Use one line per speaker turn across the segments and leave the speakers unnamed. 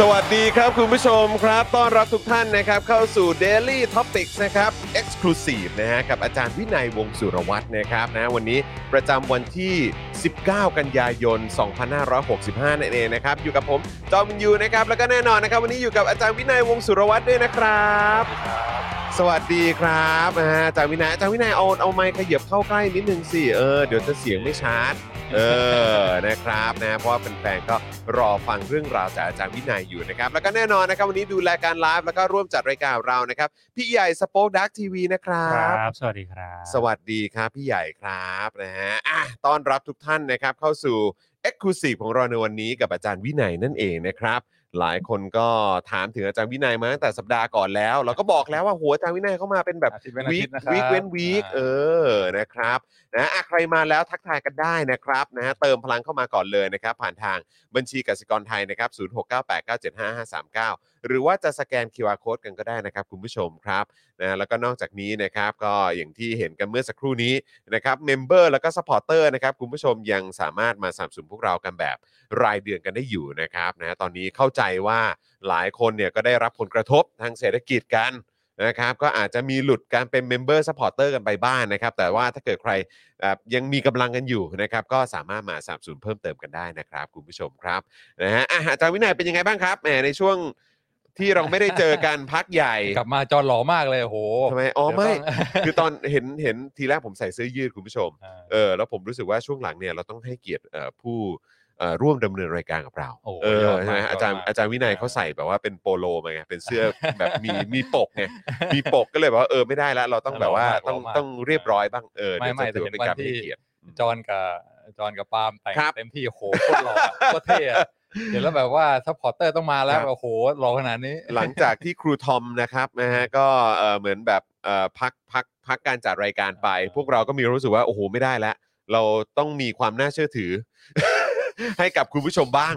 สวัสดีครับคุณผู้ชมครับ ต้อนรับทุกท่านนะครับ เข้าสู่ Daily Topics นะครับ Exclusive นะฮะกับอาจารย์วินัยวงศ์สุรวัตรนะครับนะวันนี้ประจำวันที่ 19 กันยายน 2565นั่นเองนะครับ อยู่กับผมจอมยูนะครับ แล้วก็แน่นอนนะครับ วันนี้อยู่กับอาจารย์วินัยวงศ์สุรวัตรด้วยนะครับ สวัสดีครับนะฮะอาจารย์วินัยอาจารย์วินัยเอาเอาไมค์ขยับเข้าใกล้นิดนึงสิเออเดี๋ยวจะเสียงไม่ชัด เออ นะครับนะ เพราะว่าแฟนๆก็รอฟังเรื่องราวจากอาจารย์วินัยอยู่นะครับ แล้วก็แน่นอนนะครับ วันนี้ดูแลการไลฟ์แล้วก็ร่วมจัดรายการเรานะครับ พี่ใหญ่สป็อคดักทีวีนะครับ
สวัสดีครับ
สวัสดีครับ พี่ใหญ่ครับนะฮะอ่ะต้อนรับทุกท่านนะครับเข้าสู่ e x c l u s i v e ของเราในวันนี้กับอาจารย์วินัยนั่นเองนะครับ หลายคนก็ถามถึงอาจารย์วินัยมาตั้งแต่สัปดาห์ก่อนแล้ว เราก็บอกแล้วว่าโหัวอาจารย์วินัยเข้ามาเป็นแบบ
อาทิตย์เว้นอา
วีค
ทิตย์นะครับ
วีคเว้นวีค
อ่า
เออนะครับนะอ่ะใครมาแล้วทักทายกันได้นะครับนะเติมพลังเข้ามาก่อนเลยนะครับ ผ่านทางบัญชีกสิกรไทยนะครับ0698975539 หรือว่าจะสแกน QR Code กันก็ได้นะครับ คุณผู้ชมครับนะแล้วก็นอกจากนี้นะครับ ก็อย่างที่เห็นกันเมื่อสักครู่นี้นะครับเมมเบอร์แล้วก็สปอร์เตอร์นะครับ คุณผู้ชมยังสามารถมาสนับสนุนพวกเรากันแบบ รายเดือนกันได้อยู่นะครับนะตอนนี้เข้าใจว่าหลายคนเนี่ยก็ได้รับผลกระทบทางเศรษฐกิจกัน นะครับก็อาจจะมีหลุดการเป็นเมมเบอร์ p ัพพอร์เตอร์กันไปบ้างนนะครับ แต่ว่าถ้าเกิดใครเอ่อยังมีกำลังกันอยู่นะครับ ก็สามารถมาสนับสนุนเพิ่มเติมกันได้นะครับ คุณผู้ชมครับนะฮะอ่ะอาจารย์วินัยเป็นยังไงบ้างครับแหมในช่วงที่เราไม่ได้เจอกัน พักใหญ่
กลับมาจอหล่อมากเลยโอ้โห
ทำไมอ๋อไม่
เดี๋ยวต้อง
คือตอนเห็นเห็นทีแรกผมใส่เสื้อยืดคุณผู้ชม
อ่า
เออแล้วผมรู้สึกว่าช่วงหลังเนี่ยเราต้องให้เกียรติเอ่อผู้เอ่อร่วมดำเนินรายการกับเรา
โอ้โห
เออย
อดมาก
ใช่ไหม
ยอดมาก
อาจารย์อาจารย์วินัย
อ่า
เขาใส่แบบว่าเป็นโปโลมาไงเป็นเสื้อ แบบมีมีปกไง มีปกก็เลยแบบว่าเออไม่ได้ละเราต้องแบบว่า
หล่
ต้
อ
อง
มาก
ต้องเรียบร้อยบ้างเออ
ไม่
เดี๋ยวจะ
ไม่
ถือว่า
แต่เห็
เป็น นการ
วันที่
ให้เกียรติ
จอนกับจอนกับปาล์มแต่ง
ครับ
เต็มที่โอ้โหโคตรหล่อโคตรเท่อะเดี๋ยวแล้วแบบว่าซัพพอร์เตอร์ต้องมาแล้
คว รับ
โอ้โหหล่อขนาดนี้
หลังจากที่ครูทอมนะครับนะฮะก็เออเหมือนแบบเออพักพักพักการจัดรายการไป
อ่า
พวกเราก็มีรู้สึกว่าโอ้โหไม่ได้ละเราต้องมีความน่าเชื่อถือ ให้กับคุณผู้ชมบ้าง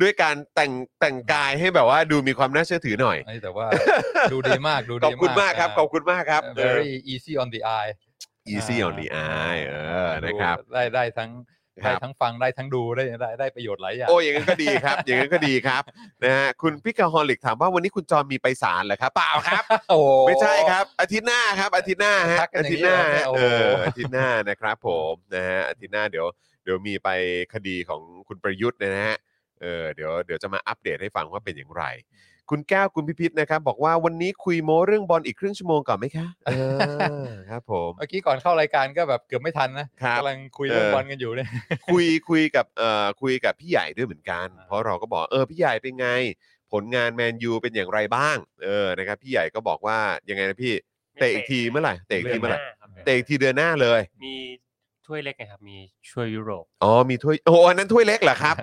ด้วยการแต่งแต่งกายให้แบบว่าดูมีความน่าเชื่อถือหน่อย
ไอ้แต่ว่าดูดีมากดู
ข
ดี
อบคุณมากครับ
นะ
ขอบคุณมากครับเออ
very easy on the eye
easy on the eye เออนะครับ
ดูได้ได้ทั้ง
ครั
ได้
บ
ทั้งฟังได้ทั้งดูได้ได้ได้ประโยชน์หลายอย่าง
โอ้ยอย่างนั้นก็ดีครับ อย่างนั้นก็ดีครับนะฮะคุณพิกาฮอลิกถามว่าวันนี้คุณจอมมีไปศาลเหรอครับเปล่าครับ
โอ้โห
ไม่ใช่ครับอาทิตย์หน้าครับอาทิตย์หน้าฮะ
ทักกัน
อา
อย่าง
ทิตย์หน้า
นี้
ฮะ
เหรอ
เอ
เนี่ยโอ้โห
ออาทิตย์หน้านะครับ ผมนะฮะอาทิตย์หน้าเดี๋ยวเดี๋ยวมีไปคดีของคุณประยุทธ์เนยนะฮะเออเดี๋ยวเดี๋ยวจะมาอัปเดตให้ฟังว่าเป็นอย่างไร คุณแก้วคุณพิพิธนะครับ บอกว่าวันนี้คุยโม้เรื่องบอลอีกครึ่งชั่วโมงก่อนไหมคะเออครับผม
เมื่อกี้ก่อนเข้ารายการก็แบบเกือบไม่ทันนะครับ กำลังคุยเรื่อง
เออ
บอลกันอยู่เนี่ย
คุย คุยกับเอ่อคุยกับพี่ใหญ่ด้วยเหมือนกัน
อ่า
เพราะเราก็บอกเออพี่ใหญ่เป็นไง ผลงานแมนยูเป็นอย่างไรบ้างเออนะครับพี่ใหญ่ก็บอกว่ายังไงนะพี่เตะอีกทีเมื่อไหร่เตะอีกทีเมื่อไหร่เตะอีกทีเดือนหน้าเลย
มีถ้วยเล็กไงครับ มีช่วยยุโรป
อ๋อมีถ้วยโอ้อันนั้นถ้วยเล็กเหรอครับ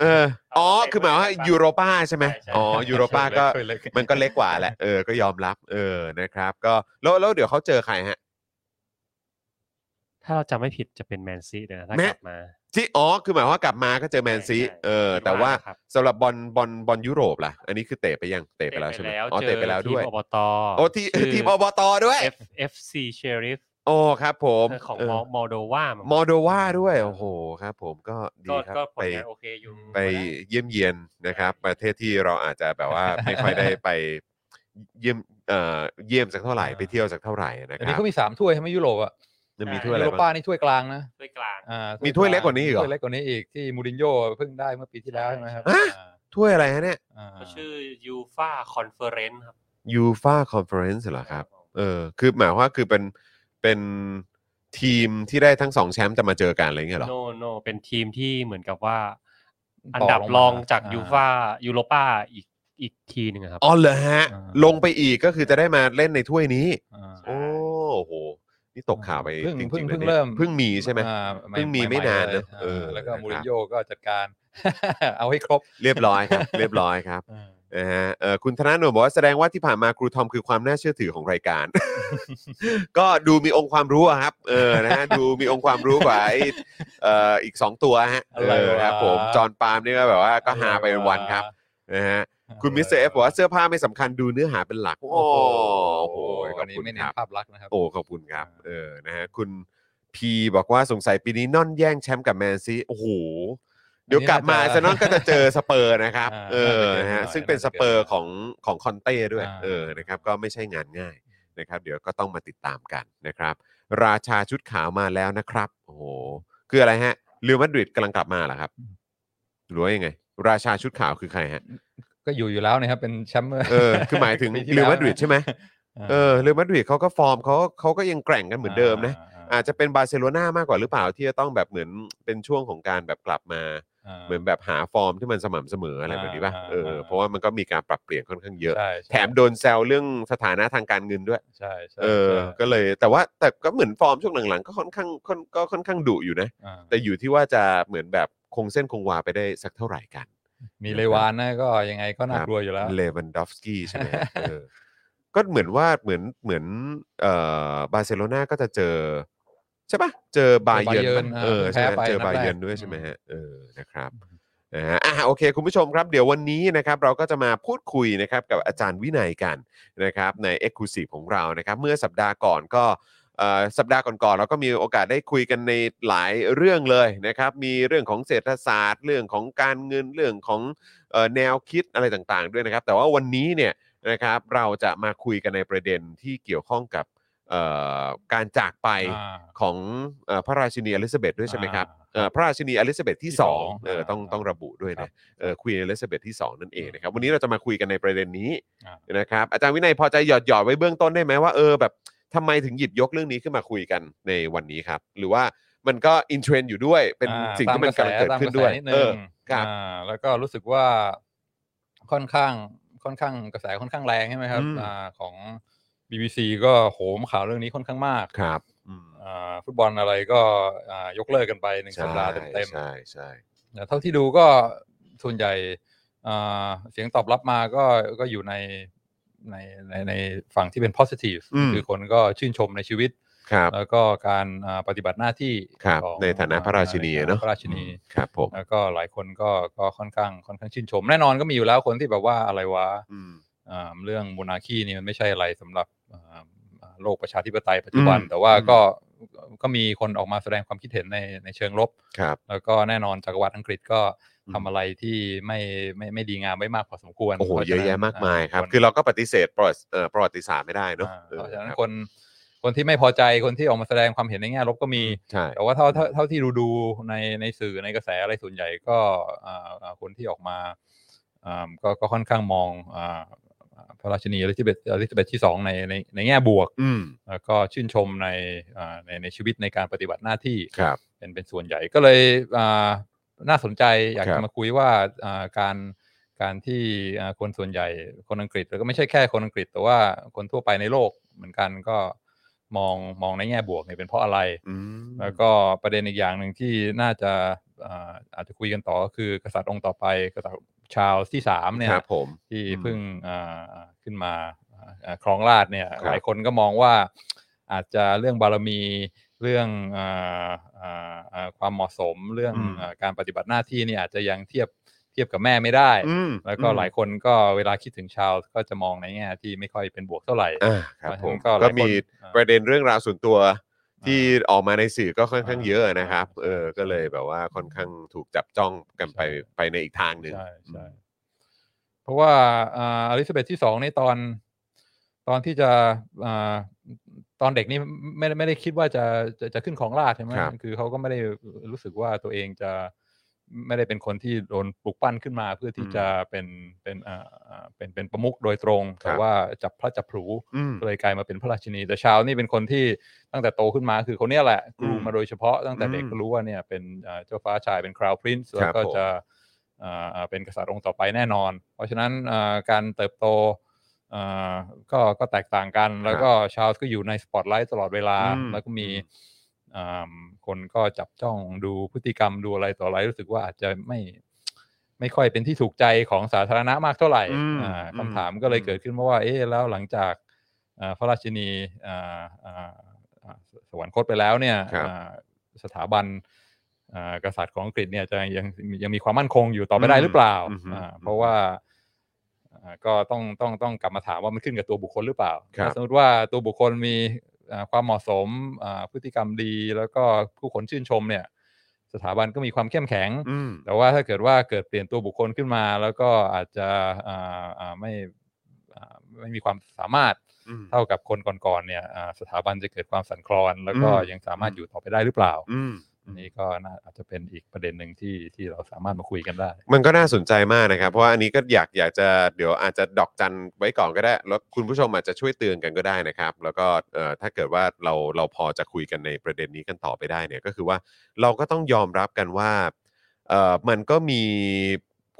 เอออ๋อคือหมายว่ายูโรป้าใช่ไหม
ใช่
อ๋อยูโรป้าก็
ช่วยเล็กช่วยเล็ก
มันก็เล็กกว่าแหละเออก็ยอมรับเออนะครับ ก็แล้วแล้วเดี๋ยวเขาเจอใครฮะ
ถ้าเราจำไม่ผิดจะเป็นแมนซีเลยนะถ้า
แม
กลับมา
ที่อ๋อคือหมายว่ากลับมาก็เจอแมนซี
ใช่ใช่
เออ
คิดว่า
แต่ว่า
ครับ
สำหรับบอลบอลบอลยุโรปล่ะ อันนี้คือเตะไปยังเตะไปแล้วใช่ไหมอ๋อเตะไปแล้วด้วย
ทีมอบต
โอ้ที่ทีมอบตด้วย
เอฟเอฟซีเชริฟ
โอ้ครับผม
ของ
เ
มอมอลโดวามั้ง
มอลโดวาด้วยโอ้โหครับ ผมก็ดี
ก็
ครับ
ก็ผล
ไป
งานโอเคอยู่
ไปเยี่ยมเยียนนะครับ ประเทศที่เราอาจจะแบบว่า ไม่ค่อยได้ไปเยี่ยมเอ่อเยี่ยมสักเท่าไหร่
อ่า
ไปเที่ยวสักเท่าไหร่นะ
เดี๋ย
ค
วนี้
รับ
เขามีสามถ้วยใช่ไหมยุโรปอ่ะ
จะมี
ยุ
ถ้วยอะไร
โร
บ้าง
ป้านี่ถ้วยกลางนะ
ด้วยกลาง
อ่า
มีถ้วยเล็กกว่านี้อีกเหรอ
ถ้วยเล็กกว่านี้อีกที่มูรินโญ่เพิ่งได้เมื่อปีที่แล้วใช่ไหมครับ
ฮะ ถ้วยอะไรฮะเนี่ย
อ่า
ก็ชื่อยูฟาคอนเฟอเรนซ์ครับ
ยูฟาคอนเฟอเรนซ์เหรอครับ เออคือหมายความว่าคือเป็นเป็นทีมที่ได้ทั้งสองแชมป์จะมาเจอกันอะไรอย่างเงี้ยเหรอ
โนโนเป็นทีมที่เหมือนกับว่า
ต่ออั
อันดับรองจาก
อ่ายู
ยูฟายูโรปาอีกอีกทีหนึ่งอะครับ
อ๋อเหรอฮะ
อ่า
ลงไปอีกก็คือจะได้มาเล่นในถ้วยนี้
อ่า
โอ้โห นี่ตกข่าวไป
เพิ่ง
จริงๆ
เพิ่ง
ลยนี่ย
เพิ่งเริ่ม
เพิ่งมีใช่ไหม
อ่า
เพิ่งมีไม่นานนะ
อ่
เออ
แล้วก็
นะครับ
มูรินโญ่ก็จัดการ เอาให้ครบ
เรียบร้อยครับ เรียบร้อยครับ
อ่า
นะฮะเอ่อคุณธนาโนบอกว่าแสดงว่าที่ผ่านมาครูทอมคือความน่าเชื่อถือของรายการ ก็ดูมีองค์ความรู้อะครับ เออนะฮะดูมีองค์ความรู้กว่าไอ้เอ่ออีกสองตัวฮะเออครับผมจอห์นปาล์มนี่ก็แบบว่าก็หาไปวันๆครับนะฮะ คุณมิสเตอร์เอฟบอกว่าเสื้อผ้าไม่สำคัญดูเนื้อหาเป็นหลัก โอ้
โอ้
โห
โห
ขอ
วั
บ
นนี้
คุณค
ไม่เน้น
รับ
ภาพลักษณ์นะครับ
โอ้ขอบคุณครับ เออนะฮะคุณพีบอกว่าสงสัยปีนี้นอนแย่งแชมป์กับแมนซีโอ้โห เดี๋ยวกลับมา
อันนี้น่า
เซนอน
จะ
ก็จะเจอสเปอร์นะครับ
อ่า
เออนะฮะ
น่าจะเกินหน่อย
ซึ่งเป็นสเปอร์ของของคอนเต้ด้วย
อ่า
เออนะครับก็ไม่ใช่งานง่ายนะครับ เดี๋ยวก็ต้องมาติดตามกันนะครับ ราชาชุดขาวมาแล้วนะครับ โอ้โห คืออะไรฮะเรอัลมาดริดกำลังกลับมาเหรอครับหรือว่ายังไง ราชาชุดขาวคือใครฮะ
ก็อยู่อยู่แล้วนะครับเป็นแชมป์
เออคือหมายถึง
ปีที่
เร
แล้
อั
ว
ลมาดริด
นะ
ใช่ไหมเออเรอัลมาดริดเขาก็ฟอร์มเขาเขาก็ยังแกร่งกันเหมือนเดิมนะ อาจจะเป็นบาร์เซโลนามากกว่าหรือเปล่าที่จะต้องแบบเหมือนเป็นช่วงของการแบบกลับมา เหมือนแบบหาฟอร์มที่มันสม่ำเสมออะไรแบบนี้ป่ะ
อ่า
เออ
อ่า
เพราะว่ามันก็มีการปรับเปลี่ยนค่อนข้างเยอะ
ใช่
แถมโดนแซวเรื่องสถานะทางการเงินด้วย
ใช่ใช่
เออ
ใช่
ก็เลยแต่ว่าแต่ก็เหมือนฟอร์มช่วงหลังๆก็ค่อนข้างค่อนก็ค่อนข้างดุอยู่นะ
อ่า
แต่อยู่ที่ว่าจะเหมือนแบบคงเส้นคงวาไปได้สักเท่าไหร่กัน
มีเลวานนะก็ยังไงก็น่ากลัวอยู่แล้ว
เลวันดอฟสกี้ใช่ไหมฮะเอ อ ก็เหมือนว่าเหมือนเหมือนเอ่อบาร์เซโลนาก็จะเจอ ใช่ปะเจอบาเยิร์นปะ
Bayern อ่า
เออใช่ไหม
แพ้ไป
เจอบาเยิร์น
นัดแรก
ด้วยใช่ไหมฮะเออนะครับนะฮะอ่ะโอเค คุณผู้ชมครับเดี๋ยววันนี้นะครับ เราก็จะมาพูดคุยนะครับ กับอาจารย์วินัยกันนะครับ ใน e x c l u s i v e ของเรานะครับ เมื่อสัปดาห์ก่อนก็ เอ่อสัปดาห์ก่อนๆเราก็มีโอกาสได้คุยกันในหลายเรื่องเลยนะครับ มีเรื่องของเศรษฐศาสตร์ เรื่องของการเงินเรื่องของเอ่อแนวคิดอะไรต่างๆด้วยนะครับ แต่ว่าวันนี้เนี่ยนะครับเราจะมาคุยกันในประเด็นที่เกี่ยวข้องกับเอ่อการจากไป
อ่า
ของเอ่อพระราชินีอลิซาเบธด้วยใช่ไหมครับเอ่อพระราชินีอลิซาเบธที่
ที่
ส
ส
อ
อง ง
เออต้อง
อ่า
ต้องระบุด้วย
ครั
นะ
บ
ควีนอลิซาเบธที่สองนั่นเองนะครับวันนี้เราจะมาคุยกันในประเด็นนี้
อ่า
นะครับอาจารย์วินัยพอจะหยอดหยอดๆไว้เบื้องต้นได้ไหมว่าเออแบบ ทำไมถึงหยิบยกเรื่องนี้ขึ้นมาคุยกันในวันนี้ครับ หรือว่ามันก็อินเทรนด์อยู่ด้วย เป็น
อ่า
สิ่งที่มั
ตา
นำ
ก
ลังเกิด
ระแสตาม
ขึ้นด้วย
กระแสนิดนึ
เอง อ ครับ
อ่าแล้วก็รู้สึกว่าค่อนข้างค่อนข้างกระแสค่อนข้างแรงใช่ไหมครับ
อืม
อ่าของ BBC ก็โหมข่าวเรื่องนี้ค่อนข้างมาก
ครับอืม
อ่าฟุตบอลอะไรก็อ่ายกเลิกกันไปหนึ่งสัปดาห์เต็ม
ใช่ใช่
ๆแต่เท่าที่ดูก็ส่วนใหญ่อ่าเสียงตอบรับมาก็ก็อยู่ในในในในฝั่งที่เป็น positive คือคนก็ชื่นชมในชีวิต
ครับ
แล้วก็การอ่าปฏิบัติหน้าที่
ครับ
ของ
ในฐานะพระราชินี
ใฐ
เนาะ
พระราชินี
อืมครับผม
แล้วก็หลายคนก็ก็ค่อนข้างค่อนข้างชื่นชม แน่นอนก็มีอยู่แล้วคนที่แบบว่าอะไรวะ
อืม
อ่าเรื่องมูนาคีนี่มันไม่ใช่อะไรสำหรับอ่าอ่าโลกประชาธิปไตยปัจจุบัน
อืม
แต่ว่าก็ก็มีคนออกมาแสดงความคิดเห็นในในเชิงลบ
ครับ
แล้วก็แน่นอนจักรวรรดิอังกฤษก็
อืม
ทำอะไรที่ไม่ไม่ไม่ดีงามไม่มากพอสมควร
โอ้โห
พรฉ
เยอะ
นั้น
แยะมากมายครับ
น
คือเราก็ปฏิเสธประวัติเอ่อประวัติศาสตร์ไม่ได้เนาะ
อ่า
เออ
เพราะฉะนั้
คน รับ
คนคนที่ไม่พอใจคนที่ออกมาแสดงความเห็นในแง่ลบก็มี
ใช่
แต่ว่าเท่าเท่าเท่าที่ดูดูในในสื่อในกระแสอะไรส่วนใหญ่ก็อ่าอ่าคนที่ออกมาอ่าก็ก็ค่อนข้างมองอ่าพระราชินีอลิซาเบธอลิซาเบธที่สองในในในแง่บวก
อืม
แล้วก็ชื่นชมในอ่าในในชีวิตในการปฏิบัติหน้าที่
ครับ
เป็นเป็นส่วนใหญ่ก็เลยอ่าน่าสนใจอยาก
ครั
จะ
บ
มาคุยว่าอ่าการการที่อ่าคนส่วนใหญ่คนอังกฤษแล้วก็ไม่ใช่แค่คนอังกฤษ แต่ว่าคนทั่วไปในโลกเหมือนกันก็มองมองในแง่บวกเนี่ยเป็นเพราะอะไร
อืม
แล้วก็ประเด็นอีกอย่างหนึ่งที่น่าจะอ่าอาจจะคุยกันต่อก็คือกษัตริย์องค์ต่อไปกษัตริย์ชาร์ลส์ที่สามเนี่ย
ครับผม
ที่
อืม
เพิ่งอ่าอ่าขึ้นมาอ่าครองราชย์เนี่ย
ครับ
หลายคนก็มองว่าอาจจะเรื่องบารมีเรื่องอ่าอ่าอ่าความเหมาะสมเรื่องอ่าการปฏิบัติหน้าที่นี่อาจจะยังเทียบเทียบกับแม่ไม่ได้
อืม
แล้วก็หลายคนก็เวลาคิดถึงชาร์ลส์ก็จะมองในแง่ที่ไม่ค่อยเป็นบวกเท่าไหร่
อ่าครับผม
เพราะฉะนั้นก็ห
ก็
ลายคน
มี
อ่า
ประเด็นเรื่องราวส่วนตัว ที่ออกมาในสื่อก็ค่อนข้างเยอะนะครับ เออ ก็เลยแบบว่าค่อนข้างถูกจับจ้องกันไป
ใช่
ไปในอีกทางหนึ่ง
ใช่ใช่เพราะว่าอ่าอลิซาเบธที่สองในตอน ตอนที่จะอ่าตอนเด็กนี่ไม่ได้ไม่ได้คิดว่าจะจะจะขึ้นของราชย์ใช่ไหม
ครับ
คือเขาก็ไม่ได้รู้สึกว่าตัวเองจะไม่ได้เป็นคนที่โดนปลุกปั้นขึ้นมา เพื่อที่จะเป็นเป็นอ่าอ่าเป็นเป็นประมุขโดยตรง แต่ว่าจับพระจับผลู
อืม
ก็เลยกลายมาเป็นพระราชินี แต่ชาวนี่เป็นคนที่ตั้งแต่โตขึ้นมาคือคนเนี้ยแหละกรู
อืม
มาโดยเฉพาะตั้งแต่เด็ก
อืม
ก็รู้ว่าเนี่ยเป็นเอ่อเจ้าฟ้าชายเป็นคราวพรินซ์
ค
แล้
รั
ว
บ
ก็
ผม
จะเอ่อเป็นกษัตริย์องค์ต่อไปแน่นอน เพราะฉะนั้นเอ่อการเติบโตเอ่อก็ก็แตกต่างกันแล้วก็ชาวก็อยู่ในสปอตไลท์ตลอดเวลา
อืม
แล้วก็มีอืมคนก็จับจ้องดูพฤติกรรมดูอะไรต่ออะไรรู้สึกว่าอาจจะไม่ไม่ค่อยเป็นที่ถูกใจของสาธารณะมากเท่าไหร่
อืม
อ่า
อืม
คำถามก็เลยเกิด เกิดขึ้นเพราะว่าเอ๊ะแล้วหลังจากเอ่อพระราชินีเอ่อเอ่อเอ่อสวรรคตไปแล้วเนี่ย
ครับ
เอ่อสถาบันเอ่อกษัตริย์ของอังกฤษเนี่ยจะยังยังมีความมั่นคงอยู่ต่อไปได้
อืม
หรือเปล่า
อือฮึ
อ่าเพราะว่าเอ่อก็ต้องต้องต้องกลับมาถามว่ามันขึ้นกับตัวบุคคลหรือเปล่า
ครับ
ถ้าสมมติว่าตัวบุคคลมีเอ่อความเหมาะสมเอ่อพฤติกรรมดี แล้วก็ผู้คนชื่นชมเนี่ยสถาบันก็มีความเข้มแข็ง
อืม
แต่ว่าถ้าเกิดว่าเกิดเปลี่ยนตัวบุคคลขึ้นมา แล้วก็อาจจะอ่าอ่าไม่อ่าไม่มีความสามารถ
อืม
เท่ากับคนก่อนๆเนี่ยอ่าสถาบันจะเกิดความสั่นคลอน แล้วก็
อืม
ยังสามารถอยู่ต่อไปได้หรือเปล่า
อืม
อันนี้ก็น่าอาจจะเป็นอีกประเด็นหนึ่งที่ที่เราสามารถมาคุยกันได้
มันก็น่าสนใจมากนะครับ เพราะว่าอันนี้ก็อยากอยากจะเดี๋ยวอาจจะดอกจันไว้ก่อนก็ได้ แล้วคุณผู้ชมอาจจะช่วยเตือนกันก็ได้นะครับ แล้วก็เอ่อถ้าเกิดว่าเราเราพอจะคุยกันในประเด็นนี้กันต่อไปได้เนี่ยก็คือว่าเราก็ต้องยอมรับกันว่าเอ่อมันก็มี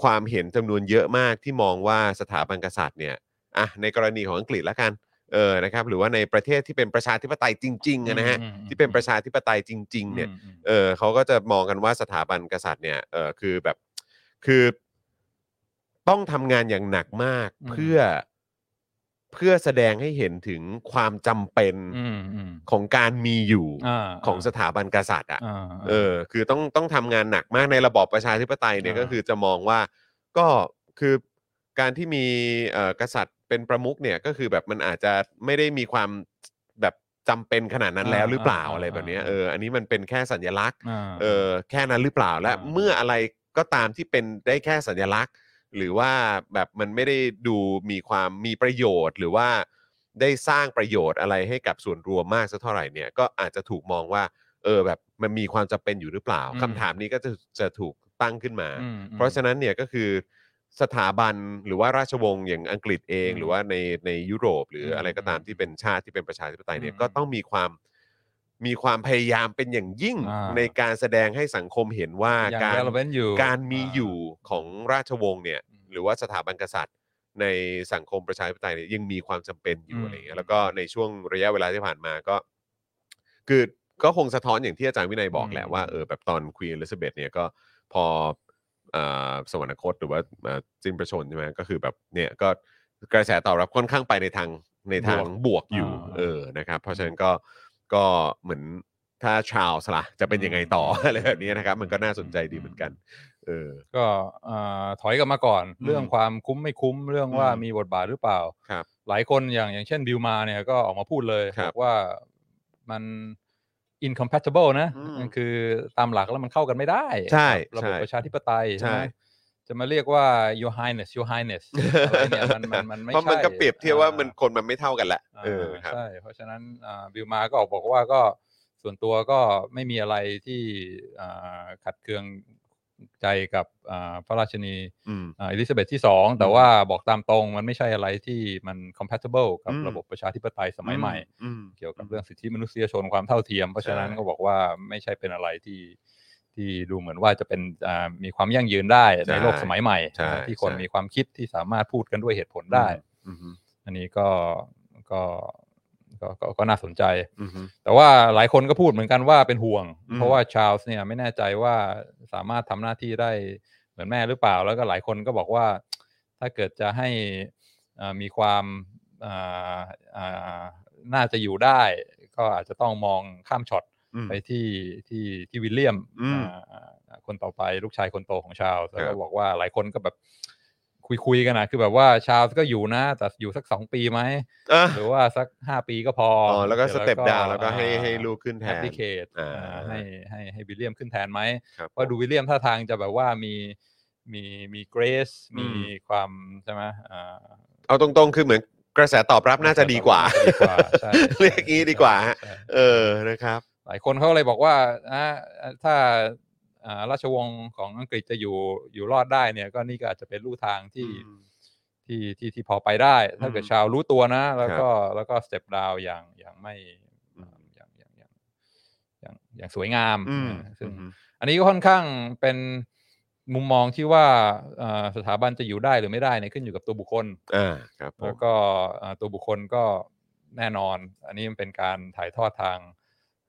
ความเห็นจำนวนเยอะมากที่มองว่าสถาบันกษัตริย์เนี่ยอ่ะในกรณีของอังกฤษละกันเออนะครับหรือว่าในประเทศที่เป็นประชาธิปไตยจริงๆอะนะฮะ
อืมอืมอืม
ที่เป็นประชาธิปไตยจริง ๆเนี่ย
อืม
เออเขาก็จะมองกันว่าสถาบันกษัตริย์เนี่ยเออคือแบบคือต้องทำงานอย่างหนักมาก
อืม
เพื่อเพื่อแสดงให้เห็นถึงความจำเป็น
อืมอืม
ของการมีอยู่
า
ของสถาบันกษัตริย์อ่ะ
อ่า
เออ คือต้องต้องทำงานหนักมากในระบอบประชาธิปไตยเนี่ย
อ่า
ก็คือจะมองว่าก็คือการที่มีเอ่อกษัตริย์เป็นประมุขเนี่ยก็คือแบบมันอาจจะไม่ได้มีความแบบจำเป็นขนาดนั้นแล้วหรือเปล่าอะไรแบบเนี้ยเอออันนี้มันเป็นแค่สัญลักษณ์
อ่า
เออแค่นั้นหรือเปล่าและ
อ่า
เมื่ออะไรก็ตามที่เป็นได้แค่สัญลักษณ์ หรือว่าแบบมันไม่ได้ดูมีความมีประโยชน์ หรือว่าได้สร้างประโยชน์อะไรให้กับส่วนรวมมากสักเท่าไหร่เนี่ยก็อาจจะถูกมองว่า เออแบบมันมีความจำเป็นอยู่หรือเปล่าคำถามนี้ก็จะจะถูกตั้งขึ้นมา
อืมอืม
เพราะฉะนั้นเนี่ยก็คือสถาบันหรือว่าราชวงศ์อย่างอังกฤษเอง
อืม
หรือว่าในในยุโรป หรือ
ม
อะไรก็ตามที่เป็นชาติที่เป็นประชาธิปไตยเนี่ย
อืม
ก็ต้องมีความมีความพยายามเป็นอย่างยิ่ง
อ่า
ในการแสดงให้สังคมเห็นว่า
ยัง
การ
relevant อยู่
การมี
อ่
อยู่ของราชวงศ์เนี่ย
อืม
หรือว่าสถาบันกษัตริย์ ในสังคมประชาธิปไตยเนี่ยยังมีความจำเป็นอยู่
อืม
อะไรเงี้ยแล้วก็ในช่วงระยะเวลาที่ผ่านมาก็ คือก็คงสะท้อนอย่างที่อาจารย์วินัยบอกแหละ
อืม
ว่าเออแบบตอนควีนอลิซาเบธเนี่ยก็พอเอ่อสวรรคตหรือว่าเอ่อสิ้นประชนม์ใช่ไหมก็คือแบบเนี่ยก็กระแสตอบรับค่อนข้างไปในทางในทางบวกอยู่
อ่า
เออนะครับ เพราะฉะนั้นก็ก็เหมือนถ้าชาลส์ล่ะจะเป็นยังไงต่อ อะไรแบบนี้นะครับ มันก็น่าสนใจดีเหมือนกัน เออ
ก็อ่าถอยกลับมาก่อน
อืม
เรื่องความคุ้มไม่คุ้มเรื่องว่า
อืม
มีบทบาทหรือเปล่า
ครับ
หลายคนอย่างอย่างเช่นบิวมาเนี่ยก็ออกมาพูดเลย
ครับ
บอกว่ามัน incompatible นะ
อืม
มันคือตามหลักแล้วมันเข้ากันไม่ได้
ใช่
กับระบบ
ใช่
ประชาธิปไตย
ใช่
ใช่ไหมจะมาเรียกว่า your highness your highness อะไรเนี่ยมันมันมันไม่
เพราะ
ใช่
มันก็เปรียบเทียบว่ามัน
อ่
คนมันไม่เท่ากันละ
อ่า
เออครับ
ใช่เพราะฉะนั้นอ่าบิลมาก็ออกบอกว่าก็ส่วนตัวก็ไม่มีอะไรที่อ่าขัดเคืองใจกับอ่าพระราชนี
อืม
อ่าอิลิซาเบธที่สองแต่ว่าบอกตามตรงมันไม่ใช่อะไรที่มัน compatible กับ
อืม
ระบบประชาธิปไตยสมัยใหม่
อืม
เกี่ยวกับเรื่องสิทธิมนุษยชนความเท่าเทียม เพราะฉะนั้น
ใช่
ก็บอกว่าไม่ใช่เป็นอะไรที่ที่ดูเหมือนว่าจะเป็นอ่ามีความยั่งยืนได้ในโลกสมัยใหม่
ใช่
ที่คน
ใช่
มีความคิดที่สามารถพูดกันด้วยเหตุผลได้
อืมอืม
อันนี้ก็ก็ก็ก็ก็น่าสนใจ
อืมอืม
แต่ว่าหลายคนก็พูดเหมือนกันว่าเป็นห่วง
อืม
เพราะว่าชาร์ลส์เนี่ยไม่แน่ใจว่าสามารถทำหน้าที่ได้เหมือนแม่หรือเปล่า แล้วก็หลายคนก็บอกว่า ถ้าเกิดจะให้เอ่อมีความเอ่อเอ่อน่าจะอยู่ได้ ก็อาจจะต้องมองข้ามช็อต
อืม
ไปที่ที่ที่วิลเลียม
อืม
อ่าคนต่อไปลูกชายคนโตของชาร์ลส์แล้ว
ครั
ก็
บ
บอกว่าหลายคนก็แบบ คุยคุยๆกันนะคือแบบว่าชาวก็อยู่นะแต่อยู่สักสองปีไหม
อ่ะ
หรือว่าสักห้าปีก็พอ
อ๋อแล้วก็ส
สร็จ
เต็ปดาวแล้วก็ให้ให้ลูกขึ้นแท
แอป
น
พลิเคต
อ่า
ให้ให้ให้วิลเลียมขึ้นแทนไหม
ครับ
ว่าดู
ผม
วิลเลียมท่าทางจะแบบว่ามีมีมีเกรซ
อื
มี
ม
ความใช่ไหมอ่า
เอาตรงๆ คือเหมือนกระแสตอบรับน่าจะดีกว่า
ดีกว่าใช่
เรียกงี้ดีกว่าฮะ
ใช่
เออนะครับ
หลายคนเขาเลยบอกว่าอ่าถ้าอ่าราชวงศ์ของอังกฤษจะอยู่อยู่รอดได้เนี่ยก็นี่ก็อาจจะเป็นลู่ทางที่
อืม
ที่ที่ที่พอไปได้ ถ้าเกิด
อืม
ชาวรู้ตัวนะ แล้วก็แล้วก็สเต็ปดาวอย่างอย่างไม่
อืม
อย่างอย่างอย่างอย่างอย่างสวยงาม
อืม
นะซึ่ง
อืม
อันนี้ก็ค่อนข้างเป็นมุมมองที่ว่าเอ่อสถาบันจะอยู่ได้หรือไม่ได้เนี่ยขึ้นอยู่กับตัวบุคคล
อ่าครับผ
แล้
ม
วก็เอ่อตัวบุคคลก็แน่นอน อันนี้มันเป็นการถ่ายทอดทาง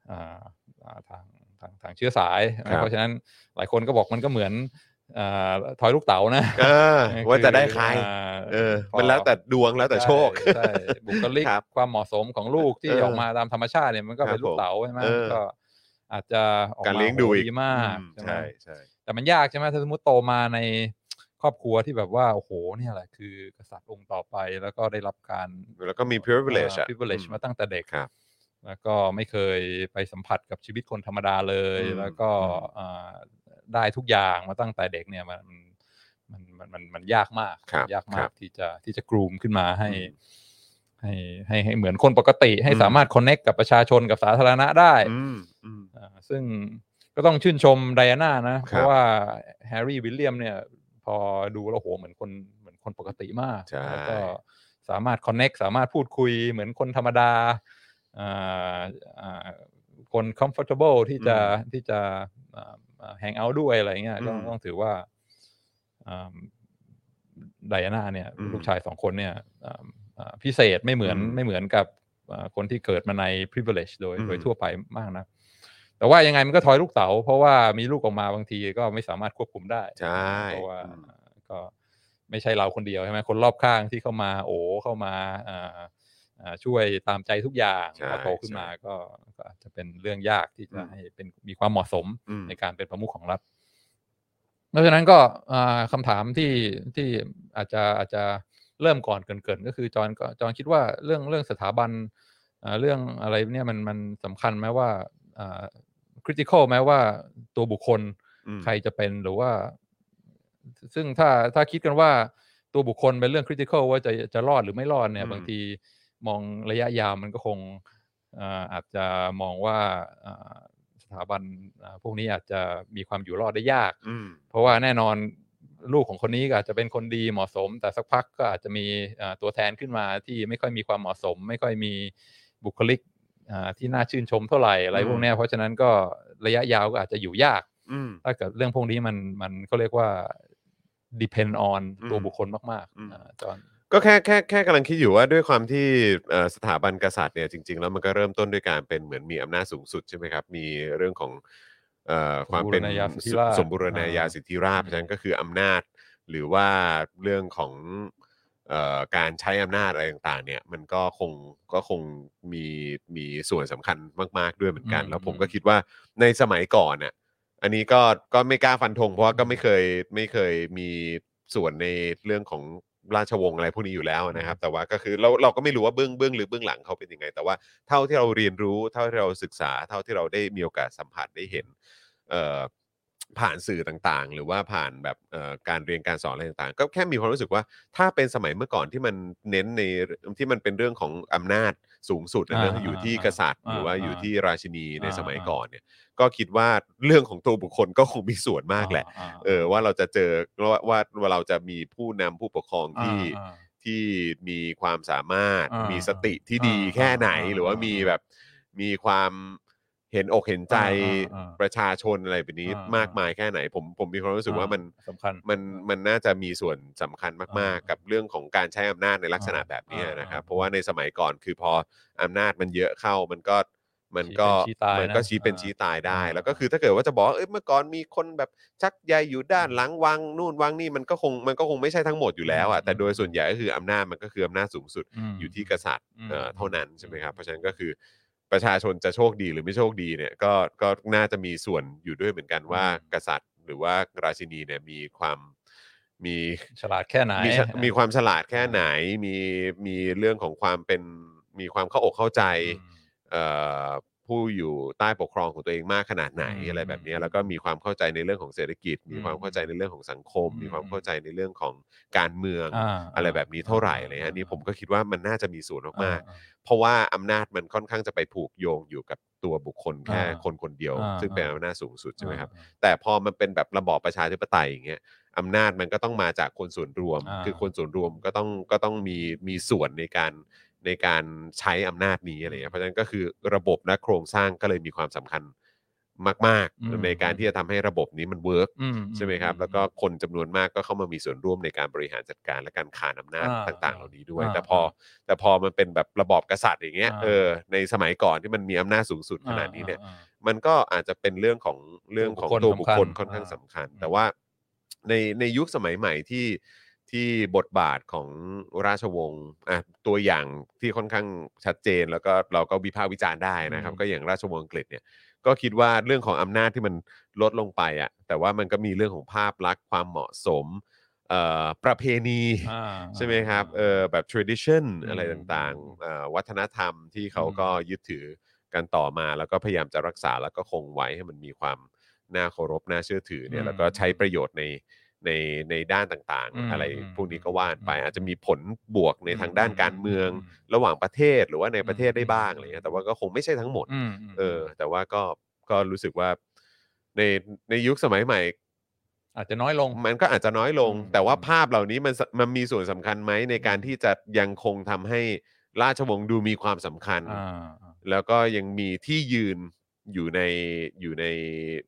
อ่าอ่าทางทางทางเชื้อสาย
ครับ
เพราะฉะนั้นหลายคนก็บอกมันก็เหมือนเออทอยลูกเต๋านะ
เออ
เออ
ว่าจะได้
อ
ใคร
อ่า
เออ
พอ
มันแล้วแต่ดวงแล้วแต่โชค
ใช่ใช่บุคลิก
ครับ
ความเหมาะสมของลูกที่
เออ
ออกมาตามธรรมชาติเนี่ยมันก็
ครับ
เป็นลูกเต๋าใช่ไหม
เออ
ก็อาจจะออก
การ
มา
เลี้ยงดู
โห
อีก
ดีมาก
อื
ใช่ไหม
ใช่ใช่
แต่มันยากใช่ไหมถ้าสมมติโตมาในครอบครัวที่แบบว่า โอ้โหเนี่ยแหละคือกษัตริย์องค์ต่อไปแล้วก็ได้รับการ
แล้วก็มี privilege
อ่า
อะ
privilege
อืม
มาตั้งแต่เด็ก
ครับ
แล้วก็ไม่เคยไปสัมผัสกับชีวิตคนธรรมดาเลย
อืม
แล้วก็อ่าได้ทุกอย่างมาตั้งแต่เด็กเนี่ยมันมันมันมันมันยากมาก
ครับ
ยาก
ค
มา
รั
ก
บ
ที่จะที่จะกรูมขึ้นมาให้
อืม
ให้ให้ให้เหมือนคนปกติ ให้
อืม
สามารถ connect กับประชาชนกับสาธารณะได้
อืมอืม
อ่าซึ่งก็ต้องชื่นชมไดอาน่านะ
ครับ
เพราะว่าแฮร์รี่วิลเลียมเนี่ย พอดูแล้วโหเหมือนคนเหมือนคนปกติมาก
ใช่
แล้วก็สามารถคอนเน็กสามารถพูดคุยเหมือนคนธรรมดาอ่าอ่าคน comfortable ที่จะที่จะแฮงเอา t ด้วยอะไรเงี้ยก็
อืม
ต้องถือว่าไดอาน่าเนี่ย
อืม
ลูกชายสองคนเนี่ยอ่าอ่าพิเศษไม่เหมือน
อืม
ไม่เหมือนกับอ่าคนที่เกิดมาใน privilege โดย
อืม
โดยทั่วไปมากนะ แต่ว่ายังไงมันก็ทอยลูกเต๋าเพราะว่ามีลูกออกมาบางทีก็ไม่สามารถควบคุมได้
ใช่
เพราะว่าก็ไม่ใช่เราคนเดียวใช่ไหมคนรอบข้างที่เข้ามาโอ้เข้ามาอ่าอ่าช่วยตามใจทุกอย่าง
ใช่
พอโตขึ้นมา
ใช่
ก็ก็อาจจะเป็นเรื่องยากที่จะ
อืม
ให้เป็นมีความเหมาะสม
อืม
ในการเป็นประมุขของรัฐเพราะฉะนั้นก็อ่าคำาถามที่ที่อาจจะอาจจะเริ่มก่อนเกินๆก็คือจอนจอนคิดว่าเรื่องเรื่องสถาบันอ่าเรื่องอะไรเนี่ยมันมันสำคัญไหมว่าคริติคอลไหมว่าตัวบุคคล
อืม
ใครจะเป็นหรือว่า ซึ่งถ้าถ้าคิดกันว่าตัวบุคคลเป็นเรื่องคริติคอลว่าจะจะรอดหรือไม่รอดเนี่ย
อืม
บางทีมองระยะยาวมันก็คงเอ่ออาจจะมองว่าเอ่อสถาบันเอ่อพวกนี้อาจจะมีความอยู่รอดได้ยาก
อืม
เพราะว่าแน่นอนลูกของคนนี้ก็อาจจะเป็นคนดีเหมาะสม แต่สักพักก็อาจจะมีเอ่อตัวแทนขึ้นมาที่ไม่ค่อยมีความเหมาะสม ไม่ค่อยมีบุคลิกเอ่อที่น่าชื่นชมเท่าไหร่อะไรพว
อื
ก
ม
เนี้ยเพราะฉะนั้นก็ระยะยาวก็อาจจะอยู่ยาก
อืม
ถ้าเกิดเรื่องพวกนี้มันมันเขาเรียกว่า depend on
อืม
ตัวบุคคลมาก
อืม
ๆอ่าจอน
ก็แค่แค่แค่กำลังคิดอยู่ว่าด้วยความที่เอ่อสถาบันกษัตริย์เนี่ยจริง ๆ แล้วมันก็เริ่มต้นด้วยการเป็นเหมือนมีอำนาจสูงสุดใช่ไหมครับ มีเรื่องของเอ่อความเป็น
สมบูรณาญาสิทธิราช
สมบูรณาญาสิทธิราช
อ่า
เพราะฉะนั้นก็คืออำนาจหรือว่าเรื่องของเอ่อการใช้อำนาจอะไรต่างๆ เนี่ย มันก็คงก็คงมีมีส่วนสำคัญมาก ๆด้วยเหมือนกัน แล้วผมก็คิดว่าในสมัยก่อนน่ะ อันนี้ก็ก็ไม่กล้าฟันธงเพราะว่าก็ไม่เคยไม่เคยมีส่วนในเรื่องของราชวงศ์อะไรพวกนี้อยู่แล้วนะครับ แต่ว่าก็คือเราเราก็ไม่รู้ว่าเบื้องเบื้องหรือเบื้องหลังเขาเป็นยังไง แต่ว่าเท่าที่เราเรียนรู้เท่าที่เราศึกษา เท่าที่เราได้มีโอกาสสัมผัสได้เห็นเอ่อผ่านสื่อต่างๆ หรือว่าผ่านแบบเอ่อการเรียนการสอนอะไรต่างๆ ก็แค่มีความรู้สึกว่าถ้าเป็นสมัยเมื่อก่อนที่มันเน้นในที่มันเป็นเรื่องของอำนาจสูงสุดนะเรื่องที่อยู่ที่กษัตริย์ หรือว่าอยู่ที่ราชินีในสมัยก่อนเนี่ย ก็คิดว่าเรื่องของตัวบุคคลก็คงมีส่วนมากแหละ
อ่า
เออว่าเราจะเจอว่าว่าว่าเราจะมีผู้นำผู้ปกครอง
อ่า
ที่
อ่า
ที่มีความสามารถ
อ่ามี
มีสติที่ดี
อ่า
แค่ไหน
อ่า
หรือว่ามีแบบมีความเห็นอกเห็นใจ
อ่าอ่าอ่า
ประชาชนอะไรแบบนี้
อ่าม
มากมายแค่ไหน ผมผมมีความรู้สึกว่ามัน
อ่าสำคัญ
มันมันน่าจะมีส่วนสำคัญมาก
อ่า
ๆ กับเรื่องของการใช้อำนาจในลักษณะแบบนี้
อ่า
นะครับ
อ่า
เพราะว่าในสมัยก่อนคือพออำนาจมันเยอะเข้ามันก็มันก็
ชี้เป็นชี้ตายนะ
มันก็ชี้เป็น
อ่า
ชี้ตายได้ แล้วก็คือถ้าเกิดว่าจะบอกว่าเอ้ยเมื่อก่อนมีคนแบบชักใยอยู่ด้านหลังวังนู่นวังนี่มันก็คงมันก็คงไม่ใช่ทั้งหมดอยู่แล้วอ่ะแต่โดยส่วนใหญ่ก็คืออำนาจมันก็คืออำนาจสูงสุด
ม
อยู่ที่กษัตริย์
อืม
เอ่อเท่านั้นใช่ไหมครับ
อืม
เพราะฉะนั้นก็คือประชาชนจะโชคดีหรือไม่โชคดีเนี่ยก็ก็น่าจะมีส่วนอยู่ด้วยเหมือนกันว่ากษัตริย์ หรือว่าราชินีเนี่ยมีความ มี
ฉลาดแค่ไหน
มีฉะมีความฉลาดแค่ไหน มีมีเรื่องของความเป็นมีความเข้าอกเข้าใจ
อืม
เอ่อผู้อยู่ใต้ปกครองของตัวเองมากขนาดไหน
อืม
อะไรแบบเนี้ยแล้วก็มีความเข้าใจในเรื่องของเศรษฐกิจ มีความ
อืม
เข้าใจในเรื่องของสังคม
อืม
มีความเข้าใจในเรื่องของการเมือง
อ่า
อะไรแบบนี้เท่าไหร่อะไรเลยฮะนี่ผมก็คิดว่ามันน่าจะมีส่วนมาก
อ่
ๆเพราะว่าอำนาจมันค่อนข้างจะไปผูกโยงอยู่กับตัวบุคคลแค่
อ่า
คนคนเดียว
อ่า
ซึ่งเป็น
อ่า
อำนาจสูงสุดใช่ไหมครับ
อ่า
แต่พอมันเป็นแบบระบอบประชาธิปไตยอย่างเงี้ยอำนาจมันก็ต้องมาจากคนส่วนรวม
อ่า
คือคนส่วนรวมก็ต้องก็ต้องมีมีส่วนในการในการใช้อำนาจนี้อะไรเงี้ยเพราะฉะนั้นก็คือระบบและโครงสร้างก็เลยมีความสำคัญมาก
อืม
ๆ ในการที่จะทำให้ระบบนี้มันเวิร์ก
อือื
ใช่ไหมครับ แล้วก็คนจำนวนมากก็เข้ามามีส่วนร่วมในการบริหารจัดการและการขานอำนาจ
อ่า
ต่าง ๆ เหล่านี้ด้วย
อ่า
แต่พอแต่พอมันเป็นแบบระบอบกษัตริย์อย่างเงี้ย
อ่า
เออในสมัยก่อนที่มันมีอำนาจสูงสุดขนาดนี้เนี่ย
อ่า
มันก็อาจจะเป็นเรื่องของเรื่องของ
ตั
ตัว
วบุ
บุค
ค
ค
ค
ล
ล
ค่อนข้าง
อ่า
สำคัญ
อืม
แต่ว่าในในยุคสมัยใหม่ที่ที่บทบาทของราชวงศ์อ่ะตัวอย่างที่ค่อนข้างชัดเจนแล้วก็เราก็วิพากษ์วิจารณ์ได้นะครับ
อืม
ก็อย่างราชวงศ์อังกฤษเนี่ยก็คิดว่าเรื่องของอำนาจที่มันลดลงไปอ่ะแต่ว่ามันก็มีเรื่องของภาพลักษณ์ความเหมาะสมเอ่อประเพณี
อ่า
ใช่ไหมครับ เออแบบ tradition
อืม
อะไรต่าง
อืม
ๆเอ่อวัฒนธรรมที่เขา
อืม
ก็ยึดถือกันต่อมา แล้วก็พยายามจะรักษาแล้วก็คงไว้ให้มันมีความน่าเคารพน่าเชื่อถือเนี่ยแล้วก็ใช้ประโยชน์ในในในด้านต่าง
อืม
ๆ อะไร
อืม
พวกนี้ก็ว่านไป
อืม
อาจจะมีผลบวกในทางด้านการเมือง
อืม
ระหว่างประเทศหรือว่าในประเทศได้บ้าง
อืม
อะไรเงี้ยแต่ว่าก็คงไม่ใช่ทั้งหมด
อืมม
เออ แต่ว่าก็ก็รู้สึกว่าในในยุคสมัยใหม่
อาจจะน้อยลง
มันก็อาจจะน้อยลง
อืม
แต่ว่าภาพเหล่านี้มันสมันมีส่วนสำคัญไหมในการที่จะยังคงทำให้ราชวงศ์ดูมีความสำคัญ
าอ่า
แล้วก็ยังมีที่ยืนอยู่ในอยู่ใน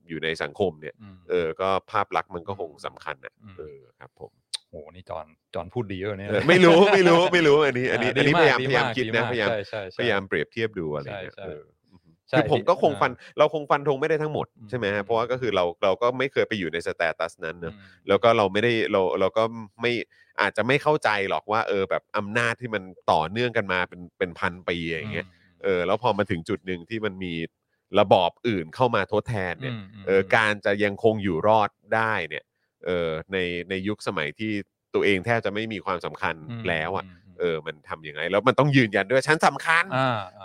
อยู่ในสังคมเนี่ย
อืม
เออ ก็ภาพลักษณ์มันก็คงสำคัญอ่ะ
อืม
เออครับผม
โหนี่จอนจอนพูดดีเยอะเนี่ย
เออไม่รู้ไม่รู้ไม่รู้อันนี้ อันนี้
า
อันนี้
ดี
พยายาม
ก
พยายามคิดนะ
ก
พยายาม
ใช่ใช่ใช่
พยายามเปรียบเทียบดูอะไรเงี้ย
ใช่ใช่
เออ
ใช่
คือผมก็คง
อ่า
ฟันเราคงฟันธงไม่ได้ทั้งหมดใช่ไหม
อื
ฮะ
ม
เพราะว่าก็คือเราเราก็ไม่เคยไปอยู่ในสเตตัสนั้นเนอะ
อืม
แล้วก็เราไม่ได้เราเราก็ไม่อาจจะไม่เข้าใจหรอกว่า เออแบบอำนาจที่มันต่อเนื่องกันมาเป็นเป็นพันปีอย่างเงี้ยเออแล้วพอมาถึงจุดหนึ่งที่มันมีระบอบอื่นเข้ามาทดแทนเนี่ยเออการจะยังคงอยู่รอดได้เนี่ยเออในในยุคสมัยที่ตัวเองแทบจะไม่มีความสำคัญแล้วอ่ะเออมันทำยังไง แล้วมันต้องยืนยันด้วยฉันสำคัญ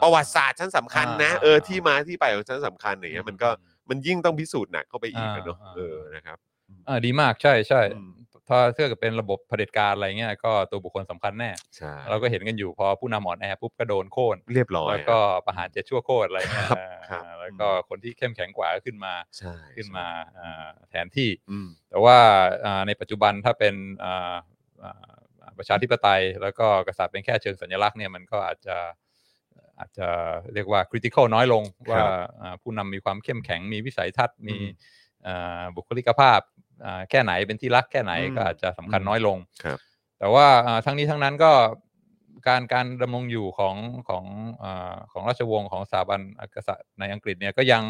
ประวัติศาสตร์ฉันสำคัญนะ
อ่า
เออ
อ่า
ที่มาที่ไปของฉันสำคัญอย่างเงี้ยมันก็มันยิ่งต้องพิสูจน์หนักเข้าไปอีกอะเนอะเออนะครับ
อ่าดีมากใช่ใช่
อืม
ถ้าเทียบกับเป็นระบบเผด็จการอะไรเงี้ยก็ตัวบุคคลสำคัญแน่
ใช่
เราก็เห็นกันอยู่พอผู้นำอ่อนแอปุ๊บก็โดนโค่น
เรียบร้อย
แล้ว
ค
ก็
รับ
ประหารเจ็ดชั่วโคตรอะไรเงี้ย
ครับครับ
อ่าแล้วก็คนที่เข้มแข็งกว่าก็ขึ้นมา
ใช่
ขึ้น
ใช่
มาอ่าแทนที่
อืม
แต่ว่าอ่าในปัจจุบันถ้าเป็นอ่าอ่าประชาธิปไตย แล้วก็กษัตริย์เป็นแค่เชิงสัญลักษณ์เนี่ยมันก็อาจจะอาจจะเรียกว่าคริติคอลน้อยลง ว่าอ่าผู้นำมีความเข้มแข็งมีวิสัยทัศน์มี
อืม
อ่าบุคลิกภาพอ่าแค่ไหนเป็นที่รักแค่ไหน
อืม
ก็อาจจะสำคัญน้อยลง
ครับ
แต่ว่าอ่าทั้งนี้ทั้งนั้นก็การการดำรงอยู่ของของอาของราชวงศ์ของสถาบันกษัตริย์ในอังกฤษเนี่ยก็ยัง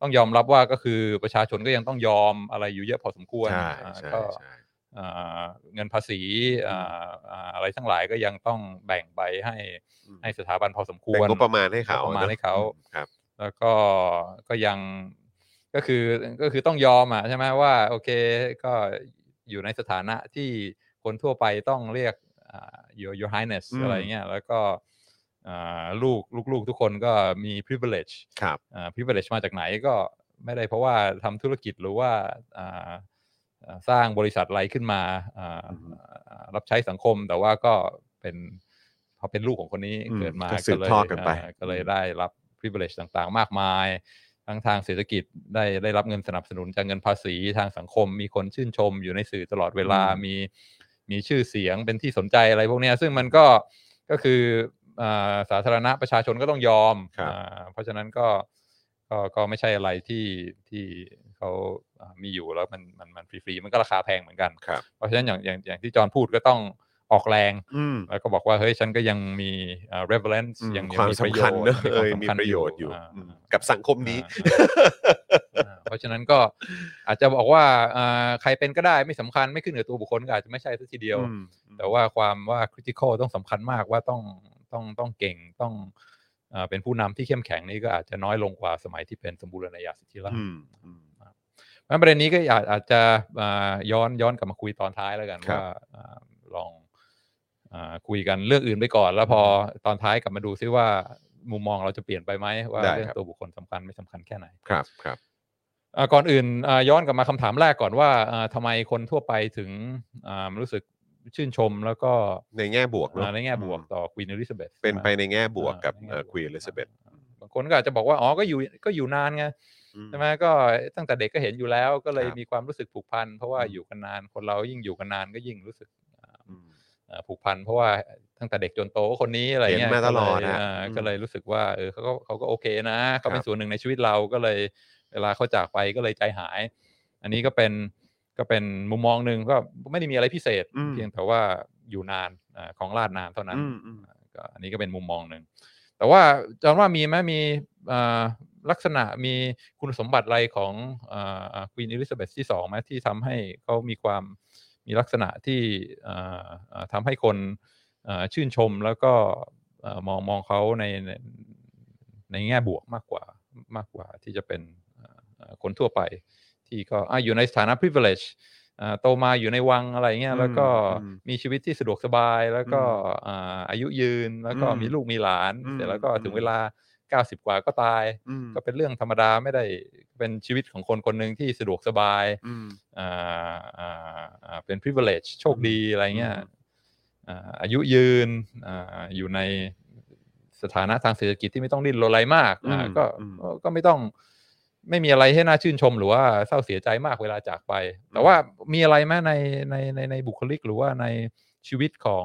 ต้องยอมรับว่าก็คือประชาชนก็ยังต้องยอมอะไรอยู่เยอะพอสมควร
ใช่
อ่า
ใช่
ก็
ใช่
อ่าเงินภาษีอ่าอ่าอะไรทั้งหลายก็ยังต้องแบ่งไปให้
อืม
ให้สถาบันพอสมคว
แต่
ร
งบประมาณให้เขา
งบประมาณ
นอ
ให้เขา
อืมครับ
แล้วก็ก็ยังก็คือก็คือต้องยอมอ่ะใช่ไหมว่าโอเคก็อยู่ในสถานะที่คนทั่วไปต้องเรียกอ่า your your highness
อืม
อะไรเงี้ยแล้วก็อ่าลูกลูกๆทุกคนก็มี privilege
ครับ
อ่า privilege มาจากไหนก็ไม่ได้เพราะว่าทำธุรกิจหรือว่าอ่าอ่าสร้างบริษัทอะไรขึ้นมาอ่า
อือฮึ
อ่ารับใช้สังคมแต่ว่าก็เป็นพอเป็นลูกของคนนี้
อืม
เกิดมา
ก็สืบ
เลย
ทอดกันไป
าก็เลย
อืม
ได้รับ privilege ต่างๆ มากมาย ทั้งทางเศรษฐกิจได้ได้รับเงินสนับสนุนจากเงินภาษีทางสังคม มีคนชื่นชมอยู่ในสื่อตลอดเวลา
อืม
มีมีชื่อเสียงเป็นที่สนใจอะไรพวกเนี้ยซึ่งมันก็ก็คืออ่าสาธารณะประชาชนก็ต้องยอม
ครับ
อ่าเพราะฉะนั้นก็ก็ก็ไม่ใช่อะไรที่ที่เขาอ่ามีอยู่แล้วมันมันมันฟรีๆมันก็ราคาแพงเหมือนกัน
ครับ
เพราะฉะนั้นอย่างอย่างอย่างที่จอห์นพูดก็ต้องออกแรง
อืม
แล้วก็บอกว่าเฮ้ยฉันก็ยังมีเอ่อ relevance
อืม
ยังยัง
ความ
มีประ
สำ
โย
คั
ช
ญ
น์
เนอะ
ยัง
เออ
มี
มี
ความสำคัญ
ประโยชน์อยู่
า
อืมกับสังคมนี้
อ่าอ่าเพราะฉะนั้นก็อาจจะบอกว่าอ่าใครเป็นก็ได้ไม่สำคัญไม่ขึ้นกับตัวบุคคลก็อาจจะไม่ใช่ซะทีเดียว
อืม
แต่ว่าความว่า critical ต้องสำคัญมากว่าต้องต้องต้องเก่งต้องเอ่อเป็นผู้นำที่เข้มแข็งนี่ก็อาจจะน้อยลงกว่าสมัยที่เป็นสมบูรณาญาสิทธิราชย์
อืมอืม
งั้นประเด็นนี้ก็อาจอาจจะอ่าย้อนย้อนกลับมาคุยตอนท้ายแล้วกัน
ครับ
ว่าอ่าลองอ่าคุยกันเรื่องอื่นไปก่อน แล้วพอตอนท้ายกลับมาดูซิว่ามุมมองเราจะเปลี่ยนไปไหมว่า
ได้
เรื่อง
ครับ
ตัวบุคคลสำคัญไม่สำคัญแค่ไหน
ครับครับ
อ่าก่อนอื่นอ่าย้อนกลับมาคำถามแรกก่อนว่าอ่าทำไมคนทั่วไปถึงอ่ารู้สึกชื่นชมแล้วก็
ในแง่บวกเนอะ
อ่าในแง่บวก
อืม
ต่อควีนอลิซาเบธ
เป็นไปในแง่บวกกับควีน
อ
อลิซาเบธ
บางคนก็อาจจะบอกว่า อ๋อ ก็อยู่ก็อยู่นานไง ใช่ไหมก็ตั้งแต่เด็กก็เห็นอยู่แล้วก็เลย
ครับ
มีความรู้สึกผูกพัน เพราะว่า
อืม
อยู่กันนานคนเรายิ่งอยู่กันนานก็ยิ่งรู้สึกอ่า
อืม
อ่าผูกพัน เพราะว่าตั้งแต่เด็กจนโตก็คนนี้อะไรเงี้ย
เห็นมาตลอด
ก็เลย
อะ
า
อืม
ก็เลยรู้สึกว่าเออเขาก็เขาก็โอเคนะเขา
ค
เป็
รั
น
บ
ส่วนหนึ่งในชีวิตเราก็เลยเวลาเขาจากไปก็เลยใจหาย อันนี้ก็เป็นก็เป็นมุมมองหนึ่งก็ไม่ได้มีอะไรพิเศษ
อืม
เพียงแต่ว่าอยู่นานอาของราดนานเท่านั้น
อืมอืม
ก็อันนี้ก็เป็นมุมมองหนึ่ง แต่ว่าจอนว่ามีไหมมีอ่าลักษณะมีคุณสมบัติอะไรของควีนอลิซาเบธที่สองไหมที่ทำให้เขามีความมีลักษณะที่อ่าอ่าทำให้คนอ่าชื่นชมแล้วก็อ่ามองมองเขาในในในแง่บวกมากกว่ามากกว่าที่จะเป็นอ่าอ่าคนทั่วไป ที่ก็อ่ะอยู่ในสถานะ privilege อ่าโตมาอยู่ในวังอะไรเงี้ยแล้วก็
อืมอืม
มีชีวิตที่สะดวกสบายแล้วก็อ่าอายุยืนแล้วก็
อืม
มีลูกมีหลาน
อืม
เสร็จแล้วก็ถึ
อื
ง
ม
เวลา 90 กว่าก็ตาย
อืม
ก็เป็นเรื่องธรรมดาไม่ได้เป็นชีวิตของคนคนหนึ่งที่สะดวกสบาย
อืม
อ่าอ่าอ่าเป็น privilege โชคดีอะไรเงี้ย
อืม
อ่าอายุยืนอ่าอยู่ในสถานะทางเศรษฐกิจที่ไม่ต้องดิ้นรนอะไรมากอ่า
อืม
ก็
อืม
ก็ก็ไม่ต้องไม่มีอะไรให้น่าชื่นชมหรือว่าเศร้าเสียใจมากเวลาจากไป แต่ว่ามีอะไรไหมในในในในบุคลิกหรือว่าในชีวิตของ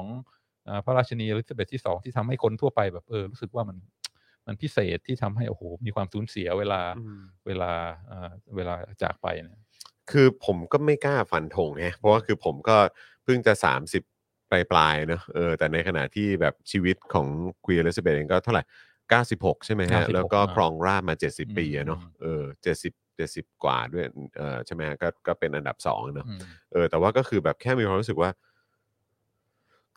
อาพระราชินีอลิซาเบธที่สองที่ทำให้คนทั่วไปแบบเออรู้สึกว่ามันมันพิเศษที่ทำให้โอ้โหมีความสูญเสียเวลา
อืม
เวลาอ่าเวลาจากไปเนี่ย
คือผมก็ไม่กล้าฟันธงไงเพราะว่าคือผมก็เพิ่งจะ 30 ปลายปลายๆเนอะเออแต่ในขณะที่แบบชีวิตของควีนอลิซาเบธเองก็เท่าไหร่ 96 ใช่ไหมฮะ
96
แล้วก็
อ่า
ครองราชย์มา 70 ปีอะเนาะ
อืม
เออ70 70 กว่าด้วยเออใช่ไหมฮะก็ก็เป็นอันดับ 2 เนอะ
อืม
เออแต่ว่าก็คือแบบแค่มีความรู้สึกว่า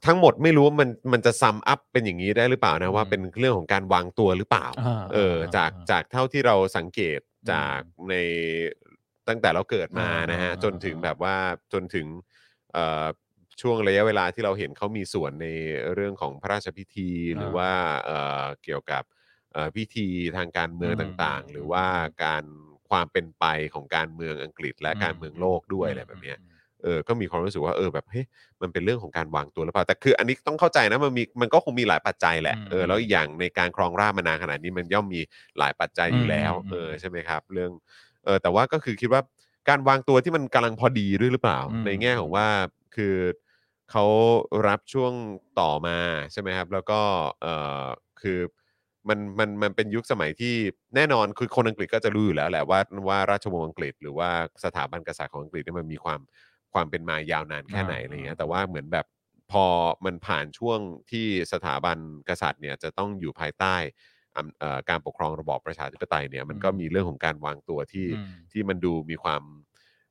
ทั้งหมดไม่รู้ว่ามันมันจะซัมอัพเป็นอย่างนี้ได้หรือเปล่านะว่า
อืม
เป็นเรื่องของการวางตัวหรือเปล่า
อ่า
เออจาก
อ่
จากเท่าที่เราสังเกตจากในตั้งแต่เราเกิดมา
อ่าน
นะฮะ
อ่า
จนถึงแบบว่าจนถึงเอ่อช่วงระยะเวลาที่เราเห็นเขามีส่วนในเรื่องของพระราชพิธีหรืออา ว่าเอ่อเกี่ยวกับเอ่อพิธีทางการเมือง
อืม
ต่างๆ หรืออ
ม
ว่าการความเป็นไปของการเมืองอังกฤษและ
อืม
การเมืองโลกด้วยอะไรแบบเนี้ย
อืม
เออ ก็มีความรู้สึกว่า เออ แบบ เฮ้ย มันเป็นเรื่องของการวางตัวหรือเปล่า แต่คืออันนี้ต้องเข้าใจนะ มันมี มันก็คงมีหลายปัจจัยแหละ
อืม
เออ แล้วอีกอย่างในการครองราชย์มานานขนาดนี้มันย่อมมีหลายปัจจัยอยู่แล้ว
อืม
เออ ใช่ไหมครับ เรื่อง เออ แต่ว่าก็คือคิดว่าการวางตัวที่มันกำลังพอดีด้วยหรือเปล่า
อืม
ในแง่ของว่า คือเขารับช่วงต่อมาใช่ไหมครับ แล้วก็ เออคือ มันมันมันเป็นยุคสมัยที่แน่นอนคือคนอังกฤษก็จะรู้อยู่แล้วแหละว่าว่าราชวงศ์อังกฤษ หรือว่าสถาบันกษัตริย์ของอังกฤษเนี่ยมันมีความความเป็นมายาวนานแค่ไหน
อ่า
อะไรเงี้ยแต่ว่าเหมือนแบบพอมันผ่านช่วงที่สถาบันกษัตริย์เนี่ยจะต้องอยู่ภายใต้อำเอ่อการปกครองระบอบประชาธิปไตยเนี่ยมันก็
อืม
มีเรื่องของการวางตัวที่
อืม
ที่มันดูมีความ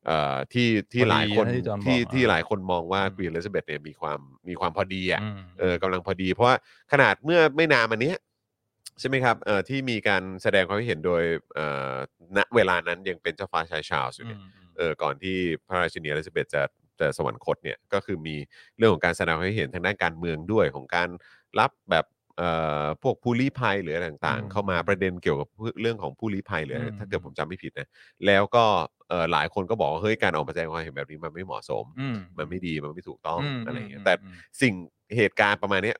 เอ่อที่ที่หลายคน
พอดีนะที่จอห์นบอก
ที่ที่
อ่า
หลายคนมองว่า
อืม
ควีนเลสเบตเนี่ยมีความมีความพอดีอ่ะ
ม
เออกำลังพอดี เพราะว่าขนาดเมื่อไม่นานมาเนี้ยใช่ไหมครับเอ่อที่มีการแสดงความคิดเห็นโดยเอ่อณเวลานั้นยังเป็นเจ้าฟ้าชายชาร์ลส์อยู่เนี่ยเออก่อนที่พระราชินีอลิซาเบธจะจะสวรรคตเนี่ยก็คือมีเรื่องของการแสดงความคิดเห็นทางด้านการเมืองด้วยของการรับแบบเอ่อพวกผู้ลี้ภัยหรืออะไรต่าง
อื
ๆ
ม
เข้ามาประเด็นเกี่ยวกับเรื่องของผู้ลี้ภัยหรืออะไร
อืม
ถ้าเกิดผมจำไม่ผิดนะแล้วก็เอ่อหลายคนก็บอกว่าเฮ้ยการออกมาแสดงความเห็นแบบนี้มันไม่เหมาะสม
อืม
มันไม่ดีมันไม่ถูกต้อง
อืม
อะไรอย่างเงี้ย
อืม
แต่
อืม
สิ่งเหตุการณ์ประมาณเนี้ย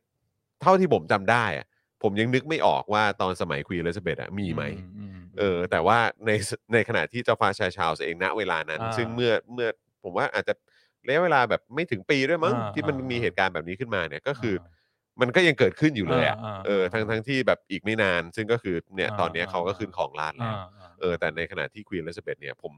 เท่าที่ผมจำได้อะผมยังนึกไม่ออกว่าตอนสมัยควีนเลสเบตอะมีไหม
อืม
เออแต่ว่าในในขณะที่เจ้าฟ้าชายชาร์ลส์เองณเวลานั้น
อ่า
ซึ่งเมื่อเมื่อผมว่าอาจจะระยะเวลาแบบไม่ถึงปีด้วยมั้ง
อ่า
ที่มัน
อ่ามี
มีเหตุการณ์แบบนี้ขึ้นมาเนี่ยก็คืออา มันก็ยังเกิดขึ้นอยู่เลยอะ
อ่าอ่า
เออทั้งทั้งที่แบบอีกไม่นาน ซึ่งก็คือเนี่ย
อ่า
ตอนเนี้ยเขาก็
อ่า
ขึ้นของราชย์แล้ว
อ่า
เออแต่ในขณะที่ควีนเลสเบตเนี่ยผม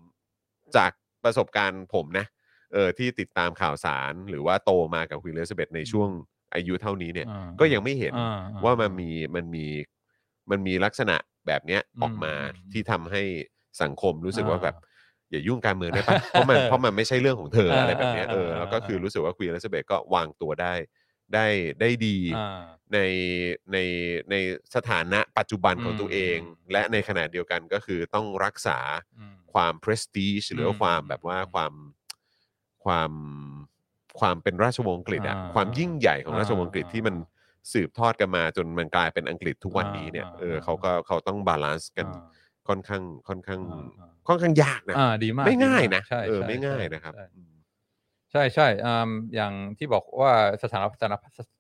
จากประสบการณ์ผมนะเออที่ติดตามข่าวสารหรือว่าโตมากับควีนเลสเบตใน
อืม
ช่วงอายุเท่านี้เนี่ย
อ่า
ก็ยังไม่เห็น
อ่อ่
ว่ามันมีมันมีมันมีลักษณะแบบเนี้ย
อืม
ออกมา
อืม
ที่ทำให้สังคมรู้สึกว่า
อ่า
แบบ อย่ายุ่งการเมืองได้ ปะ เพราะมันเพราะมันไม่ใช่เรื่องของเธอ
เออ
อะ
อ
ไรแบบเนี้ย
เอ
เอ
อ
อ
เออ
แล้วก็คือรู้สึกว่าควีนเลสเบตก็วางตัวได้ ได้ได้ดี
อ่า
ในในในสถานะปัจจุบันของ
อืม
ตัวเอง
อืม
และในขณะเดียวกันก็คือต้องรักษา
อืม
ความ prestige หรือว่า
อืม
ความแบบว่าความความความเป็นราชวงศ์อังกฤษอะ
อ่า
ความยิ่งใหญ่ของราชวงศ์อังกฤษ
อ่า
ที่มันสืบทอดกันมาจนมันกลายเป็นอังกฤษทุกวันนี้เนี่ย
อ่า
เออ
อ่า
เขาก็เขาต้องบาลานซ์กัน
อ่า
ค่อนข้างค่อนข้าง
อ่า
ค่อนข้างยากนะ
อ่าดีมาก
ไม่ง่าย
ดีก
นะ
ใช่
เออ
ใช่
ไม่ง่าย
ใช่
นะครับ
ใช่ใช่ใช่อ่าอย่างที่บอกว่าสถานะสถานะ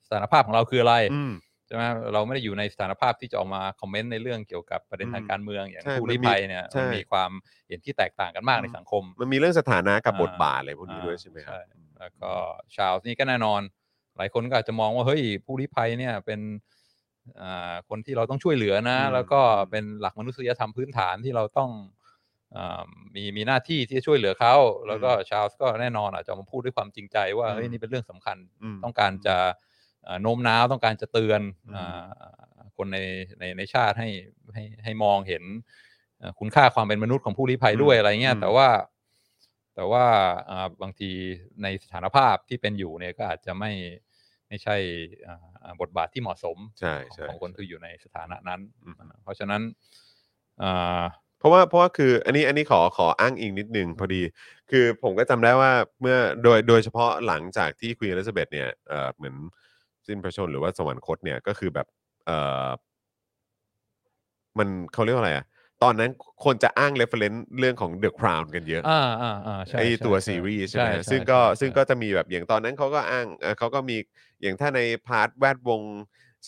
สถานภาพของเราคืออะไร
อืม
ใช่ไหมเราไม่ได้อยู่ในสถานภาพที่จะออกมาคอมเมนต์ในเรื่องเกี่ยวกับประเด็นทางการเมืองอย่าง
ใช่
ผู้
มันมี
ลี้ภัยเนี่ย
ใช่
มันมีความเห็นที่แตกต่างกันมากใน
อืม
สังคม
มันมีเรื่องสถานะกับบท
อ่า
บาทอะไรพวกนี้
อ่า
ด้วยใช่ไหมครับ
ใช่ แล้วก็ชาวนี่ก็แน่นอน หลายคนก็อาจจะมองว่าเฮ้ยผู้ลี้ภัยเนี่ยเป็นอ่าคนที่เราต้องช่วยเหลือนะ
อืม
แล้วก็เป็นหลักมนุษยธรรมพื้นฐานที่เราต้องอ่ามีมีหน้าที่ที่จะช่วยเหลือเขาแล้วก็ชาวก็แน่นอนอาจจะมาพูดด้วยความจริงใจ ว่า
อืม
เฮ้ยนี่เป็นเรื่องสำคัญ
ม
ต้องการจะเอ่อโน้มน้าวต้องการจะเตือน
อืม
อ่าคนในในในชาติให้ให้ให้มองเห็นเอ่อคุณค่าความเป็นมนุษย์ของผู้ลี้ภัย
อืม
ด้วยอะไรเงี้
อื
ย
ม
แต่ว่าแต่ว่าอ่าบางทีในสถานภาพที่เป็นอยู่เนี่ยก็อาจจะไม่ไม่ใช่อ่าบทบาทที่เหมาะสม
ใช่
ของ
ใช่
ของคนที่อยู่ในสถานะนั้น
อืม
เพราะฉะนั้นอ่า
เพราะว่าเพราะว่าคืออันนี้อันนี้ขอขออ้างอิงนิดนึงพอดี คือผมก็จำได้ว่าเมื่อโดยโดยเฉพาะหลังจากที่ควีนอลิซาเบธเนี่ยเอ่อเหมือนสิ้นพระชนม์หรือว่าสวรรคตเนี่ยก็คือแบบเอ่อมันเขาเรียกว่าอะไรอะตอนนั้นคนจะอ้างเรฟเฟรนซ์เรื่องของเดอะคราวน์กันเยอะ
อ่าอ่าอ่าใช่
ไอ
ใช่
ตัว
ใช่
ซีรีส์ใช่ไหม
ใช่ใช่
ซึ่งก็
ใช่
ซึ่ง
ใช่
ก็จะมีแบบอย่างตอนนั้นเขาก็อ้างเอ่อเขาก็มีอย่างถ้าในพาร์ทแวดวง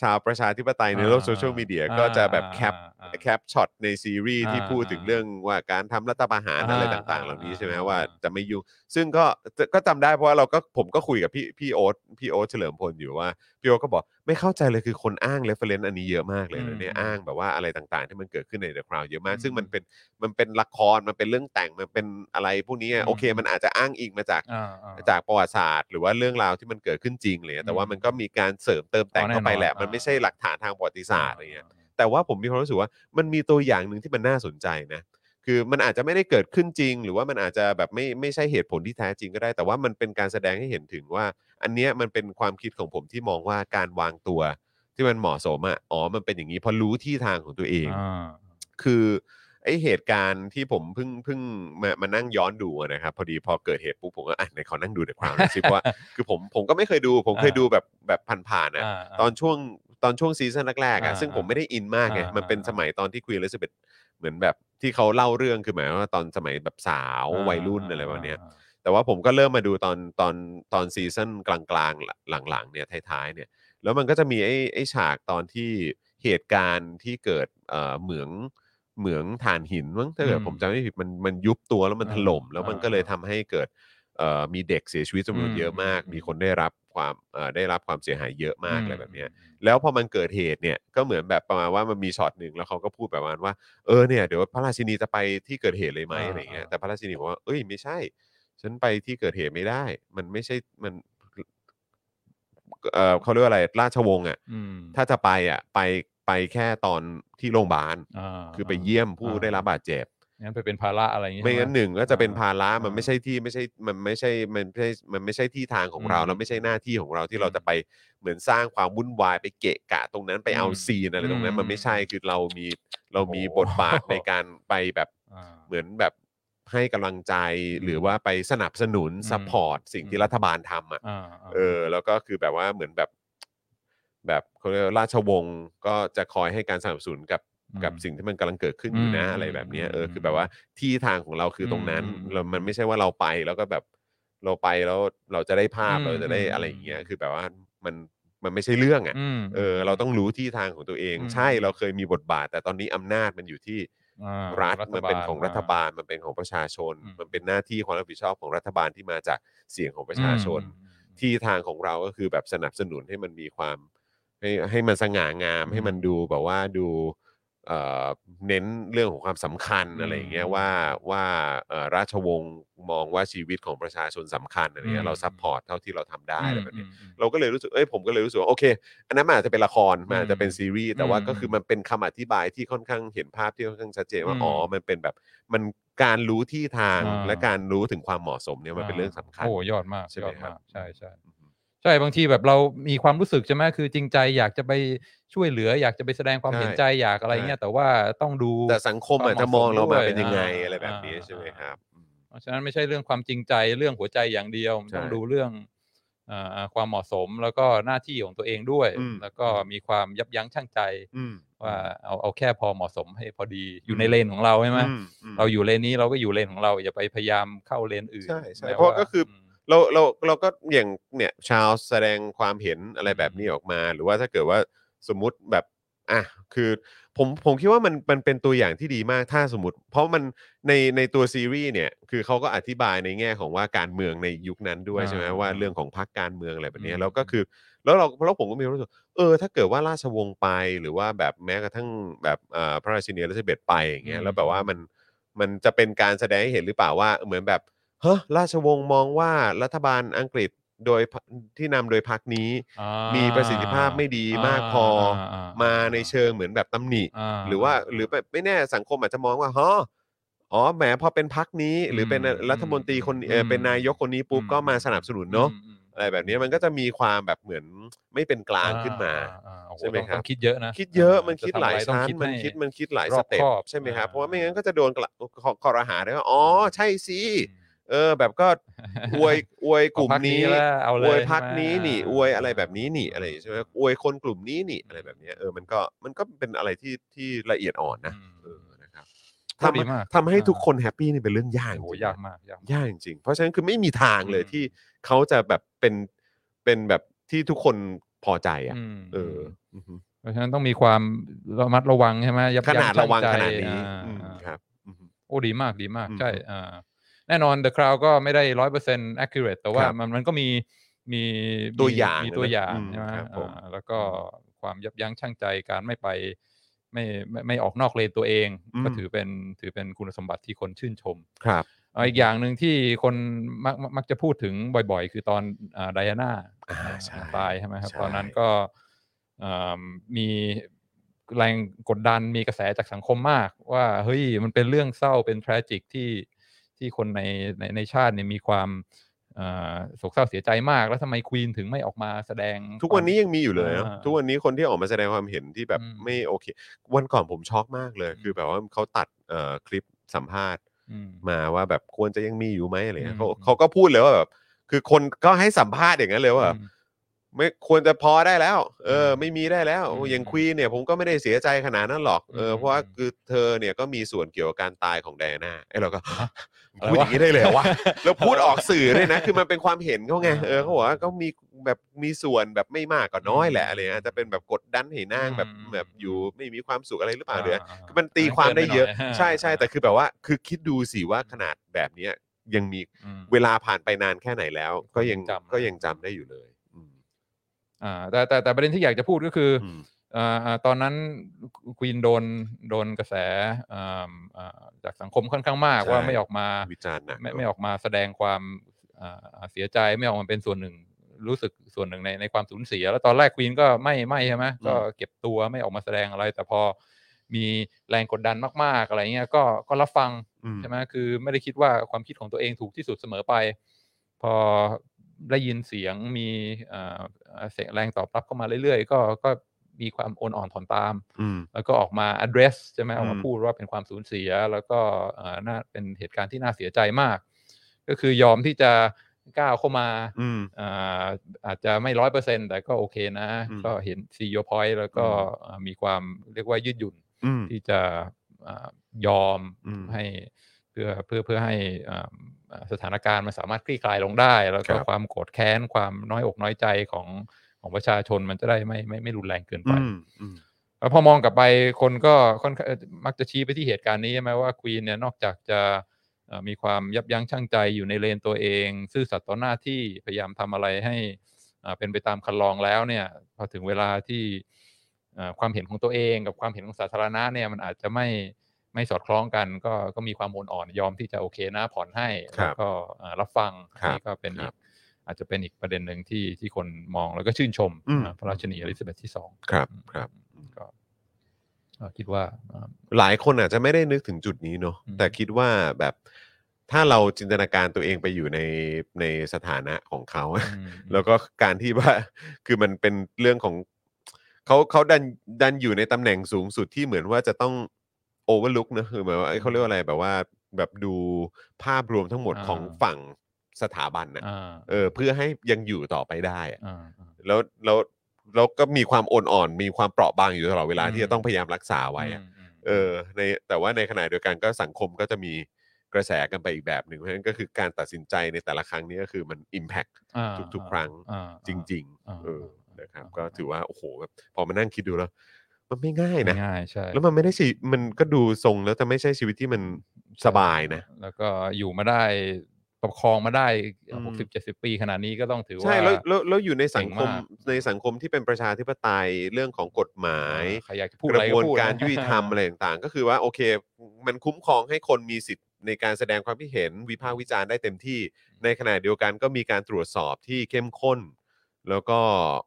ชาวประชาธิปไตยในโลกโซเชียลมีเดีย
อ่า
ก็จะแบบ
อ่า
แคป
อ่า
แคปช็อตในซีรีส์ที่
อ่า
พูดถึง
อ่า
เรื่องว่าการทำรัฐประหาร
อ่า
อะไรต่างๆ
อ่า
เหล่านี้ใช่ไหม
อ่า
ว่า
อ่า
จะไม่ยุ่งซึ่งก็ก็จำได้เพราะว่าเราก็ผมก็คุยกับพี่พี่โอ๊ตพี่โอ๊ตเฉลิมพลอยู่ว่าพี่โอ๊ตก็บอกไม่เข้าใจเลยคือคนอ้างเรฟเฟรนซ์อันนี้เยอะมากเลยนะเนี่ยอ้างแบบว่าอะไรต่างๆ ที่มันเกิดขึ้นในเดอะคราวเยอะมาก ซึ่งมันเป็น มันเป็นละครมันเป็นเรื่องแต่งมันเป็นอะไรพวกนี้อะ
อืม
โอเค มันอาจจะอ้างอิงมาจาก
อ่าอ่
จากประวัติศาสตร์ หรือว่าเรื่องราวที่มันเกิดขึ้นจริงเลยนะแต่ว่า
อืม
มันก็มีการเสริมเติมแต่ง
อ๋อแน่นอน
เข้าไปแหละ มัน
อ่า
ไม่ใช่หลักฐานทางประวัติศาสตร์อะไรเงี้ยแต่ว่าผมมีความรู้สึกว่ามันมีตัวอย่างหนึ่งที่มันน่าสนใจนะคือมันอาจจะไม่ได้เกิดขึ้นจริง หรือว่ามันอาจจะแบบไม่ไม่ใช่เหตุผลที่แท้จริงก็ได้ แต่ว่ามันเป็นการแสดงให้เห็นถึงว่า อันเนี้ยมันเป็นความคิดของผมที่มองว่าการวางตัว ที่มันเหมาะสมอะอ๋อมันเป็นอย่างนี้เพอรู้ที่ทางของตัวเอง
อ่า
คือไอเหตุการณ์ที่ผมเพิ่งเพิ่งมามานั่งย้อนดูอะนะครับ พอดีพอเกิดเหตุปุ๊บผมก็อ่ะในขอนั่งดูเดี๋ยวความรู้สึกว่า คือผมผมก็ไม่เคยดูผมเคย
อ่า
ดูแบบแบบผ่านๆนะ
อ่าา
ตอนช่วงตอนช่วงซีซั่นแรกๆอ่ะ
อ่า
ซึ่งผมไม่ได้อินมากไง
อ่ามั
มันเป็น
อ่า
สมัยตอนที่ควีนเลสเบตเหมือนแบบที่เขาเล่าเรื่องคือหมายว่าตอนสมัยแบบสาว
า
วัยรุ่นอะไร
า
แบบเนี้ย
อ่า
แต่ว่าผมก็เริ่มมาดูตอนตอนตอนซีซั่นกลางๆ หลังๆเนี่ยท้ายๆเนี่ยแล้วมันก็จะมีไอ้ไอ้ฉากตอนที่เหตุการณ์ที่เกิดเอ่อเหมืองเหมืองถ่านหินมั้งถ้าเกิด
อืม
ผมจำไม่ผิดมันมันยุบตัวแล้วมัน
อ่า
ถล่มแล้วมันก็เลยทำให้เกิดเอ่อมีเด็กเสียชีวิตจำนวน
อืม
เยอะมาก
อืม
มีคนได้รับความเอ่อได้รับความเสียหายเยอะมากอะไรแบบเนี้ย
อืม
แล้วพอมันเกิดเหตุเนี่ยก็เหมือนแบบประมาณว่ามันมีช็อตหนึ่งแล้วเขาก็พูดประมาณว่าเออเนี่ยเดี๋ยวพระราชินีจะไปที่เกิดเหตุเลยไหม
อ่า
อะไรเงี้ย
อ่า
แต่พระราชินีบอกว่าเอ้ยไม่ใช่ ฉันไปที่เกิดเหตุไม่ได้ มันไม่ใช่มันเออเขาเรียกว่าอะไรราชวงศ์อ่ะ
อืม
ถ้าจะไปอ่ะไปไปแค่ตอนที่โรงพยาบาล
อ่า
คือไปเยี่ยมผู้
อ่า
ได้รับบาดเจ็บ
งั้นไปเป็นภาระอะไรอย่างงี้
ไม่
ใช่
งั้นหนึ่งก็จะเป็นภาระ
อ่ามั
มันไม่ใช่ที่ไม่ใช่มันไม่ใช่มันไม่ใช่มันไม่ใช่ที่ทางของ
อืม
เราแล้วไม่ใช่หน้าที่ของเราที่เรา
อืม
จะไปเหมือนสร้างความวุ่นวายไปเกะกะตรงนั้นไปเอา
อืม
ซีนอะไรตรงนั้น
อืม
มันไม่ใช่คือเรามีเรามี
โอ้โห
บทบาทในการไปแบบ
อ่า
เหมือนแบบให้กำลังใจ
อืม
หรือว่าไปสนับสนุน
อืม
ซัพพอร์ตสิ่งที่
อืม
รัฐบาลทำอ่ะ
อ่า
เออแล้วก็คือแบบว่าเหมือนแบบ แบบเขาเรียกว่าราชวงศ์ก็จะคอยให้การสนับสนุนกับ
อืม
กับสิ่งที่มันกำลังเกิดขึ้นอยู่นะ
อืม
อะไรแบบเนี้ย
อืม
เออคือแบบว่าที่ทางของเราคือตรงนั้น
อืม
เรามันไม่ใช่ว่าเราไปแล้วก็แบบเราไปแล้วเราจะได้ภาพ
อืม
เราจะได้
อืม
อะไรอย่างเงี้ยคือแบบว่ามันมันไม่ใช่เรื่องอ่ะ
ม
เออ เราต้องรู้ที่ทางของตัวเอง
อืม
ใช่เราเคยมีบทบาท แต่ตอนนี้อำนาจมันอยู่ที่
อ่า
รัฐ
รัฐ
มันเป็นของรัฐ
บาล
บาลมันเป็นของประชาชน
อืม
มันเป็นหน้าที่ความรับผิดชอบของรัฐบาลที่มาจากเสียงของประชาชน
อืม
ที่ทางของเราก็คือแบบสนับสนุนให้มันมีความให้ให้มันสง่างาม
อืม
ให้มันดูแบบว่าดูเอ่อเน้นเรื่องของความสำคัญ
อืม
อะไรอย่างเงี้ยว่าว่าเอ่อราชวงศ์มองว่าชีวิตของประชาชนสำคัญอะไรเงี้ย
อืม
เราซัพพอร์ตเท่าที่เราทำได้อะไรแบบเนี้ย
อืม
เราก็เลยรู้สึกเอ้ยผมก็เลยรู้สึกว่าโอเค อันนั้นมันอาจจะเป็นละครมันอาจจะเป็นซีรีส์แต่ว่า
อืม
ก็คือมันเป็นคำอธิบายที่ค่อนข้างเห็นภาพที่ค่อนข้างชัดเจนว่า
อืม
อ๋อมันเป็นแบบมันการรู้ที่ทาง
อ่า
และการรู้ถึงความเหมาะสมเนี่ยมันเป็นเรื่องสำคัญ
โอ้ยอดมาก
ใช่ไหม
ยอด
ครั
มา
บ
กใช่ใช่ ใช่บางทีแบบเรามีความรู้สึกใช่ไหมคือจริงใจอยากจะไปช่วยเหลือ อยากจะไปแสดงความ
ใช่
เห็นใจอยากอะไรเงี้ยแต่ว่าต้องดู
แต่สังคมอาจจะมองเรามาเป็นยังไง
อ่า
อะไรแบบนี้
อ่า
ใช่ไหมครับ
เพราะฉะนั้นไม่ใช่เรื่องความจริงใจเรื่องหัวใจอย่างเดียวมัน
ใช่
ต้องดูเรื่องเอ่อความเหมาะสมแล้วก็หน้าที่ของตัวเองด้วย
อืม
แล้วก็มีความยับยั้งชั่งใจ
อืม
ว่าเอาเอาแค่พอเหมาะสมให้พอดีอยู่ในเลนของเราใช่ไหม
อืมอืม
เราอยู่เลนนี้เราก็อยู่เลนของเราอย่าไปพยายามเข้าเลนอื่น
ใช่ใช่
แม้
เพราะ
ว่
ก็คืออื
ม
เราเราเราก็อย่างเนี่ยชาวแสดงความเห็นอะไรแบบนี้ออกมา หรือว่าถ้าเกิดว่าสมมุติแบบอ่ะคือผมผมคิดว่ามันมันเป็นตัวอย่างที่ดีมากถ้าสมมติ เพราะมันในในตัวซีรีส์เนี่ยคือเขาก็อธิบายในแง่ของว่าการเมืองในยุคนั้นด้วยใช่ไหม
อ่า
ว่าเรื่องของพรรคการเมืองอะไรแบบนี้
อืม
แล้วก็คือ แล้วเราเพราะผมก็มีความรู้สึกเออถ้าเกิดว่าราชวงศ์ไปหรือว่าแบบแม้กระทั่งแบบเอ่อพระราชินีรัชเบดไปอย่างเงี้ย
อืม
แล้วแบบว่ามันมันจะเป็นการแสดงให้เห็นหรือเปล่าว่าเหมือนแบบเฮ้อราชวงศ์มองว่ารัฐบาลอังกฤษโดยพรรคที่นำโดยพรรคนี้
อ่า
มีประสิทธิภาพไม่ดีมากพออมาในเชิงเหมือนแบบตำหนิ
า
หรือว่าหรือแบบไม่แน่สังคมอาจจะมองว่าฮออ๋อแหมพอเป็นพักนี้ หรือเป็น
อืม
รัฐมนตรีคนเอออ
ม
เป็นนายกคนนี้ปุ๊บก็มาสนับสนุนเนาะ
มม
อะไรแบบนี้มันก็จะมีความแบบเหมือนไม่เป็นกลางขึ้นมา
อ่อ่าโอ้
ใช่ไหม
โต้อง
ครับ
ต้องคิดเยอะนะ
คิดเยอะ
า
มันคิด
จะทำ
หลาย
อะไรต้อง
ชั้นมัน
ให้
คิดมันคิดหลาย
ร
ส
อบ
เต็ป
คอบ
ใช่ไหมครับ
อ่า
เพราะว่าไม่งั้นก็จะโดนกระขอขอรหาได้ว่าอ๋อใช่สิเออ แบบ ก็อวยอวยกลุ่ม
เอาพรรค
นี้
แล้วเอาเล
อวย ยพักนี้
ใช่ไหม
นี่อวยอะไรแบบนี้นี่อะไรใช่ไหมอวยคนกลุ่มนี้นี่อะไรแบบเนี้ยเออมันก็มันก็เป็นอะไรที่ที่ละเอียดอ่อนนะ
อืม
เออนะครับ
ก็ดีมาก
ทำทำให้
อ่า
ทุกคนแฮปปี้นี่เป็นเรื่องยากจริง
โอ้
ๆ
โห
นะ
ยากมากยากมาก
ยากจริงๆ เพราะฉะนั้นคือไม่มีทางเลย
อืม
ที่เขาจะแบบเป็นเป็นแบบที่ทุกคนพอใจอ่ะ
อืม
เอออือฮึ
เพราะฉะนั้นต้องมีความระมัดระวังใช่ไหมยับ
ข
ยั้ง
นาดระวัง
ชั่
ข
ใจ
นาดนี้
อ่า
อืม
อ่า
ครับอือฮึ
โอ้ดีมากดีมาก
อืม
ใช่อ่าแน่นอน The Crown ก็ไม่ได้ร้อยเปอร์เซ็นต์ accurate แต่ว่า
ครับ
มันมันก็มีมี
ตัวอย่าง
มีตัวอย่าง
อืม
ใช่ไหม
ครับผม
อ่าแล้วก็ความยับยั้งชั่งใจการไม่ไปไม่ไม่ไม่ออกนอกเลนตัวเอง
อืม
ก็ถือเป็นถือเป็นคุณสมบัติที่คนชื่นชม
ครับ
เอาอีกอย่างหนึ่งที่คนมักมักมักจะพูดถึงบ่อยๆ คือตอนไดอาน่า
อ่าใช่
ตายใช่ไหมครับ
ใช่
ตอนนั้นก็อ่ามีแรงกดดันมีกระแสจากสังคมมาก ว่าเฮ้ยมันเป็นเรื่องเศร้าเป็น tragic ที่ที่คนในในในชาติเนี่ยมีความอ่าโศกเศร้าเสียใจมาก แล้วทำไมควีนถึงไม่ออกมาแสดง
ทุกวันนี้ยังมีอยู่เลยนะ
อ่า
ทุกวันนี้คนที่ออกมาแสดงความเห็นที่แบบ
อืม
ไม่โอเค วันก่อนผมช็อกมากเลย
อืม
คือแบบว่าเขาตัดเอ่อคลิปสัมภาษณ์
อืม
มาว่าแบบควรจะยังมีอยู่ไหมอะไรเงี้ย
อืม
เขาเขาก็พูดเลยว่าแบบ คือคนก็ให้สัมภาษณ์อย่างนั้นเลยว่าแบบ ไม่ควรจะพอได้แล้ว เออ
อืม
ไม่มีได้แล้ว
อืม
อย่างควีนเนี่ยผมก็ไม่ได้เสียใจขนาดนั้นหรอก เอออ
ม
เพราะว่าคือเธอเนี่ยก็มีส่วนเกี่ยวกับการตายของไดอาน่าไอ้เราก็
อะไร
พูดอย่างนี้ได้เลยเหรอวะ แล้วพูดออกสื่อด้วย นะ คือมันเป็นความเห็นเขาไง
อ่า
เออเขาบอกว่าก็มีแบบมีส่วนแบบไม่มากก็น้อยแหละอะไรเงี้ยอาจจะเป็นแบบกดดันให้นางแบบ
อืม
แบบอยู่ไม่มีความสุขอะไรหรือเปล่า
อ่า
เดี๋ยวคือมันตีความได้เยอะ ใช่ใช่แต่คือแบบว่า คือคิดดูสิว่าขนาดแบบเนี้ยยังมี
อืม
เวลาผ่านไปนานแค่ไหนแล้ว ก็ยัง
จำ
ก็ยังจำได้อยู่เลย อืม
อ่าแต่แต่แต่ประเด็นที่อยากจะพูดก็คืออ
ม
อ่าอ่าตอนนั้นควีนโดนโดนกระแสอ่าอ่าจากสังคมค่อนข้างมาก
ใช่
ว่าไม่ออกมา
วิจารณ์หนักเน
ไม่
อะ
ไม่ออกมาแสดงความอ่าเสียใจไม่ออกมาเป็นส่วนหนึ่ง รู้สึกส่วนหนึ่งในในความสูญเสีย แล้วตอนแรกควีนก็ไม่ไม่ใช่ไหมก็เก็บตัวไม่ออกมาแสดงอะไร แต่พอมีแรงกดดันมาก ๆ อะไรเงี้ยก็ก็รับฟัง
อืม
ใช่ไหมคือไม่ได้คิดว่าความคิดของตัวเองถูกที่สุดเสมอไป พอได้ยินเสียงมีเอ่อเอ่อเสียงแรงตอบรับเข้ามาเรื่อยๆ ก็ก็มีความโอนอ่อนถอนตาม
อืม
แล้วก็ออกมา address ใช่ไหมออกมา
อืม
พูดว่าเป็นความสูญเสีย แล้วก็เอ่อน่าเป็นเหตุการณ์ที่น่าเสียใจมาก ก็คือยอมที่จะก้าวเข้ามา
อืม
อ่าอาจจะไม่ร้อยเปอร์เซ็นแต่ก็โอเคนะ
อืม
ก็เห็นซีโยพอยต์แล้วก็อ่ามีความเรียกว่ายืดหยุ่น
อืม
ที่จะอ่ายอม
อืม
ให้เพื่อเพื่อเพื่อให้อ่าอ่าสถานการณ์มันสามารถคลี่คลายลงได้ แล้วก็
ครับ
ความโกรธแค้น ความน้อยอกน้อยใจของของประชาชนมันจะได้ไม่ไม่ไม่รุนแรงเกินไป
อืมอืม
แล้วพอมองกลับไปคนก็ค่อนข้างเอ่อมักจะชี้ไปที่เหตุการณ์นี้ใช่ไหมว่าควีนเนี่ยนอกจากจะเอ่อมีความยับยั้งชั่งใจอยู่ในเลนตัวเอง ซื่อสัตย์ต่อหน้าที่พยายามทำอะไรให้อ่าเป็นไปตามคันลองแล้วเนี่ยพอถึงเวลาที่เอ่อความเห็นของตัวเองกับความเห็นของสาธารณะเนี่ยมันอาจจะไม่ไม่สอดคล้องกัน ก็ก็มีความโอนอ่อนยอมที่จะโอเคนะผ่อนให้
ครับ
แล้วก็เอ่อรับฟัง
ครับ
นี่ก็เป็นอี
ครั
ก
บ
อาจจะเป็นอีกประเด็นหนึ่งที่ที่คนมองแล้วก็ชื่นชม
อืม
อ่าพระราชินีอลิซาเบธที่สอง
ครับ
อืม
ครับ
ก็ก็คิดว่าอ่า
หลายคนอาจจะไม่ได้นึกถึงจุดนี้เนอะ
อืม
แต่คิดว่าแบบ ถ้าเราจินตนาการตัวเองไปอยู่ในในสถานะของเขา
อืม
แล้วก็การที่ว่า คือมันเป็นเรื่องของเขาเขาดันดันอยู่ในตำแหน่งสูงสุดที่เหมือนว่าจะต้องโอเวอร์ลุกนะคือหมายว่าเอ้ยเขาเรียกว่าอะไรแบบว่าแบบดูภาพรวมทั้งหมด
อ่า
ของฝั่งสถาบันนะ
อ่า
เออเพื่อให้ยังอยู่ต่อไปได้อะ
อ่าอ่า
แล้วแล้วแล้วก็มีความอ่อนอ่อนๆมีความเปราะบางอยู่ตลอดเวลา
อืม
ที่จะต้องพยายามรักษาไว้อะ
มม
เออในแต่ว่าในขณะเดียวกันก็สังคมก็จะมีกระแสกันไปอีกแบบหนึ่งเพราะฉะนั้นก็คือการตัดสินใจในแต่ละครั้งนี้ก็คือมัน Impact
า
ทุกๆครั้ง
อ่า
จริง
อ่า
ๆเออ
อ่า
นะครับ
อ่า
ก็ถือว่าโอ้โหแบบพอมานั่งคิดดูแล้ว มันไม่ง่ายนะ
ง่ายใช่
แล้วมันไม่ได้ชีมันก็ดูทรงแล้วจะไม่ใช่ชีวิตที่มันสบายนะ
แล้วก็อยู่มาได้ประคองมาได้
อืม
หกสิบเจ็ดสิบปีขนาดนี้ก็ต้องถือว่า
ใช่แล้วแล้วแล้วอยู่ในสังคม
เก่งมาก
ในสังคมที่เป็นประชาธิปไตยเรื่องของกฎหมาย
ใครอยากจะพูด
ก
อะ
ระ
ไร
บวน
พูด
การ
นะ
ยุติธรร มอะไรต่างๆ ก็คือว่าโอเค มันคุ้มครองให้คนมีสิทธิ์ในการแสดงความคิดเห็นวิพากษ์วิจารณ์ได้เต็มที่ ในขณะเดียวกันก็มีการตรวจสอบที่เข้มข้น แล้วก็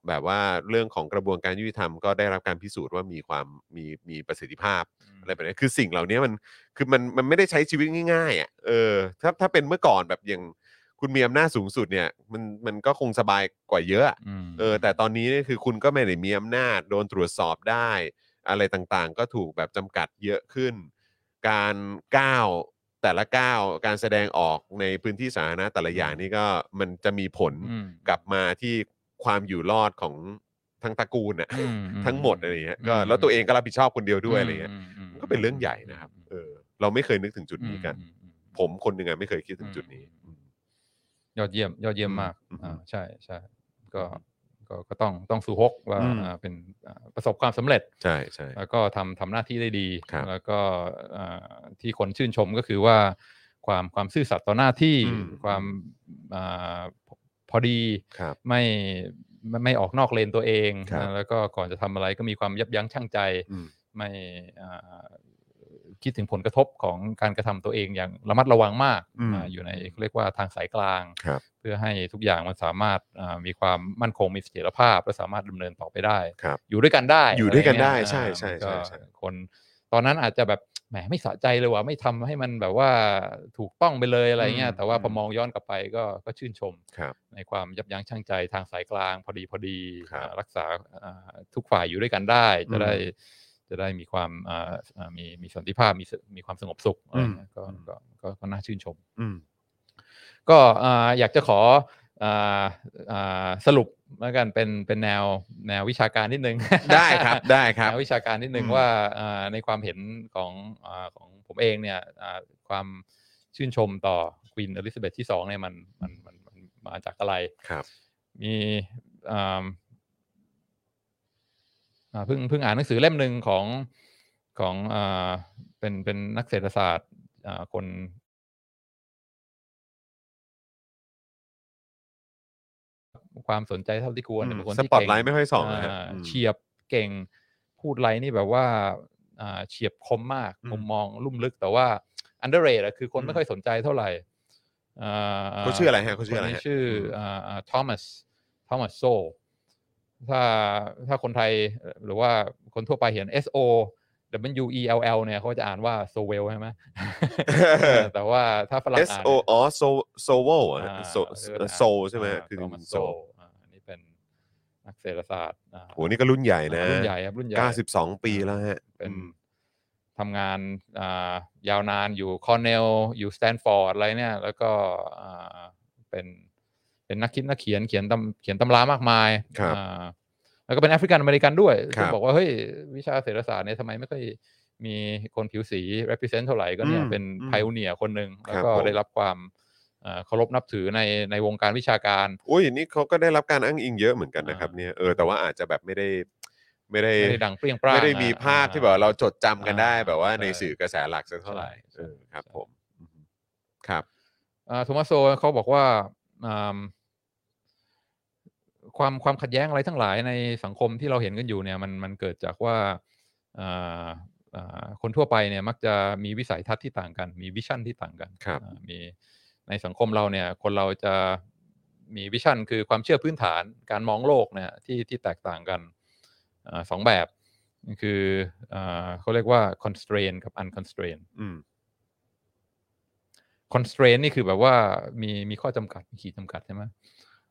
แบบว่าเรื่องของกระบวนการยุติธรรมก็ได้รับการพิสูจน์ว่ามีความมีมีประสิทธิภาพอะไรแบบนี้คือสิ่งเหล่านี้มันคือมันมันไม่ได้ใช้ชีวิตง่ายๆอ่ะเออถ้าถ้าเป็นเมื่อก่อนแบบอย่างคุณมีอำนาจสูงสุดเนี่ยมันมันก็คงสบายกว่าเยอะอะ
ม
เออแต่ตอนนี้เนี่ยคือคุณก็ไม่ได้มีอำนาจโดนตรวจสอบได้ อะไรต่างๆ ก็ถูกแบบจำกัดเยอะขึ้น การก้าวแต่ละก้าวการแสดงออกในพื้นที่สาธารณะแต่ละอย่างนี่ก็มันจะมีผล
อืม
กลับมาที่ความอยู่รอดของทั้งตระกูลน่ะ
อืมอื
ทั้งหมดอะไรเงี้ยก็แล้วตัวเองก็รับผิดชอบคนเดียวด้วยอะไรเงี้ย
มม
มันก็เป็นเรื่องใหญ่นะครับเออเราไม่เคยนึกถึงจุดนี้กัน
อือือื
ผมคนหนึ่งอะไม่เคยคิดถึงจุดนี้
ยอดเยี่ยม ยอดเยี่ยมมาก
อืม
อ่าใช่ใช่ก็ก็ก็ต้องต้องสู่ฮกว่า
อืม
อ่าเป็นอ่าประสบความสำเร็จ
ใช่ใช่
แล้วก็ทำทำหน้าที่ได้ดี
ครับ
แล้วก็อ่าที่คนชื่นชมก็คือว่า ความความซื่อสัตย์ต่อหน้าที่
อืม
ความอ่าพอพอดี
ครับ
ไม่ไม่ไม่ออกนอกเลนตัวเอง
ครับ
นะแล้วก็ก่อนจะทำอะไรก็มีความยับยั้งชั่งใจ
อืม
ไม่อ่าคิดถึงผลกระทบของการกระทำตัวเองอย่างระมัดระวังมาก
อืม
อาอยู่ในเขาเรียกว่าทางสายกลาง
ครับ
เพื่อให้ทุกอย่างมันสามารถอ่ามีความมั่นคงมีเสถียรภาพ และสามารถดำเนินต่อไปได้
ครับ
อยู่ด้วยกันได้
อยู่ด้วยกันได้
อะไรเงี้ย
ใช่
อ่า
ใช่
มันก็
ใช่ใช่
คนตอนนั้นอาจจะแบบแหมไม่สะใจเลยว่ะไม่ทำให้มันแบบว่าถูกต้องไปเลยอะไรเงี้ยแต่ว่าพอมองย้อนกลับไปก็ก็ชื่นชม
ครับ
ในความยับยั้งชั่งใจทางสายกลาง พอดีพอดี
ครับ
อ่ารักษาอ่าทุกฝ่ายอยู่ด้วยกันได้
อืม
จะได้จะได้มีความอ่าอ่ามีมีสันติภาพมีสมีความสงบสุขอะไรเงี้ยก็
อืม
ก็ก็ก็น่าชื่นชม
อืม
ก็อ่าอยากจะขออ่าอ่าสรุปแล้วกันเป็นเป็นแนวแนววิชาการนิดนึง
ได้ครับ ได้ครับ
แนววิชาการนิดนึง
อืม
ว่าอ่าในความเห็นของอาของผมเองเนี่ยอ่าความชื่นชมต่อควีนอลิซาเบธที่สองเนี่ยมันมันมันมันมาจากอะไร
ครับ
มีอ่าอ่าเพิ่งเพิ่งอ่านหนังสือเล่มหนึ่งของของอาเป็นเป็นนักเศรษฐศาสตร์อ่าคนความสนใจเท่าที่ควรเนี่ยเป็นคน
ส
ที่
ปอต
เก่ง
ไลท์ไม่ค่อยส่องนะฮะ
อ่า
อืม
เฉียบเก่งพูดไรนี่แบบว่าอ่าเฉียบคมมาก
อืม
มุมมองลุ่มลึกแต่ว่า underrate อะคือคน
อื
ไม่
ม
ค่อยสนใจเท่าไหร่อ่
เขาชื่ออะไรฮะเขาชื่ออะไร
คน
ฮะ
นี้ชื่อ
ม
อ่าอ่าทอมัสทอมัสโซถ้าถ้าคนไทยเอ่อหรือว่าคนทั่วไปเห็น S O W E L L เนี่ยเขาจะอ่านว่า so well ใช่ไหม เออแต่ว่าถ้าฝรั่ง
S
อ่าน
O
เนี่ย
อ๋อ so so w o
อ่า
โซ
เออ
โซใช่ไหม
อ่า
คือ
โทมัสโซ
โซ
อ่าอันนี้เป็นนักเศรษฐศาสตร์อ่า
โหนี่ก็รุ่นใหญ่นะ
รุ่นใหญ่ครับรุ่นใหญ่
92 ปีแล้วฮะ
เป็น
อืม
ทำงานอ่ายาวนานอยู่คอนเนลอยู่สแตนฟอร์ดอะไรเนี่ย แล้วก็อ่าเป็นเป็นนักคิดนักเขียนเขียนตำเขียนตำรามากมาย
ครับ
อ่าแล้วก็เป็นแอฟริกันอเมริกันด้วย
ครั
ซึ่ง
บ
บอกว่า เฮ้ย วิชาเศรษฐศาสตร์เนี่ยทำไมไม่ค่อยมีคนผิวสี represent เท่าไหร่ก็เนี่ย
อืม
เป็น
อืม
ไพโอเนียคนหนึ่ง
ครับ
แล้วก็
ผม
ได้รับความอ่าเคารพนับถือในในวงการวิชาการ
อุ้ยนี่เขาก็ได้รับการอ้างอิงเยอะเหมือนกันนะครับ เนี่ยเออแต่ว่าอาจจะแบบไม่ได้ ไม่ได้
ไม่ได้ดังเปรี้ยงปร้าง
ไม่ได้มีภาพที่แบบว่าเราจดจำกันได้
อ่า
แบบว่าใน
ใช่
สื่อกระแสหลักสักเท่าไหร่
ใช่
เออครับ
ใช่
ผมอืมครับ
อ่าโทมัสโซเขาบอกว่าอ่าความความขัดแย้งอะไรทั้งหลายในสังคมที่เราเห็นกันอยู่เนี่ยมันมันเกิดจากว่าอ่าอ่าคนทั่วไปเนี่ยมักจะมีวิสัยทัศน์ที่ต่างกัน มีวิชั่นที่ต่างกัน
ครับ
อ่ามีในสังคมเราเนี่ย คนเราจะมีวิชั่นคือความเชื่อพื้นฐานการมองโลกเนี่ยที่ที่แตกต่างกันอาสองแบบคืออาเขาเรียกว่า constraint กับ unconstraint
อืม
constraint นี่คือแบบว่ามีมีข้อจำกัดมีขีดจำกัดใช่ไหม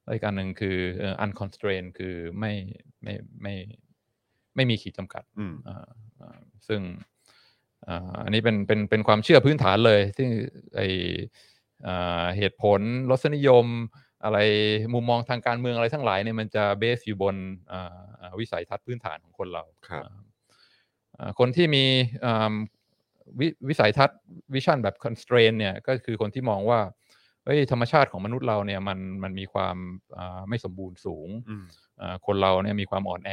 แล้วอีกอันหนึ่งคือเอ่อ unconstraint คือไม่ไม่ไม่ไม่มีขีดจำกัด
อืม
อ่าอ่าซึ่งอ่าอันนี้เป็นเป็นเป็นความเชื่อพื้นฐานเลยที่ไออ่าเหตุผลรสนิยม อะไรมุมมองทางการเมืองอะไรทั้งหลายเนี่ยมันจะเบสอยู่บนอ่าอ่าวิสัยทัศน์พื้นฐานของคนเรา
ครับ
อ่าอ่าคนที่มีอ่าวิวิสัยทัศน์วิชั่นแบบ constraint เนี่ยก็คือคนที่มองว่าเฮ้ยธรรมชาติของมนุษย์เราเนี่ยมันมันมีความอ่าไม่สมบูรณ์สูง
อืม
อ่าคนเราเนี่ยมีความอ่อนแอ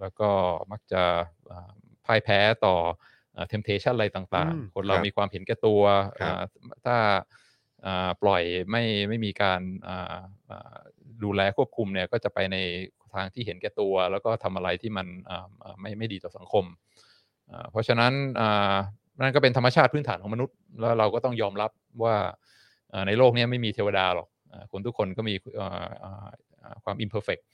แล้วก็มักจะอ่าพ่ายแพ้ต่อเทมเพชันอะไรต่าง
อืม
ๆ คน
ค
เรา
รับ
มีความเห็นแก่ตัว
ครับ
อ่าถ้าอ่าปล่อยไม่ไม่มีการอ่าอ่าดูแลควบคุมเนี่ยก็จะไปในทางที่เห็นแก่ตัว แล้วก็ทำอะไรที่มันอ่าอ่าไม่ไม่ดีต่อสังคมอ่าเพราะฉะนั้นอ่านั่นก็เป็นธรรมชาติพื้นฐานของมนุษย์ แล้วเราก็ต้องยอมรับว่าอ่าในโลกเนี้ไม่มีเทวดาหรอกอ่าคนทุกคนก็มีอ่าอ่า อ่าความ imperfect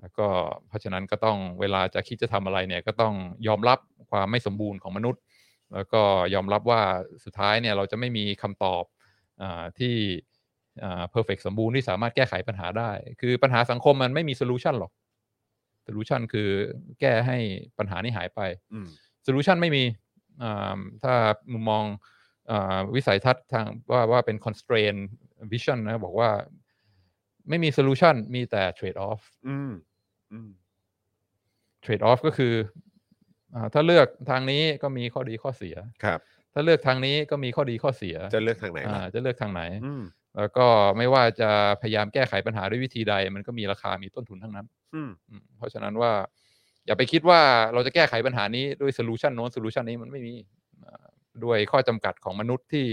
แล้วก็เพราะฉะนั้นก็ต้องเวลาจะคิดจะทำอะไรเนี่ยก็ต้องยอมรับความไม่สมบูรณ์ของมนุษย์ แล้วก็ยอมรับว่าสุดท้ายเนี่ยเราจะไม่มีคำตอบอาที่อ่า perfect สมบูรณ์ที่สามารถแก้ไขปัญหาได้ คือปัญหาสังคมมันไม่มี solution หรอก solution คือแก้ให้ปัญหานี้หายไป
อืม
โซลูชันไม่มีอ่าถ้ามุมมองอาวิสัยทัศน์ทางว่าว่าเป็น constraint vision นะบอกว่าไม่มีโซลูชันมีแต่ trade off
อืมอืม
trade off ก็คืออาถ้าเลือกทางนี้ก็มีข้อดีข้อเสีย
ครับ
ถ้าเลือกทางนี้ก็มีข้อดีข้อเสีย
จะเลือกทางไหนล่ะ
อ่าจะเลือกทางไหน
อืม
แล้วก็ไม่ว่าจะพยายามแก้ไขปัญหาด้วยวิธีใด มันก็มีราคามีต้นทุนทั้งนั้น
อืม
อืมเพราะฉะนั้นว่า อย่าไปคิดว่าเราจะแก้ไขปัญหานี้ด้วยโซลูชันโน้นโซลูชันนี้มันไม่มีอ่าด้วยข้อจำกัดของมนุษย์ที่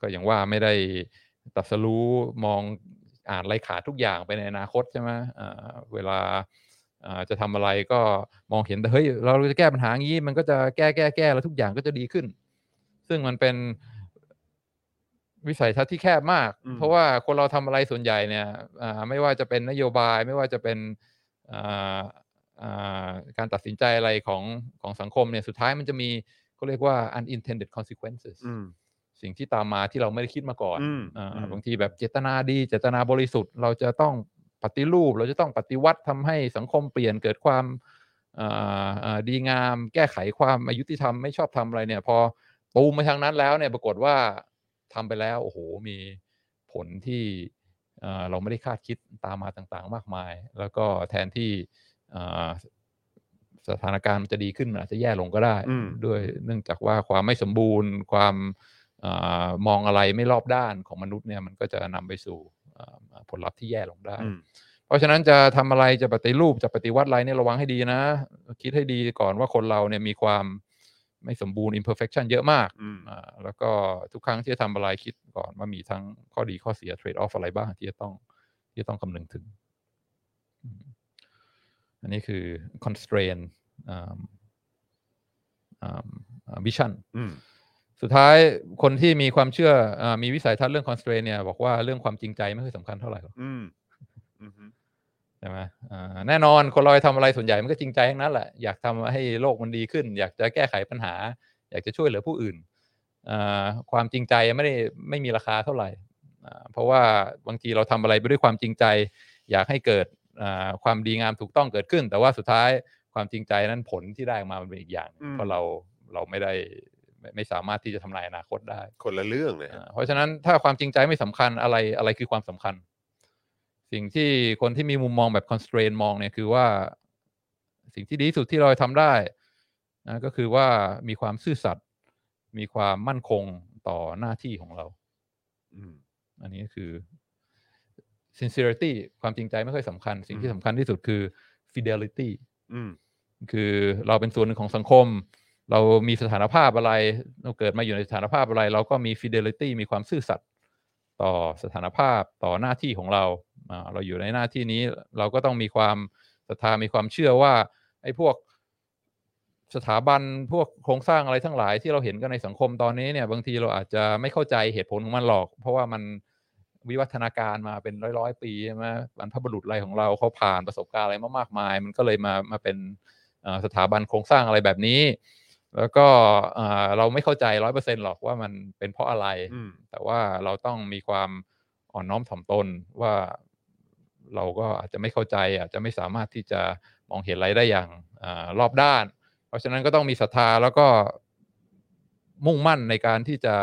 ก็อย่างว่าไม่ได้ตรัดสรู้มองอ่านไรขาดทุกอย่างไปในอนาคตใช่ไหมอ่าเวลาอ่าจะทำอะไรก็มองเห็นแต่เฮ้ยเราจะแก้ปัญหางี้ มันก็จะแก้แก้แก้แล้วทุกอย่างก็จะดีขึ้น ซึ่งมันเป็นวิสัยทัศน์ที่แคบมาก
อืม
เพราะว่าคนเราทำอะไรส่วนใหญ่เนี่ยอ่าไม่ว่าจะเป็นนโยบายไม่ว่าจะเป็นอ่าอ่าการตัดสินใจอะไรของของสังคมเนี่ยสุดท้ายมันจะมีเขาเรียกว่า unintended consequences
อืม
สิ่งที่ตามมาที่เราไม่ได้คิดมาก่อน
อืม
อ่า
อืม
บางทีแบบเจตนาดี เจตนาบริสุทธิ์ เราจะต้องปฏิรูป เราจะต้องปฏิวัติทำให้สังคมเปลี่ยนเกิดความอ่าอ่าดีงาม แก้ไขความอายุติธรรมไม่ชอบทำอะไรเนี่ย พอปูมมาทางนั้นแล้วเนี่ยปรากฏว่าทำไปแล้วโอ้โหมีผลที่อ่าเราไม่ได้คาดคิดตามมาต่างๆ มากมาย แล้วก็แทนที่อ่าสถานการณ์มันจะดีขึ้นมันอาจจะแย่ลงก็ได้
อืม
ด้วยเนื่องจากว่าความไม่สมบูรณ์ความ เออมองอะไรไม่รอบด้านของมนุษย์เนี่ยมันก็จะนำไปสู่เอ่อผลลัพธ์ที่แย่ลงได้
อืม
เพราะฉะนั้นจะทำอะไรจะปฏิรูปจะปฏิวัติอะไรเนี่ยระวังให้ดีนะ คิดให้ดีก่อนว่าคนเราเนี่ยมีความไม่สมบูรณ์ imperfection เยอะมาก
อืม
อ่าแล้วก็ทุกครั้งที่จะทำอะไรคิดก่อนว่ามีทั้งข้อดีข้อเสีย trade off อะไรบ้างที่จะต้องที่จะต้องคำนึงถึงอืมอันนี้คือ constraint อ่าอ่าอ่า vision
อืม
สุดท้ายคนที่มีความเชื่ออามีวิสัยทัศน์เรื่อง constraint เนี่ยบอกว่าเรื่องความจริงใจไม่ค่อยสำคัญเท่าไหร่หรอก
อืมอืมฮึ
ใช่ไหมอ่าแน่นอนคนเราทำอะไรส่วนใหญ่มันก็จริงใจทั้งนั้นแหละอยากทำให้โลกมันดีขึ้น อยากจะแก้ไขปัญหา อยากจะช่วยเหลือผู้อื่นอ่าความจริงใจไม่ได้ไม่มีราคาเท่าไหร่อ่าเพราะว่าบางทีเราทำอะไรไปด้วยความจริงใจ อยากให้เกิดอ่าความดีงามถูกต้องเกิดขึ้น แต่ว่าสุดท้ายความจริงใจนั้นผลที่ได้ออกมามันเป็นอีกอย่างหนึ่งเพราะเราเราไม่ได้ไม่ไม่สามารถที่จะทำลายอนาคตได้
คนละเรื่องเลย
อ่าเพราะฉะนั้นถ้าความจริงใจไม่สำคัญอะไรอะไรคือความสำคัญ สิ่งที่คนที่มีมุมมองแบบ constraint มองเนี่ยคือว่าสิ่งที่ดีที่สุดที่เราทำได้นะก็คือว่ามีความซื่อสัตย์มีความมั่นคงต่อหน้าที่ของเรา
อืม
อันนี้ก็คือ sincerity ความจริงใจไม่ค่อยสำคัญ สิ่งที่
อืม
สำคัญที่สุดคือ fidelity
อืม
คือเราเป็นส่วนหนึ่งของสังคม เรามีสถานภาพอะไร เราเกิดมาอยู่ในสถานภาพอะไร เราก็มี fidelity มีความซื่อสัตย์ต่อสถานภาพต่อหน้าที่ของเราอ่าเราอยู่ในหน้าที่นี้เราก็ต้องมีความศรัทธามีความเชื่อว่าไอ้พวกสถาบันพวกโครงสร้างอะไรทั้งหลายที่เราเห็นกันในสังคมตอนนี้เนี่ยบางทีเราอาจจะไม่เข้าใจเหตุผลของมันหรอก เพราะว่ามันวิวัฒนาการมาเป็นร้อยร้อยๆปีใช่ไหมบรรพบุรุษอะไรของเราเขาผ่านประสบการณ์อะไรมามากมาย มันก็เลยมามาเป็น เอ่อสถาบันโครงสร้างอะไรแบบนี้ แล้วก็เอ่อเราไม่เข้าใจร้อยเปอร์เซ็นหรอกว่ามันเป็นเพราะอะไร
อืม
แต่ว่าเราต้องมีความอ่อนน้อมถ่อมตนว่าเราก็อาจจะไม่เข้าใจอาจจะไม่สามารถที่จะมองเห็นอะไรได้อย่างอารอบด้าน เพราะฉะนั้นก็ต้องมีศรัทธาแล้วก็มุ่งมั่นในการที่จะ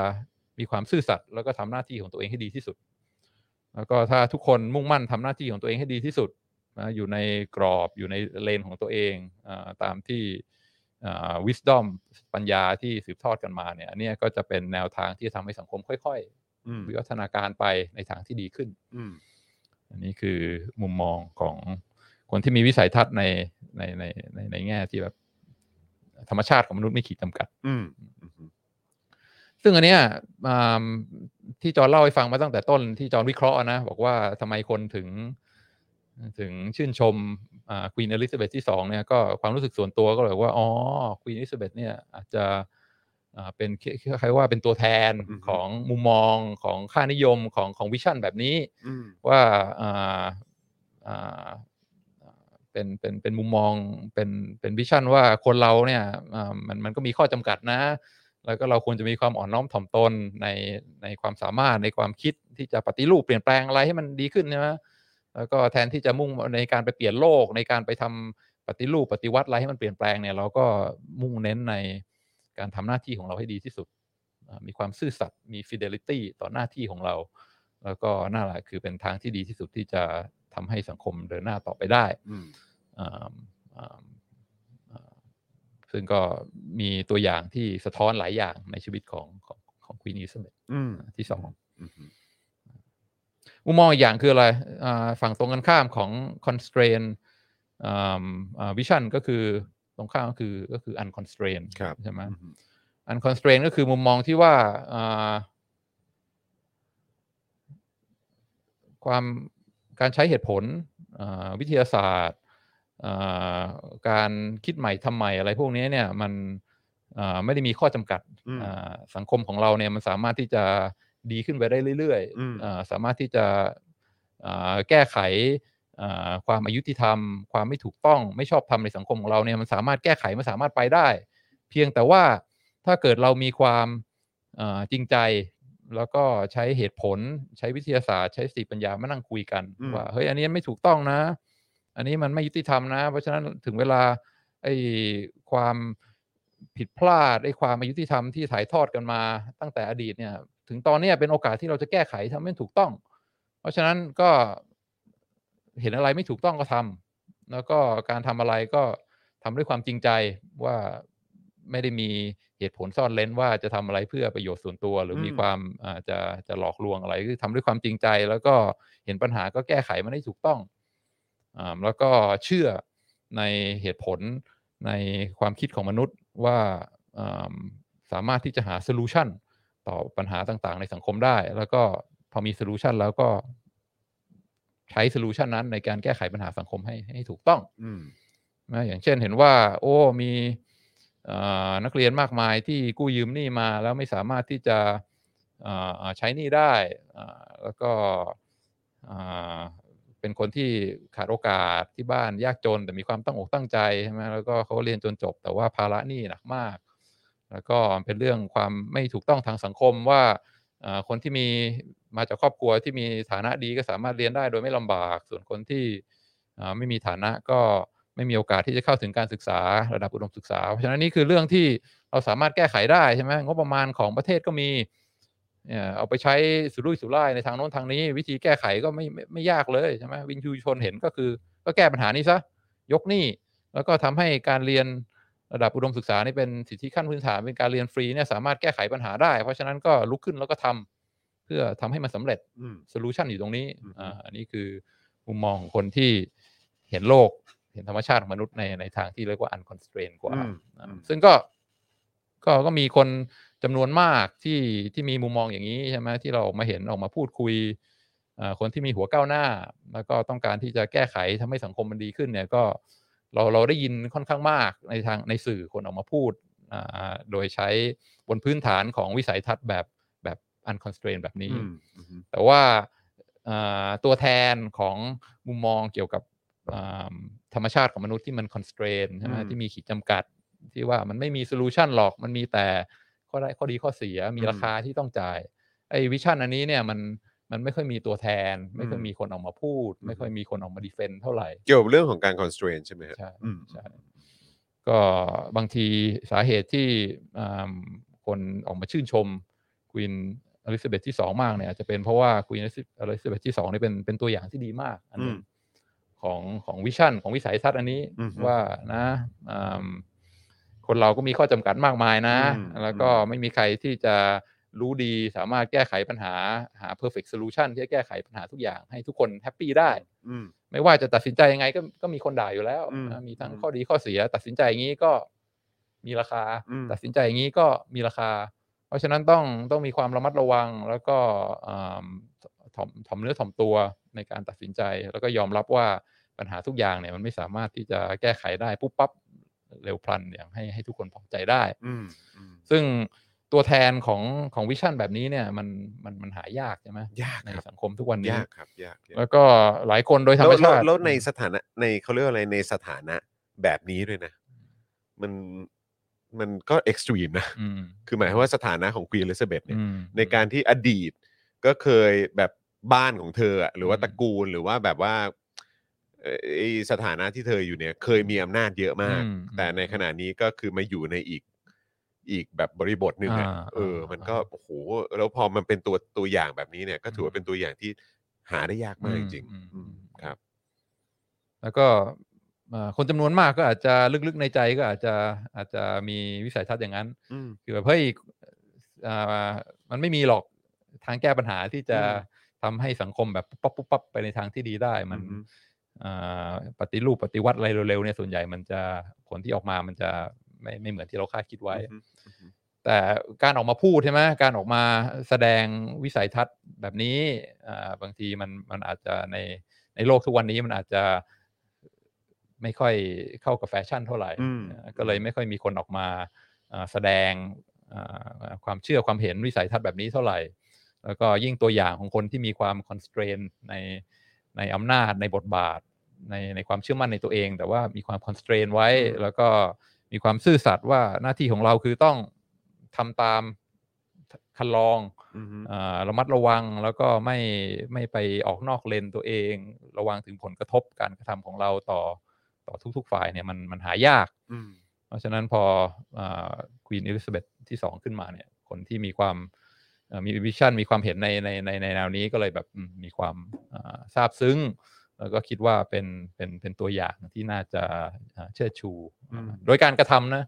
มีความซื่อสัตย์แล้วก็ทำหน้าที่ของตัวเองให้ดีที่สุด แล้วก็ถ้าทุกคนมุ่งมั่นทำหน้าที่ของตัวเองให้ดีที่สุดนะอยู่ในกรอบอยู่ในเลนของตัวเองอาตามที่วิส d o m ปัญญาที่สืบทอดกันมาเนี่ยอันเนี้ยก็จะเป็นแนวทางที่จะทำให้สังคมค่อย ๆ
อืม
วิวัฒนาการไปในทางที่ดีขึ้น
อืม
อันนี้คือมุมมองของคนที่มีวิสัยทัศน์ในในในในในแง่ที่แบบธรรมชาติของมนุษย์ไม่ขีดจำกัด
อืม
ซึ่งอันเนี้ยอ่าที่จอห์นเล่าให้ฟังมาตั้งแต่ต้นที่จอห์นวิเคราะห์นะ บอกว่าทำไมคนถึง ถึงชื่นชมควีนอลิซาเบธที่สองเนี่ยก็ความรู้สึกส่วนตัวก็เลยบอกว่า อ๋อควีนอลิซาเบธเนี่ยอาจจะอ่าเป็นใครว่าเป็นตัวแทน
อือฮึ
ของมุมมองของค่านิยมของของวิชั่นแบบนี้
อืม
ว่าอ่าอ่าเป็นเป็นเป็นมุมมองเป็นเป็นวิชั่นว่าคนเราเนี่ยอ่ามันมันก็มีข้อจำกัดนะ แล้วก็เราควรจะมีความอ่อนน้อมถ่อมตนในในความสามารถในความคิดที่จะปฏิรูปเปลี่ยนแปลงอะไรให้มันดีขึ้นใช่ไหมแล้วก็แทนที่จะมุ่งในการไปเปลี่ยนโลกในการไปทำปฏิรูปปฏิวัติอะไรให้มันเปลี่ยนแปลงเนี่ยเราก็มุ่งเน้นในการทำหน้าที่ของเราให้ดีที่สุดอ่ามีความซื่อสัตย์มี fidelity ต่อหน้าที่ของเรา แล้วก็น่าแหละคือเป็นทางที่ดีที่สุดที่จะทำให้สังคมเดินหน้าต่อไปได้
อืม
อ่ามอ่ามอ่าซึ่งก็มีตัวอย่างที่สะท้อนหลายอย่างในชีวิตของของของควีนอีสเบต
อืม
ที่สอง
อืม
มุมมองอีกอย่างคืออะไรอ่าฝั่งตรงกันข้ามของ constraint วิชั่นก็คือตรงข้ามก็คือก็คือ unconstraint
ครับ
ใช่ไหม
อืม
อันคอนส r a i n ก็คือมุมมองที่ว่าอ่าความการใช้เหตุผลอ่าวิทยาศาสตร์อ่าการคิดใหม่ทำใหม่อะไรพวกนี้เนี่ยมันอ่าไม่ได้มีข้อจำกัด
อืม
อ่าสังคมของเราเนี่ยมันสามารถที่จะดีขึ้นไปได้เรื่อย
อืม
อ่าสามารถที่จะอ่าแก้ไขอ่าความอายุติธรรม ความไม่ถูกต้องไม่ชอบทำในสังคมของเราเนี่ยมันสามารถแก้ไขมันสามารถไปได้ เพียงแต่ว่าถ้าเกิดเรามีความเอ่อจริงใจ แล้วก็ใช้เหตุผลใช้วิทยาศาสตร์ ใช้สติปัญญามานั่งคุยกัน
อืม
ว่าเฮ้ยอันนี้ไม่ถูกต้องนะ อันนี้มันไม่ยุติธรรมนะ เพราะฉะนั้นถึงเวลาไอ้ความผิดพลาดไอ้ความอายุติธรรมที่ถ่ายทอดกันมาตั้งแต่อดีตเนี่ยถึงตอนเนี้ยเป็นโอกาสที่เราจะแก้ไขทำให้มันถูกต้อง เพราะฉะนั้นก็เห็นอะไรไม่ถูกต้องก็ทำแล้วก็การทำอะไรก็ทำด้วยความจริงใจว่าไม่ได้มีเหตุผลซ่อนเล้นว่าจะทำอะไรเพื่อประโยชน์ส่วนตัว หรือมี
อืม
ความอ่าจะจะหลอกลวงอะไรคือทำด้วยความจริงใจ แล้วก็เห็นปัญหาก็แก้ไขมันได้ถูกต้องอ่าแล้วก็เชื่อในเหตุผลในความคิดของมนุษย์ว่าอ่าสามารถที่จะหาโซลูชัน ต่อปัญหาต่างๆ ในสังคมได้ แล้วก็พอมีโซลูชันแล้วก็ใช้โซลูชันนั้นในการแก้ไขปัญหาสังคมให้ให้ถูกต้อง
อืม
นะอย่างเช่นเห็นว่า โอ้มีเอ่อนักเรียนมากมายที่กู้ยืมหนี้มา แล้วไม่สามารถที่จะเอ่อใช้หนี้ได้อ่าแล้วก็อ่าเป็นคนที่ขาดโอกาสที่บ้านยากจน แต่มีความตั้งอกตั้งใจใช่ไหมแล้วก็เขาเรียนจนจบ แต่ว่าภาระหนี้หนักมาก แล้วก็เป็นเรื่องความไม่ถูกต้องทางสังคมว่าเอ่อคนที่มีมาจากครอบครัวที่มีฐานะดีก็สามารถเรียนได้โดยไม่ลำบาก ส่วนคนที่เอ่อไม่มีฐานะก็ไม่มีโอกาสที่จะเข้าถึงการศึกษาระดับอุดมศึกษา เพราะฉะนั้นนี่คือเรื่องที่เราสามารถแก้ไขได้ใช่ไหมงบประมาณของประเทศก็มีเอ่อเอาไปใช้สุรุ่ยสุร่ายในทางโน้นทางนี้ วิธีแก้ไขก็ไม่ไม่ไม่ยากเลยใช่ไหมวินยูชนเห็นก็คือ ก็แก้ปัญหานี้ซะยกหนี้แล้วก็ทำให้การเรียน ระดับอุดมศึกษานี่เป็นสิทธิขั้นพื้นฐานเป็นการเรียนฟรีเนี่ยสามารถแก้ไขปัญหาได้ เพราะฉะนั้นก็ลุกขึ้นแล้วก็ทำเพื่อทำให้มันสำเร็จ
อืม
โซลูชันอยู่ตรงนี้
อืม
อ่าอันนี้คือมุมมองของคนที่เห็นโลกเห็นธรรมชาติของมนุษย์ในในทางที่เรียกว่า unconstrained กว่า
อืม
อ่าซึ่งก็ก็ก็มีคนจำนวนมากที่ที่มีมุมมองอย่างนี้ใช่ไหมที่เราออกมาเห็นออกมาพูดคุยเอ่อคนที่มีหัวก้าวหน้า แล้วก็ต้องการที่จะแก้ไขทำให้สังคมมันดีขึ้นเนี่ยก็เราเราได้ยินค่อนข้างมากในทางในสื่อคนออกมาพูดอ่าโดยใช้บนพื้นฐานของวิสัยทัศน์แบบแบบ unconstrained แบบนี้
อืมอืม
แต่ว่าเอ่อตัวแทนของมุมมองเกี่ยวกับอ่าธรรมชาติของมนุษย์ที่มัน constraint ใช่ไหม
อืม
ที่มีขีดจำกัด ที่ว่ามันไม่มีโซลูชันหรอกมันมีแต่ข้อได้ข้อดีข้อเสียมีราคาที่ต้องจ่ายไอ้วิชั่นอันนี้เนี่ยมันมันไม่ค่อยมีตัวแทน ไม่ค่อยมีคนออกมาพูด ไม่ค่อยมีคนออกมาดีเฟนเท่าไหร่
เกี่ยวกับเรื่องของการ constraint ใช่ไหมครับ
ใช่
อืม
ใช่ก็บางทีสาเหตุที่อ่าคนออกมาชื่นชมควีนอลิซาเบธที่สองมากเนี่ยอาจจะเป็นเพราะว่าควีนอลิซาเบธที่สองเนี่ยเป็นเป็นตัวอย่างที่ดีมากอันหนึ
อื
ง
ม
ของของวิชั่นของวิสัยทัศน์อันนี้
อือฮึ
ว่านะอ่าคนเราก็มีข้อจำกัดมากมายนะ
อืม
แล้วก็
อืม
ไม่มีใครที่จะรู้ดีสามารถแก้ไขปัญหาหา perfect solution ที่จะแก้ไขปัญหาทุกอย่างให้ทุกคนแฮปปี้ได้
อืม
ไม่ว่าจะตัดสินใจยังไงก็ก็มีคนด่าอยู่แล้ว
อืม
นะมีทั้ง
อืม
ข้อดีข้อเสีย ตัดสินใจอย่างนี้ก็มีราคา
อืม
ตัดสินใจอย่างนี้ก็มีราคา เพราะฉะนั้นต้องต้องมีความระมัดระวัง แล้วก็อ่าถ่อมถ่อมเนื้อถ่อมตัวในการตัดสินใจ แล้วก็ยอมรับว่าปัญหาทุกอย่างเนี่ยมันไม่สามารถที่จะแก้ไขได้ปุ๊บปั๊บเร็วพลันอย่างให้ให้ทุกคนพอใจได้
อืมอืม
ซึ่งตัวแทนของของวิชั่นแบบนี้เนี่ยมันมันมันหายากใช่ไหม
ยาก
ใน
ครับ
สังคมทุกวันนี้
ยากครับยากยาก
แล้วก็หลายคนโดยธรรม
แล้ว
ชาติ
แล้วในสถานะในเขาเรียกว่าอะไรในสถานะแบบนี้ด้วยนะ มันมันก็เอ็กซ์ตรีมนะ
อืม
คือหมายความว่าสถานะของควีนอลิซาเบธเนี่ย
อืม
ในการที่อดีตก็เคยแบบบ้านของเธออะหรือว่า
อืม
ตระกูลหรือว่าแบบว่าเอ่อไอ้สถานะที่เธออยู่เนี่ย เคยมีอำนาจเยอะมาก
อืม
แต่ในขณะนี้ก็คือมาอยู่ในอีกอีกแบบบริบทหนึ่งอะ
อ่า
เออ
อ่ามั
มันก็โอ้โหแล้วพอมันเป็นตัวตัวอย่างแบบนี้เนี่ย ก็ถือว่า
อืม
เป็นตัวอย่างที่หาได้ยากมาก
อื
จ
ม
ริงๆ
อืม
อืมครับ
แล้วก็เอ่อคนจำนวนมากก็อาจจะลึกๆในใจก็อาจจะอาจจะมีวิสัยทัศน์อย่างนั้น
อืม
คือแบบเฮ้ยอ่ามันไม่มีหรอกทางแก้ปัญหาที่จะ
อื
ทำให้สังคมแบบปุ๊บปั๊บปุ๊บปั๊บไปในทางที่ดีได้ มัน
อือฮึ
อ่าปฏิรูปปฏิวัติอะไรเร็วๆเนี่ยส่วนใหญ่มันจะผลที่ออกมามันจะไม่ไม่เหมือนที่เราคาดคิดไว้
อืม
แต่การออกมาพูดใช่ไหมการออกมาแสดงวิสัยทัศน์แบบนี้อ่าบางทีมันมันอาจจะในในโลกทุกวันนี้มันอาจจะไม่ค่อยเข้ากับแฟชั่นเท่าไหร่
อืม
อ่าก็เลยไม่ค่อยมีคนออกมาอ่าแสดงอ่าความเชื่อความเห็นวิสัยทัศน์แบบนี้เท่าไหร่ แล้วก็ยิ่งตัวอย่างของคนที่มีความ constraint ในในอำนาจในบทบาท ในในความเชื่อมั่นในตัวเอง แต่ว่ามีความ constraint ไว้
อืม
แล้วก็มีความซื่อสัตย์ว่าหน้าที่ของเราคือต้องทำตามคันลอง
อืม
เออระมัดระวังแล้วก็ไม่ไม่ไปออกนอกเลนตัวเอง ระวังถึงผลกระทบการกระทำของเราต่อต่อทุก ๆ ฝ่ายเนี่ยมันมันหายาก
อืม
เพราะฉะนั้นพอควีนอลิซาเบธที่สองขึ้นมาเนี่ย คนที่มีความเอ่อมีวิชั่นมีความเห็นในในในในแนวนี้ก็เลยแบบอืมมีความอ่าซาบซึ้ง แล้วก็คิดว่าเป็นเป็นเป็นตัวอย่างที่น่าจะอ่าเชิดชู
อืม
โดยการกระทำนะ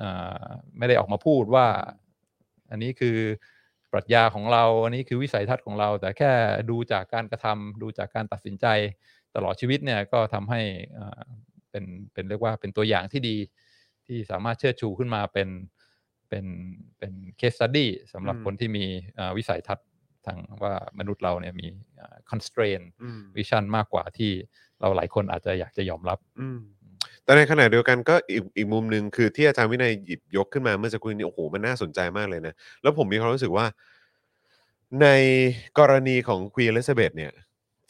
อ่าไม่ได้ออกมาพูดว่า อันนี้คือปรัชญาของเรา อันนี้คือวิสัยทัศน์ของเรา แต่แค่ดูจากการกระทำดูจากการตัดสินใจตลอดชีวิตเนี่ยก็ทำให้อ่า เป็นเป็นเรียกว่าเป็นตัวอย่างที่ดีที่สามารถเชิดชูขึ้นมาเป็นเป็นเป็นเคสตัดดี้สำหรับ
อืม
คนที่มีเอ่อวิสัยทัศน์ทางว่ามนุษย์เราเนี่ยมีเอ่อ constraint
อืม
vision มากกว่าที่เราหลายคนอาจจะอยากจะยอมรับ
อืมแต่ในขณะเดียวกันก็อีกอีกมุมหนึ่งคือที่อาจารย์วินัยหยิบยกขึ้นมาเมื่อสักครู่นี้โอ้โหมันน่าสนใจมากเลยนะ แล้วผมมีความรู้สึกว่า ในกรณีของควีนเลซเบตเนี่ย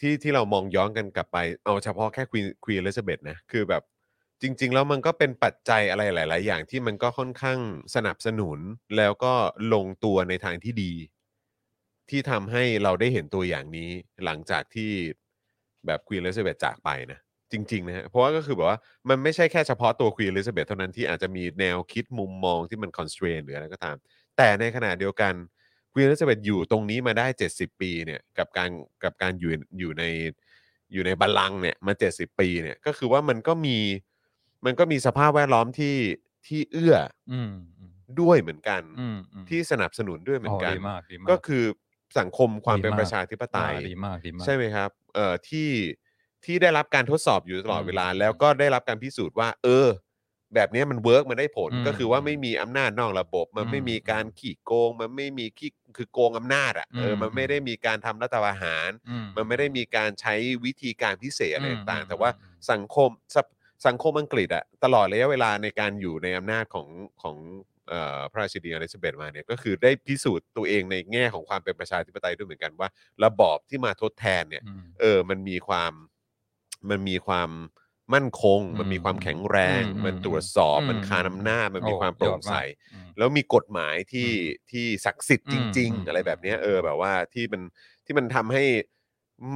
ที่ที่เรามองย้อนกันกลับไป เอาเฉพาะแค่ควีนควีนเลซเบตนะคือแบบจริง ๆ แล้วมันก็เป็นปัจจัยอะไรหลาย ๆ อย่างที่มันก็ค่อนข้างสนับสนุนแล้วก็ลงตัวในทางที่ดี ที่ทำให้เราได้เห็นตัวอย่างนี้หลังจากที่แบบควีนเลซเบตจากไปนะ จริงๆนะฮะเพราะว่าก็คือแบบว่ามันไม่ใช่แค่เฉพาะตัวควีนอลิซาเบธเท่านั้นที่อาจจะมีแนวคิดมุมมองที่มัน constraint หรืออะไรก็ตาม แต่ในขณะเดียวกันควีนอลิซาเบธอยู่ตรงนี้มาได้ 70 ปีเนี่ยกับการกับการอยู่อยู่ในอยู่ในบัลลังก์เนี่ยมา 70 ปีเนี่ยก็คือว่ามันก็มีมันก็มีสภาพแวดล้อมที่ที่เอื้อ
อืมอืม
ด้วยเหมือนกัน
อืมอืม
ที่สนับสนุนด้วยเหมือนกัน
โดีมากดีมาก
ก็คือสังคมความเป็น
ดีมาก
ประชาธิปไตย
อ่าดีมากดีมาก
ใช่ไหมครับ เอ่อที่ที่ได้รับการทดสอบอยู่ตลอด
อืม
เวลา แล้วก็ได้รับการพิสูจน์ว่า เออ แบบเนี้ยมันเวิร์กมันได้ผล
อืม
ก็คือว่าไม่มีอำนาจนอกระบบ มัน
อืม
ไม่มีการขี่โกง มันไม่มีขี้คือโกงอำนาจอ่ะเอออ
ม
มันไม่ได้มีการทำรัฐประหาร
อื
มันไม่ได้มีการใช้วิธีการพิเศษอะไร
อืม
ต่าง
อื
ๆ
ม
แต่ว่า
อืม
สังคมสภสังคมอังกฤษอะตลอดระยะเวลาในการอยู่ในอำนาจของของเอ่อพระราชินีอลิซาเบธมาเนี่ยก็คือได้พิสูจน์ตัวเองในแง่ของความเป็นประชาธิปไตยด้วยเหมือนกันว่า ระบอบที่มาทดแทนเนี่ย
อืม
เออ มันมีความ มันมีความ มั่นคง
อืม
มันมีความแข็งแรง
อืม
มันตรวจสอบ
อืม
มันคานอำนาจมันมี
โอ้
ความโปร่
ย
ง
อด
ใส
มากอืม
แล้วมีกฎหมายที่ที่ศักดิ์สิทธิ์
อื
จ
ม
ริงๆ
อืม
อะไรแบบเนี้ยเออแบบว่าที่มันที่มันทำให้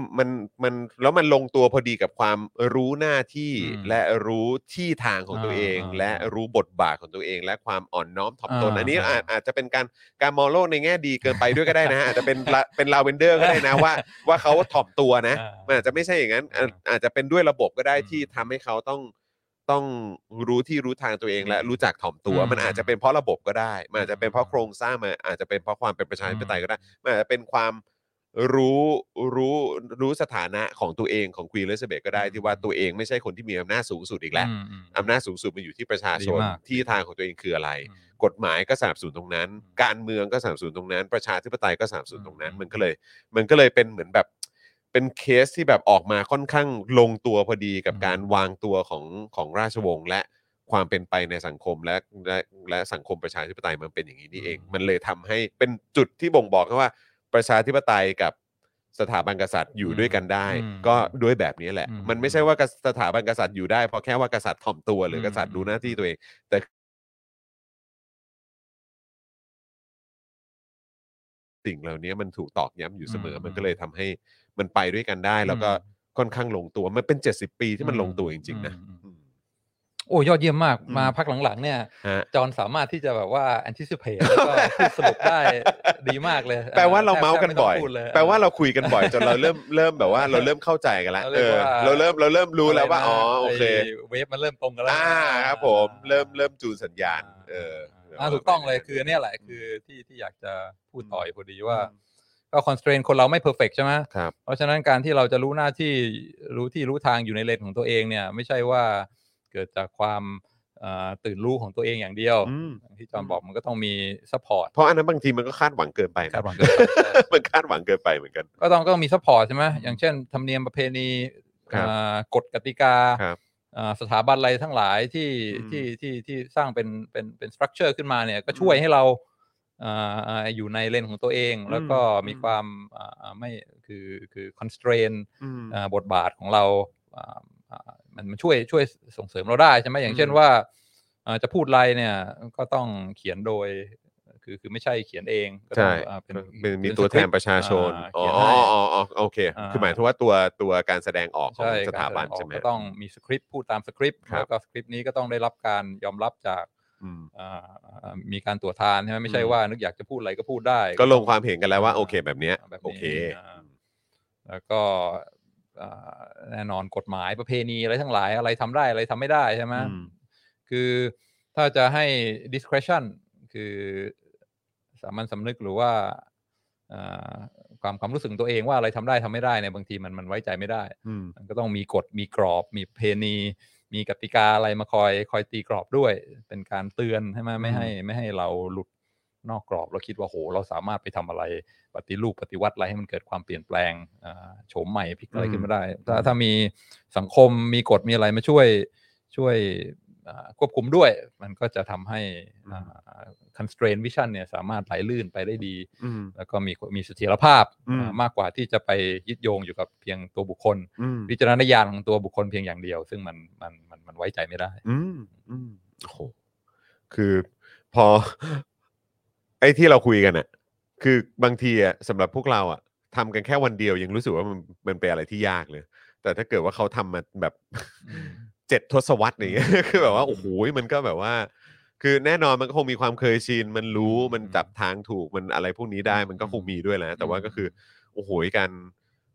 มมันมันแล้วมันลงตัวพอดีกับความรู้หน้าที่
อืม
และรู้ที่ทางของตัวเอง
อ่า
และรู้บทบาทของตัวเอง และความอ่อนน้อมถ่อมตน
อ่า
อันนี้
อ่า
อาจอาจจะเป็นการการมองโลกในแง่ดีเกินไปด้วยก็ได้นะ อาจจะเป็น ละเป็นลาเวนเดอร์ก็ได้นะว่าว่าเขาถ่อมตัวนะ
อ่ามั
มันอาจจะไม่ใช่อย่างนั้นอาจ
อ่า
อาจจะเป็นด้วยระบบก็ได้
อืม
ที่ทำให้เขาต้องต้องรู้ที่รู้ทางตัวเอง และรู้จักถ่อมตัว
อืม
มันอาจจะ เป็นเพราะระบบก็ได้ มันอาจจะเป็นเพราะโครงสร้างมันอาจจะเป็นเพราะความเป็นประชาธิปไตยก็ได้ มันอาจจะเป็นความรู้รู้รู้สถานะของตัวเองของควีนเลสเบตก็ได้ที่ว่าตัวเองไม่ใช่คนที่มีอำนาจสูงสุดอีกแล้ว
อืมอืม
อำนาจสูงสุดมันอยู่ที่ประชาชน
ดีมาก
ที่ทางของตัวเองคืออะไร
อืม
กฎหมายก็สนับสนุนตรงนั้น การเมืองก็สนับสนุนตรงนั้น ประชาธิปไตยก็สนับสนุนตรงนั้น
อืม
มันก็เลย มันก็เลยเป็นเหมือนแบบ เป็นเคสที่แบบออกมาค่อนข้างลงตัวพอดีกับการวางตัวของของราชวงศ์และความเป็นไปในสังคมและและและสังคมประชาธิปไตยมันเป็นอย่างนี้นี่เอง มันเลยทำให้เป็นจุดที่บ่งบอกว่าประชาธิปไตยกับสถาบันกษัตริย์อยู่ด้วยกันได้
อืม
ก็ด้วยแบบนี้แหละ
อืม
มันไม่ใช่ว่ากษัตริย์สถาบันกษัตริย์อยู่ได้เพราะแค่ว่ากษัตริย์ถ่อมตัวหรือกษัตริย์ดูหน้าที่ตัวเอง สิ่งเหล่านี้มันถูกตอกย้ำอยู่เสมอ
อืม
มันก็เลยทำให้มันไปด้วยกันได้ แล้วก็
อื
ค่อนข้างลงตัว มันเป็น 70 ปีที่มันลงตัวจริง ๆ นะ
อืม
อืม
โอ้ยอดเยี่ยมมาก
อืม
มาพักหลังๆเนี่ย
ฮะ
จอห์นสามารถที่จะแบบว่า anticipate แล้ว ก็พูดสรุปได้ดีมากเลย
แปลว่าเราเมาส์กันบ่อย
แทไม่ต้งพูดเลย
แปลว่าเราคุยกันบ่อยจนเรา เริ่มเริ่มแบบว่าเราเริ่มเข้าใจกันแล้ว
เรา
เอ
เรียก
อ
ว่า
เราเริ่มเราเริ่มรู้แล้วว่า
ะไนะ
อ๋อโอเค
ไเวฟมันเริ่มตรงกันแล้ว
อ่าครับผมเริ่มเริ่มจูนสัญญาณ เออ
อ่าถูกต้องเลยคือเนี่ยแหละคือที่ที่อยากจะพูดต่อยพอดีว่า ก็ constraint คนเราไม่ perfect ใช่ไหม
ครับ
เพราะฉะนั้นการที่เราจะรู้หน้าที่รู้ที่รู้ทางอยู่ในเลนของตัวเองเนี่ย ไม่ใช่ว่าเกิดจากความเอ่อตื่นรู้ของตัวเองอย่างเดียว
อืม
อย่างที่จอห์นบอกมันก็ต้องมี support
เพราะอันนั้นบางทีมันก็คาดหวังเกินไปนะ
คาดหวังเกินไป
มันคาดหวังเกินไปเหมือนกัน
ก็ต้องก็ต้องมี support ใช่ไหมอย่างเช่น ธรรมเนียมประเพณี
ครับ
เอ่อกฎกติกา
ครับ
เอ่อสถาบันอะไรทั้งหลายที่
อืม
ที่ที่ที่สร้างเป็นเป็นเป็น structure ขึ้นมาเนี่ยก็ช่วยให้เราเอ่อเอ่ออยู่ในเลนของตัวเอง แล้วก็
อืม
มีความเอ่อไม่คือคือ constraint
อืม
เอ่อบทบาทของเราอ่าอ่ามันมันช่วยช่วยส่งเสริมเราได้ใช่ไหมอย่างเช่น
อืม
ว่าเอ่อจะพูดอะไรเนี่ยก็ต้องเขียนโดย คือคือไม่ใช่เขียนเองก็ต้อง
ใช่
อ่าเป็น
เป็นมี
เป็
ตัวแทน
สคป
ประชาชน
อ่า
อ๋อ
เขียน
อ๋
ให้
ออ๋อโอเค
อ่า
คือหมายถึงว่าตัวตัวการแสดงออกของ
ใช่
สถาบัน
กรแสดงออก
ใช่ไหม
ก็ต้องมีสคริปต์พูดตามสคริปต์
ครับ
แล้วก็สคริปต์นี้ก็ต้องได้รับการยอมรับจาก
อืม
อ่าอ่ามีการตรวจทานใช่ไหมไม่ใช่
อืม
ว่านึกอยากจะพูดอะไรก็พูดได้
ก็ลงความเห็นกันแล้วว่าโอเคแบบเนี้ย
แบบนี้
โอเค
อ่า แล้วก็อ่าแน่นอนกฎหมายประเพณีอะไรทั้งหลายอะไรทำได้อะไรทำไม่ได้ใช่ไหม
อืม
คือถ้าจะให้ discretion คือสามัญสำนึกหรือว่าอ่าความความรู้สึกของตัวเองว่าอะไรทำได้ทำไม่ได้เนี่ยบางทีมันมันไว้ใจไม่ได้
อืม
มันก็ต้องมีกฎมีกรอบมีเพณี มีกติกาอะไรมาคอยคอยตีกรอบด้วย เป็นการเตือนใช่ไหมไม่ให้ไม่ให้เราหลุดนอกกรอบ เราคิดว่าโห เราสามารถไปทำอะไรปฏิรูปปฏิวัติอะไรให้มันเกิดความเปลี่ยนแปลงอ่าโฉมใหม่พลิกอะไรขึ้นมาได้ ถ้าถ้ามีสังคมมีกฎมีอะไรมาช่วยช่วยอ่าควบคุมด้วย มันก็จะทำให้อ่า constraint vision เนี่ยสามารถไหลลื่นไปได้ดี
อืม
แล้วก็มีมีเสถียรภาพ
อืม
อ่ามากกว่าที่จะไปยึดโยงอยู่กับเพียงตัวบุคคล
อืม
วิจารณญาณของตัวบุคคลเพียงอย่างเดียว ซึ่งมันมันมันมันไว้ใจไม่ได้
อืมอืมโอ้โหคือพอ ไอ้ที่เราคุยกันอะคือบางทีอะสำหรับพวกเราอะทำกันแค่วันเดียวยังรู้สึกว่ามันมันเป็นอะไรที่ยากเลย แต่ถ้าเกิดว่าเขาทำมาแบบ
อืม
เจ็ดทศวรรษอย่างเงี้ย คือแบบว่าโอ้โหมันก็แบบว่า คือแน่นอนมันก็คงมีความเคยชินมันรู้
อืม
มันจับทางถูกมันอะไรพวกนี้ได้
อืม
มันก็คงมีด้วยแหละแต่ว่า
อืม
ก็คือโอ้โหการ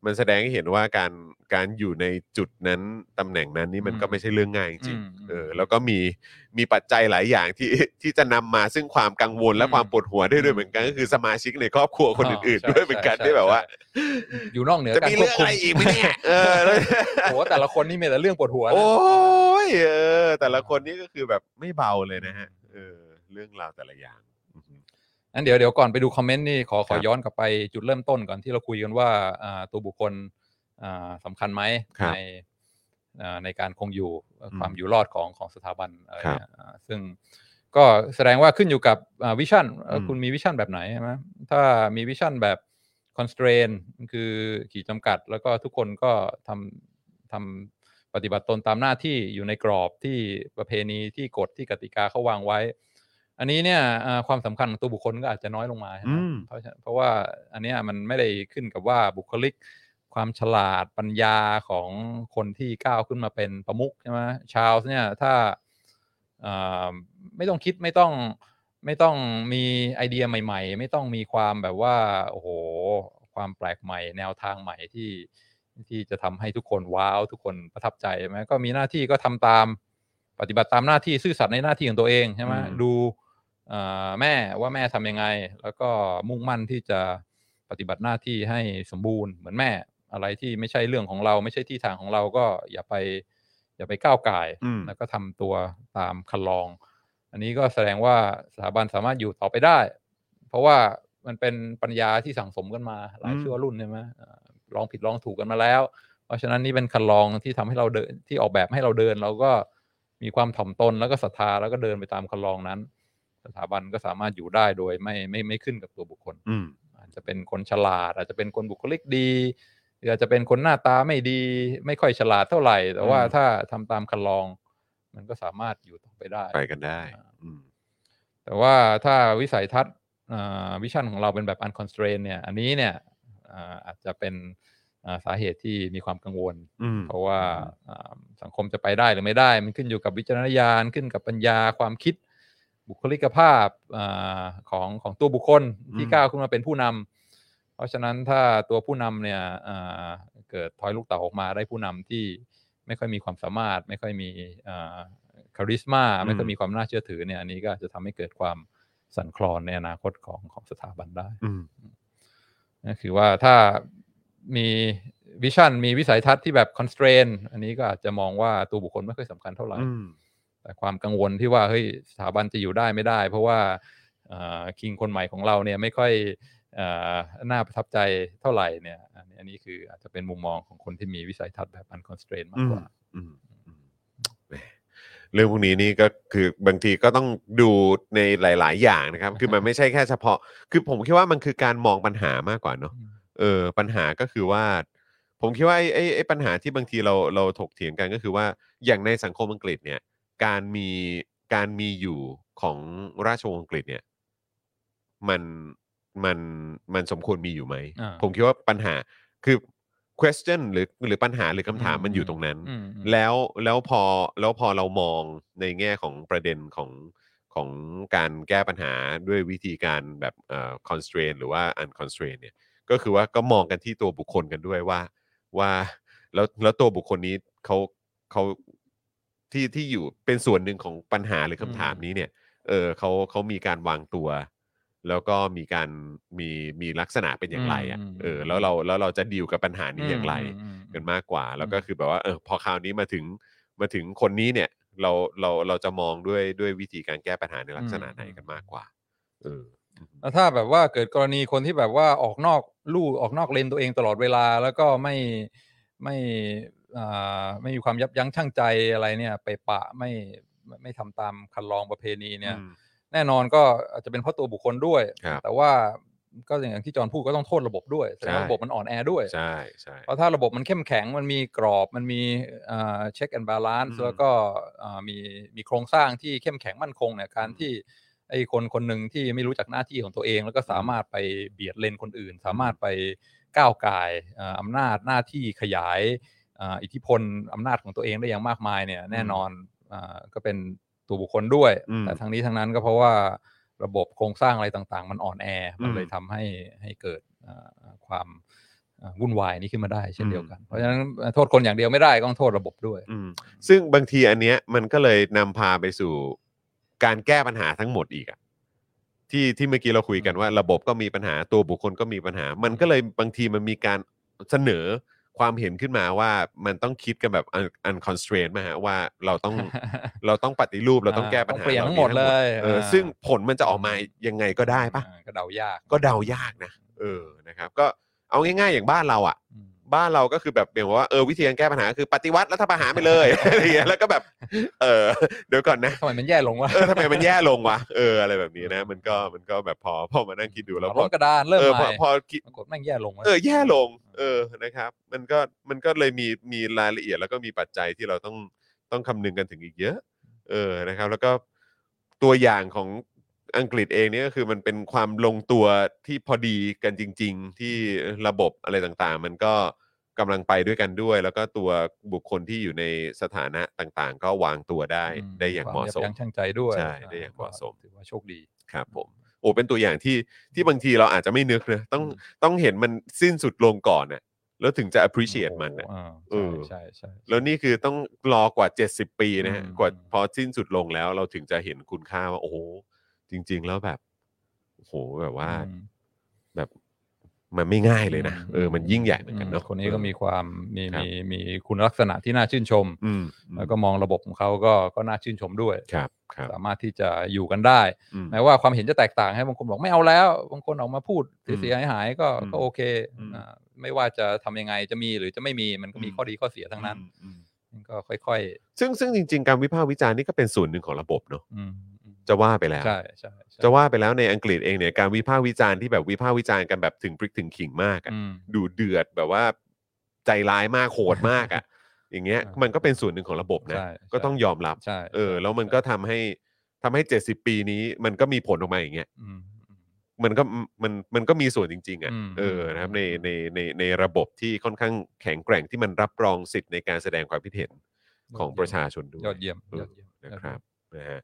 มันแสดงให้เห็นว่าการการอยู่ในจุดนั้นตำแหน่งนั้นนี่มันก็ไม่ใช่เรื่องง่ายจริงๆเออแล้วก็มีมีปัจจัยหลายอย่าง ที่ ที่จะนำมาซึ่งความกังวลและความปวดหัวได้ด้วยเหมือนกันก็คือสมาชิกในครอบครัวคนอื่นๆ
ใช่
ด้วยเหมือนกัน
ใช่
ที่แบบว่า
ใช่อยู่นอกเหนือ
จะ
การ
มี
คว
เรื่
บ
อง
คุ
อะ
ม
ไรอีกไหมเนี่ย เออแล้ว
โอ้โหแต่ละคนนี่มีแต่เรื่องปวดหัวนะ
โอ้ยเออ แต่ละคนนี่ก็คือแบบไม่เบาเลยนะฮะเออ เรื่องราวแต่ละอย่าง
งั้นเดี๋ยวเดี๋ยวก่อนไปดูคอมเมนต์นี่ขอข
ค
อ
รับ
ย้อนกลับไปจุดเริ่มต้นก่อนที่เราคุยกันว่าอ่าตัวบุคคลอ่าสำาคัญไหม
ครับ
ในอ่าในการคงอยู่
อืม
ความอยู่รอดของของสถาบันอะไร
ครับ
เนี่ยอ่าซึ่งก็แสดงว่าขึ้นอยู่กับวิชั่น
อืม
คุณมีวิชั่นแบบไหนใช่ไหมถ้ามีวิชั่นแบบ constraint คือขีดจำกัด แล้วก็ทุกคนก็ทำทำ ปฏิบัติตนตามหน้าที่อยู่ในกรอบที่ประเพณีที่กฎที่กติกาเขาวางไว้ อันนี้เนี่ยเอ่อความสำคัญของตัวบุคคลก็อาจจะน้อยลงมาใช่ไหม
อืม
เพราะฉะนั้นเพราะว่าอันเนี้ยมันไม่ได้ขึ้นกับว่าบุคลิก ความฉลาดปัญญาของคนที่ก้าวขึ้นมาเป็นประมุขใช่ไหมชาลส์เนี่ยถ้าเอ่อไม่ต้องคิดไม่ต้องไม่ต้องมีไอเดียใหม่ ๆ ไม่ต้องมีความแบบว่าโอ้โหความแปลกใหม่ แนวทางใหม่ที่ที่จะทำให้ทุกคนว้าวทุกคนประทับใจใช่ไหมก็มีหน้าที่ก็ทำตามปฏิบัติตามหน้าที่ซื่อสัตย์ในหน้าที่ของตัวเองใช่ไหม
อืม
ดู เอ่อแม่ว่าแม่ทำยังไง แล้วก็มุ่งมั่นที่จะปฏิบัติหน้าที่ให้สมบูรณ์เหมือนแม่อะไรที่ไม่ใช่เรื่องของเรา ไม่ใช่ที่ทางของเราก็อย่าไป อย่าไปก้าวไก่าย
อืม
แล้วก็ทำตัวตามคันลอง อันนี้ก็แสดงว่าสถาบันสามารถอยู่ต่อไปได้ เพราะว่ามันเป็นปัญญาที่สั่งสมกันมาหลาย
อืม
ชั่วรุ่นใช่ไหมเอ่อลองผิดลองถูกกันมาแล้ว เพราะฉะนั้นนี่เป็นคันลองที่ทำให้เราเดินที่ออกแบบให้เราเดินเราก็มีความถ่อมตนแล้วก็ศรัทธาแล้วก็เดินไปตามคันลองนั้น สถาบันก็สามารถอยู่ได้โดยไม่ไม่ไม่ขึ้นกับตัวบุคคล
อืม
อาจจะเป็นคนฉลาด อาจจะเป็นคนบุคลิกดีหรืออาจจะเป็นคนหน้าตาไม่ดี ไม่ค่อยฉลาดเท่าไหร่ แต่ว่า
อืม
ถ้าทำตามคันลอง มันก็สามารถอยู่ต่อไปได้
ไปกันได้อืม
แต่ว่าถ้าวิสัยทัศน์วิชั่นของเราเป็นแบบ unconstrained เนี่ย อันนี้เนี่ยอ่าอาจจะเป็นอ่าสาเหตุที่มีความกังวล
อืม
เพราะว่าอ่าสังคมจะไปได้หรือไม่ได้ มันขึ้นอยู่กับวิจารณญาณขึ้นกับปัญญาความคิด บุคลิกภาพอาของของตัวบุคคลที่
อืม
ก้าวขึ้นมาเป็นผู้นำเพราะฉะนั้นถ้าตัวผู้นำเนี่ยอ่าเกิดทอยลูกเต๋าออกมาได้ผู้นำที่ไม่ค่อยมีความสามารถ ไม่ค่อยมีคาริสมาไม่ค่อยมีความน่าเชื่อถือเนี่ยอันนี้ก็อาจจะทำให้เกิดความสั่นคลอนในอนาคตของของสถาบันได้
อืม
ก็คือว่าถ้ามีวิชั่นมีวิสัยทัศน์ที่แบบ constraint อันนี้ก็อาจจะมองว่าตัวบุคคลไม่ค่อยสำคัญเท่าไหร่
อืม
แต่ความกังวลที่ว่าเฮ้ยสถาบันจะอยู่ได้ไม่ได้ เพราะว่าคิงคนใหม่ของเราเนี่ยไม่ค่อยเอ่อน่าประทับใจเท่าไหร่เนี่ยอันนี้อันนี้คืออาจจะเป็นมุมมองของคนที่มีวิสัยทัศน์แบบ unconstrained มากกว่า
อืมอืมแหมเรื่องพวกนี้นี่ก็คือบางทีก็ต้องดูในหลาย ๆ อย่างนะครับ คือมันไม่ใช่แค่เฉพาะ คือผมคิดว่ามันคือการมองปัญหามากกว่าเนาะเออ ปัญหาก็คือว่า ผมคิดว่าไอ้ไอ้ไอ้ปัญหาที่บางทีเราเราถกเถียงกันก็คือว่าอย่างในสังคมอังกฤษเนี่ย การมีการมีอยู่ของราชวงศ์อังกฤษเนี่ย มันมันมันสมควรมีอยู่ไหม
อ่า
ผมคิดว่าปัญหาคือ question หรือหรือปัญหาหรือคำถามมันอยู่ตรงนั้น
อืมอืม
แล้วแล้วพอแล้วพอเรามองในแง่ของประเด็นของของการแก้ปัญหาด้วยวิธีการแบบเอ่อ constraint หรือว่า unconstraint เนี่ยก็คือว่าก็มองกันที่ตัวบุคคลกันด้วยว่าว่าแล้วแล้วตัวบุคคลนี้เขาเขาที่ที่อยู่เป็นส่วนหนึ่งของปัญหาหรือคำถาม
อืม
นี้เนี่ยเออเขาเขามีการวางตัว แล้วก็มีการมีมีลักษณะเป็นอย่างไรอ่ะเออแล้วเราแล้วเราจะดีลกับปัญหานี้อย่างไร
อืม
กันมากกว่า แล้วก็
อืม
คือแบบว่าเออพอคราวนี้มาถึงมาถึงคนนี้เนี่ย เราเราเราจะมองด้วยด้วยวิธีการแก้ปัญหาในลักษณะไหนกันมากกว่าเออ
แล้วถ้าแบบว่าเกิดกรณีคนที่แบบว่าออกนอกลู่ออกนอกเลนตัวเองตลอดเวลา แล้วก็ไม่ไม่อ่าไม่มีความยับยั้งชั่งใจอะไรเนี่ย ไปปะไม่ไม่ไม่ทำตามคันลองประเพณีเนี่ย
อืม
แน่นอนก็อาจจะเป็นเพราะตัวบุคคลด้วย
ครับ
แต่ว่าก็อย่างที่จอห์นพูดก็ต้องโทษระบบด้วยแสดงว่า
ใช่
ระบบมันอ่อนแอด้วย
ใช่ใช่
เพราะถ้าระบบมันเข้มแข็งมันมีกรอบมันมีเช็คแอนด์บาลาน
อื
ซ์
ม
แล้วก็เอ่อมีมีโครงสร้างที่เข้มแข็งมั่นคงเนี่ยการที่ไอ้คนคนหนึ่งที่ไม่รู้จักหน้าที่ของตัวเอง แล้วก็สามารถไปเบียดเลนคนอื่น สามารถไปก้าวก่ายเอ่ออำนาจหน้าที่ขยายเอ่ออิทธิพลอำนาจของตัวเองได้อย่างมากมายเนี่ยแน่นอนเอ่อก็เป็นตัวบุคคลด้วย
อืม
แต่ทั้งนี้ทั้งนั้นก็เพราะว่าระบบโครงสร้างอะไรต่างๆ มันอ่อนแอมัน
อืม
เลยทำให้ให้เกิดเอ่อความ อ่าวุ่นวายนี้ขึ้นมาได้เช่นเดียวกัน เพราะฉะนั้นเอ่อโทษคนอย่างเดียวไม่ได้ก็ต้องโทษระบบด้วย
อืมซึ่งบางทีอันเนี้ยมันก็เลยนำพาไปสู่การแก้ปัญหาทั้งหมดอีกอะที่ที่เมื่อกี้เราคุยกันว่า ระบบก็มีปัญหาตัวบุคคลก็มีปัญหา มันก็เลยบางทีมันมีการเสนอความเห็นขึ้นมาว่ามันต้องคิดกันแบบอันคอนสเตรนต์มาฮะว่าเราต้อง เราต้องปฏิรูปเราต้อง
อ่า
แก้ปัญหา
ต้องเปลี่ยน
า
ทั้งหมดเลย
เอออา ซึ่งผลมันจะออกมายังไงก็ได้ปะ
อ่าก็เดายาก
ก็เดายากนะเออนะครับ ก็เอาง่าย ๆ อย่างบ้านเราอ่ะ
อืม
บ้านเราก็คือแบบเปลี่ยนว่าเออวิธีการแก้ปัญหาคือปฏิวัติรัฐประหารไปเลย อะไรอย่างเงี้ยแล้วก็แบบ เออเดี๋ยวก่อนนะ
ทำไมมันแย่ลงวะ
เออทำไมมันแย่ลงวะเอออะไรแบบนี้นะ มันก็มันก็แบบพอพอมานั่งคิดดูแล้ว
เอา
พ
ล้
อ
มกระดานเริ่ม
เออ
ให
พอ
ม่
พอคิด
ปรากฏแม่งแย่ลงวะ
เออแย่ลง เออนะครับ มันก็มันก็เลยมีมีรายละเอียดแล้วก็มีปัจจัยที่เราต้องต้องคำนึงกันถึงอีกเยอะ เออนะครับ แล้วก็ตัวอย่างของอังกฤษเองเนี่ยก็คือมันเป็นความลงตัวที่พอดีกันจริง ๆ ที่ระบบอะไรต่างๆ มันก็กำลังไปด้วยกันด้วย แล้วก็ตัวบุคคลที่อยู่ในสถานะต่างๆ ก็วางตัวได้
อื
ได้อย่างเหมาะส
คว
ม
ยับยั้งชั่งใจด้วย
ใช่ได้อย่างเหมาะสม
ถือว่าโชคดี
ครับผมโอ้เป็นตัวอย่างที่ที่บางทีเราอาจจะไม่นึกนะต้อง
อืม
ต้องเห็นมันสิ้นสุดลงก่อนน่ะแล้วถึงจะ appreciate มันน่ะ
โอ้
เอ
โห
อ
ใช่ใช่ใช่
แล้วนี่คือต้องรอกว่า 70 ปีนะฮะ
อืม
กว่าพอสิ้นสุดลงแล้วเราถึงจะเห็นคุณค่าว่า โอ้โหจริง ๆ แล้วแบบโอ้โหแบบว่า
อืม
แบบมันไม่ง่ายเลยนะเออมันยิ่งใหญ่เหมือนกันเนาะ
อืมคนนี้ก็มีความมี
ครับ
มีมีคุณลักษณะที่น่าชื่นชม
อืม
แล้วก็มองระบบของเขาก็ก็น่าชื่นชมด้วย
ครับครับ
สามารถที่จะอยู่กันได้
อืม
แม้ว่าความเห็นจะแตกต่างให้บางคนบอกไม่เอาแล้วบางคนออกมาพูด
อืม
เสียหายหายๆก็
อืม
ก็โอเค
อืม
อ่าไม่ว่าจะทำยังไงจะมีหรือจะไม่มีมันก็มี
อืม
ข้อดีข้อเสียทั้งนั้น
อืม
มันก็ค่อย
ซึ่งซึ่งจริง ๆ การวิพากษ์วิจารณ์นี่ก็เป็นส่วนหนึ่งของระบบเนาะ
ๆ อืมอืม
จะว่าไปแล้ว
ใช่ใช่ใช่
จะว่าไปแล้วในอังกฤษเองเนี่ยการวิพากษ์วิจารณ์ที่แบบวิพากษ์วิจารณ์กันแบบถึงพริกถึงขิงมากอะ
อืม
ดูเดือดแบบว่าใจร้ายมากโหดมากอะ อย่างเงี้ย
ใช่
มันก็เป็นส่วนหนึ่งของระบบนะ
ใช่
ก็ต้อง
ใช่
ยอมรับ
ใช่
เออ แล้วมันก็ทำให้ทำให้ 70 ปีนี้มันก็มีผลออกมาอย่างเงี้ย
อืมอืม
มันก็มันมันก็มีส่วนจริง ๆอะ
อืม
เออนะครับใน
อืม
ในในในระบบที่ค่อนข้างแข็งแกร่งที่มันรับรองสิทธิ์ในการแสดงความคิดเห็นของประชาชนด้วย
ยอดเยี่ยม
เออ
ยอดเยี่ยม
นะ
ยอดเยี่ยม
ครับนะฮะ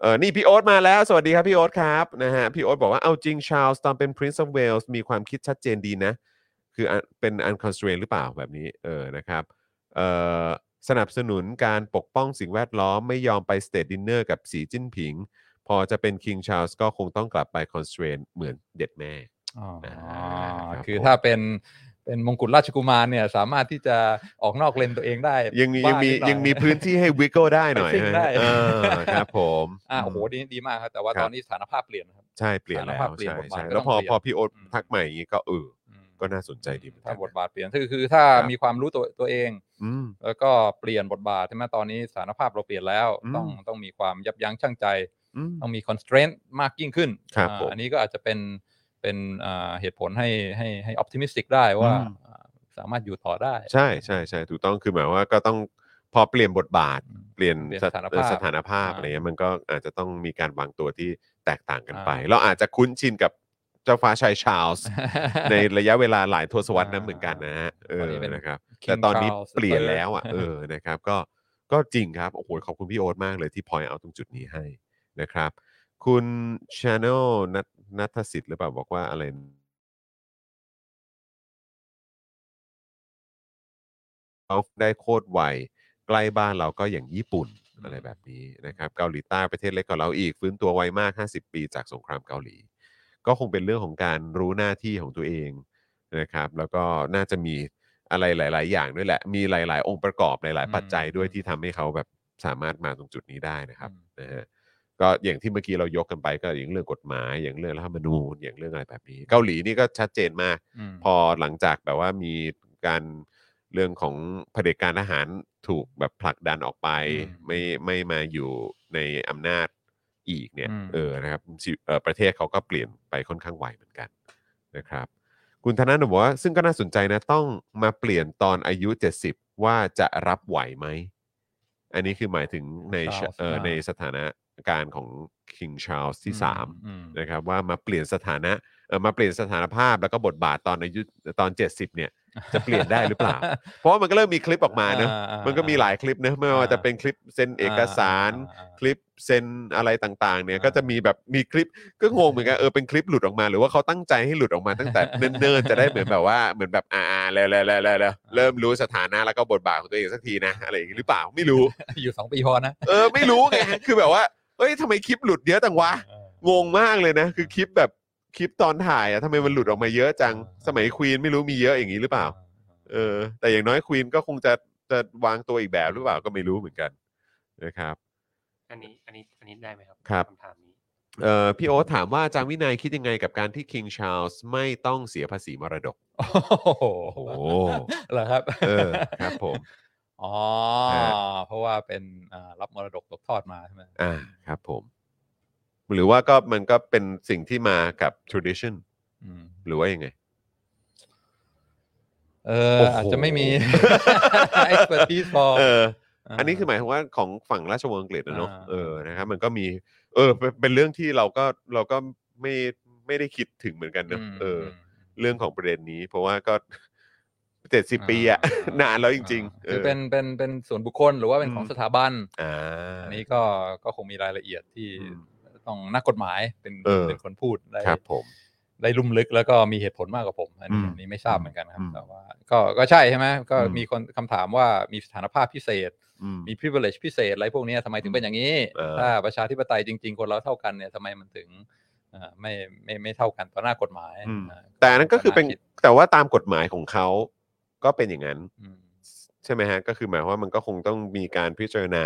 เออนี่พี่โอ๊ตมาแล้ว สวัสดีครับพี่โอ๊ตครับนะฮะพี่โอ๊ตบอกว่าเอาจริงชาลส์ตอนเป็น Prince of Wales มีความคิดชัดเจนดีนะ คืออันเป็น unconstrained หรือเปล่าแบบนี้เออนะครับเออสนับสนุนการปกป้องสิ่งแวดล้อมไม่ยอมไปสเต t ดินเนอร์กับสีจิ้นผิง พอจะเป็นคิงชาลส์ก็คงต้องกลับไป constrained เหมือนเด็ดแม่
อ๋อ
ครับ
คือ
ผม
ถ้าเป็นเป็นมงกุฎราชกุมารเนี่ยสามารถที่จะออกนอกเลนตัวเองได้
ยังมียังมี
บ้านิดหน่อ
ยังมีพื้นที่ให้วิก g ก e ได้หน่อย
ซิ่ง
ฮะ
ได้
เออครับผม
อ่าโอ้โหดีดีมากครับ แต่ว่า
ค
ต
รั
อบ นนี้สถานภาพเปลี่ยนนะครับ
ใช่เปลี่ยน
สาร
แล้ว
ภาพเปลี่ยน
ใช่
บทบาท
ใช่
ก็
แล้วพอ
ต้องเปลี่ยน
พอพี่โอ๊ต
อืม
ทักใหม่อย่างนี้ก็เออ
อืม
ก็น่าสนใจดีเหมือนกั
ถ้าน บทบาทเปลี่ยนคือคือถ้า
ครับ
มีความรู้ตัวตัวเอง
อืม
แล้วก็เปลี่ยนบทบาทใช่ไหมตอนนี้สถานภาพเราเปลี่ยนแล้ว
อืม
ต้องต้องมีความยับยั้งชั่งใจ
อืม
ต้องมี constraint มากยิ่งขึ้น
ครับ
อ่า
ผม
อันนี้ก็อาจจะเป็นเป็นอ่าเหตุผลให้ให้ให้ optimistic ได้ว่า
อืม
อ่าสามารถอยู่ต่อได้
ใช่ใช่ใช่ถูกต้องคือหมายว่าก็ต้องพอเปลี่ยนบทบาท เปลี่ยน
เปลี่ยน
ส
สถาน
เอ่อ
ภาพ
สถานภาพ
อ่า
อะไรเงี้ยมันก็อาจจะต้องมีการวางตัวที่แตกต่างกันไป
อ่า
เราอาจจะคุ้นชินกับเจ้าฟ้าชายชาร์ลส์ ในระยะเวลาหลายทศวรรษนั้นเหมือนกันนะฮะเอ
ตอ
อ
นนี้เป็น
นะครับ
King
แต่ตอนนี้
Charles
เปลี่ยน
III
แล้วอ่ะเออนะครับก็ก็จริงครับ โอ้โห ขอบคุณพี่โอ๊ตมากเลยที่พอยเอาตรงจุดนี้ให้นะครับ คุณชาโนนัทนัทสิทธิ์หรือเปล่าบอกว่าอะไร เขาได้โคตรไวใกล้บ้านเราก็อย่างญี่ปุ่น
อืม
อะไรแบบนี้นะครับเกาหลีใต้ประเทศเล็กกว่าเราอีก ฟื้นตัวไวมาก 50 ปีจากสงครามเกาหลี ก็คงเป็นเรื่องของการรู้หน้าที่ของตัวเองนะครับ แล้วก็น่าจะมีอะไรหลาย ๆ อย่างด้วยแหละ มีหลาย ๆ องค์ประกอบหลาย ๆ ปัจจัยด้วยที่ทำให้เขาแบบสามารถมาตรงจุดนี้ได้นะครับ
อืม
นะฮะก็อย่างที่เมื่อกี้เรายกกันไปก็อย่างเรื่องกฎหมาย อย่างเรื่องรัฐธรรมนูญอย่างเรื่องอะไรแบบนี้ เกาหลีนี่ก็ชัดเจนมาก
ม
พอหลังจากแบบว่ามีการเรื่องของเผด็จการทหารถูกแบบผลักดันออกไป
อืม
ไม่ไม่มาอยู่ในอำนาจอีกเนี่ย
อืม
เออนะครับชีวิตเอ่อประเทศเขาก็เปลี่ยนไปค่อนข้างไวเหมือนกันนะครับ คุณธนาหนูบอกว่าซึ่งก็น่าสนใจนะ ต้องมาเปลี่ยนตอนอายุ 70 ว่าจะรับไหวไหม อันนี้คือหมายถึงในชะ
Charles
เอ่อ
อ่า
ในสถานะการณ์ของ King Charles ที่ 3
อืม
นะครับว่ามาเปลี่ยนสถานะเอ่อมาเปลี่ยนสถานภาพแล้วก็บทบาทตอนอายุตอน 70 เนี่ย จะเปลี่ยนได้หรือเปล่า เพราะว่ามันก็เริ่มมีคลิปออกมาเนอะ
อ่อ่
มันก็มีหลายคลิปนะไม่ว่าจะเป็นคลิปเซ็นเอกสาร
อ่า
คลิปเซ็นอะไรต่างๆ เนี่ย
อ่า
ก็จะมีแบบมีคลิปก็งงเหมือนกันเออเป็นคลิปหลุดออกมา หรือว่าเขาตั้งใจให้หลุดออกมาตั้งแต่ เนิ่นๆจะได้เหมือนแบบว่าเหมือนแบบอ่าๆแล้วแล้วแล้วแล้วแล้วเริ่มรู้สถานะแล้วก็บทบาทของตัวเองสักทีนะอะไรอย่างนี้หรือเปล่าไม่รู้
อยู่สองปีพอนะ
เออไม่รู้ไงคือแบบว่าเอ้ยทำไมคลิปหลุดเยอะจังวะ
เออ
งงมากเลยนะ คือคลิปแบบคลิปตอนถ่ายอะทำไมมันหลุดออกมาเยอะจัง
อ่า
สมัยควีนไม่รู้มีเยอะอย่างนี้หรือเปล่า เออ แต่อย่างน้อยควีนก็คงจะจะวางตัวอีกแบบหรือเปล่าก็ไม่รู้เหมือนกันนะครับ
อันนี้อันนี้อันนี้ได้ไหมครับ
ครับ
คำถามนี้
เออพี่โอ๊ตถามว่าอาจารย์วินัยคิดยังไงกับการที่ King Charles ไม่ต้องเสียภาษีมรดก
โอ้โห
โอ้โห
เหรอครับ
เออครับผม
อ๋อ
ฮะ
เพราะว่าเป็นอ่ารับมรดกตกทอดมาใช่ไหม
อ่าครับผม หรือว่าก็มันก็เป็นสิ่งที่มากับ tradition
อืม
หรือว่ายังไง
เออ
โอ้โห
อาจจะไม่ มี expertise for
เออ
า
อันนี้คือหมายความว่าของฝั่งราชวงศ์อังกฤษนะเนาะ
อ่า
เออนะครับมันก็มี เออเป็นเป็นเรื่องที่เราก็เราก็ไม่ไม่ได้คิดถึงเหมือนกันนะ
ม
เอออ
ม
เรื่องของประเด็นนี้ เพราะว่าก็ เจ็ดสิบปีอะ นานแล้วจริงๆ
หรือ
เออ
เป็นเป็นเป็นส่วนบุคคลหรือว่าเป็นของ
อืม
สถาบัน
อ่า
อันนี้ก็ก็คงมีรายละเอียดที่
อืม
ต้องนักกฎหมายเป็น
เออ
เป็นคนพูดได้
ครับผม
ได้ลุ่มลึกแล้วก็มีเหตุผลมากกว่าผม อันนี้
อืม
อันนี้ไม่ทราบเหมือนกันครั
อื
บ
ม
แต่ว่าก็ก็ใช่ใช่ไหมก็
อืม
มีคนคำถามว่ามีสถานภาพพิเศษ
อืม
มี privilege พิเศษอะไรพวกเนี้ยทำไมถึงเป็นอย่างนี้
เออ
ถ้าประชาธิปไตยจริง ๆ คนเราเท่ากันเนี่ยทำไมมันถึงเอ่อไม่ไม่ไม่เท่ากันต่อหน้ากฎหมาย
อืม
อ่า
แต่อันนั้นก็คือเป็น
าด
แต่ว่าตามกฎหมายของเขาก็เป็นอย่างนั้น
อืม
ใช่ไหมฮะ ก็คือหมายความว่ามันก็คงต้องมีการพิจารณา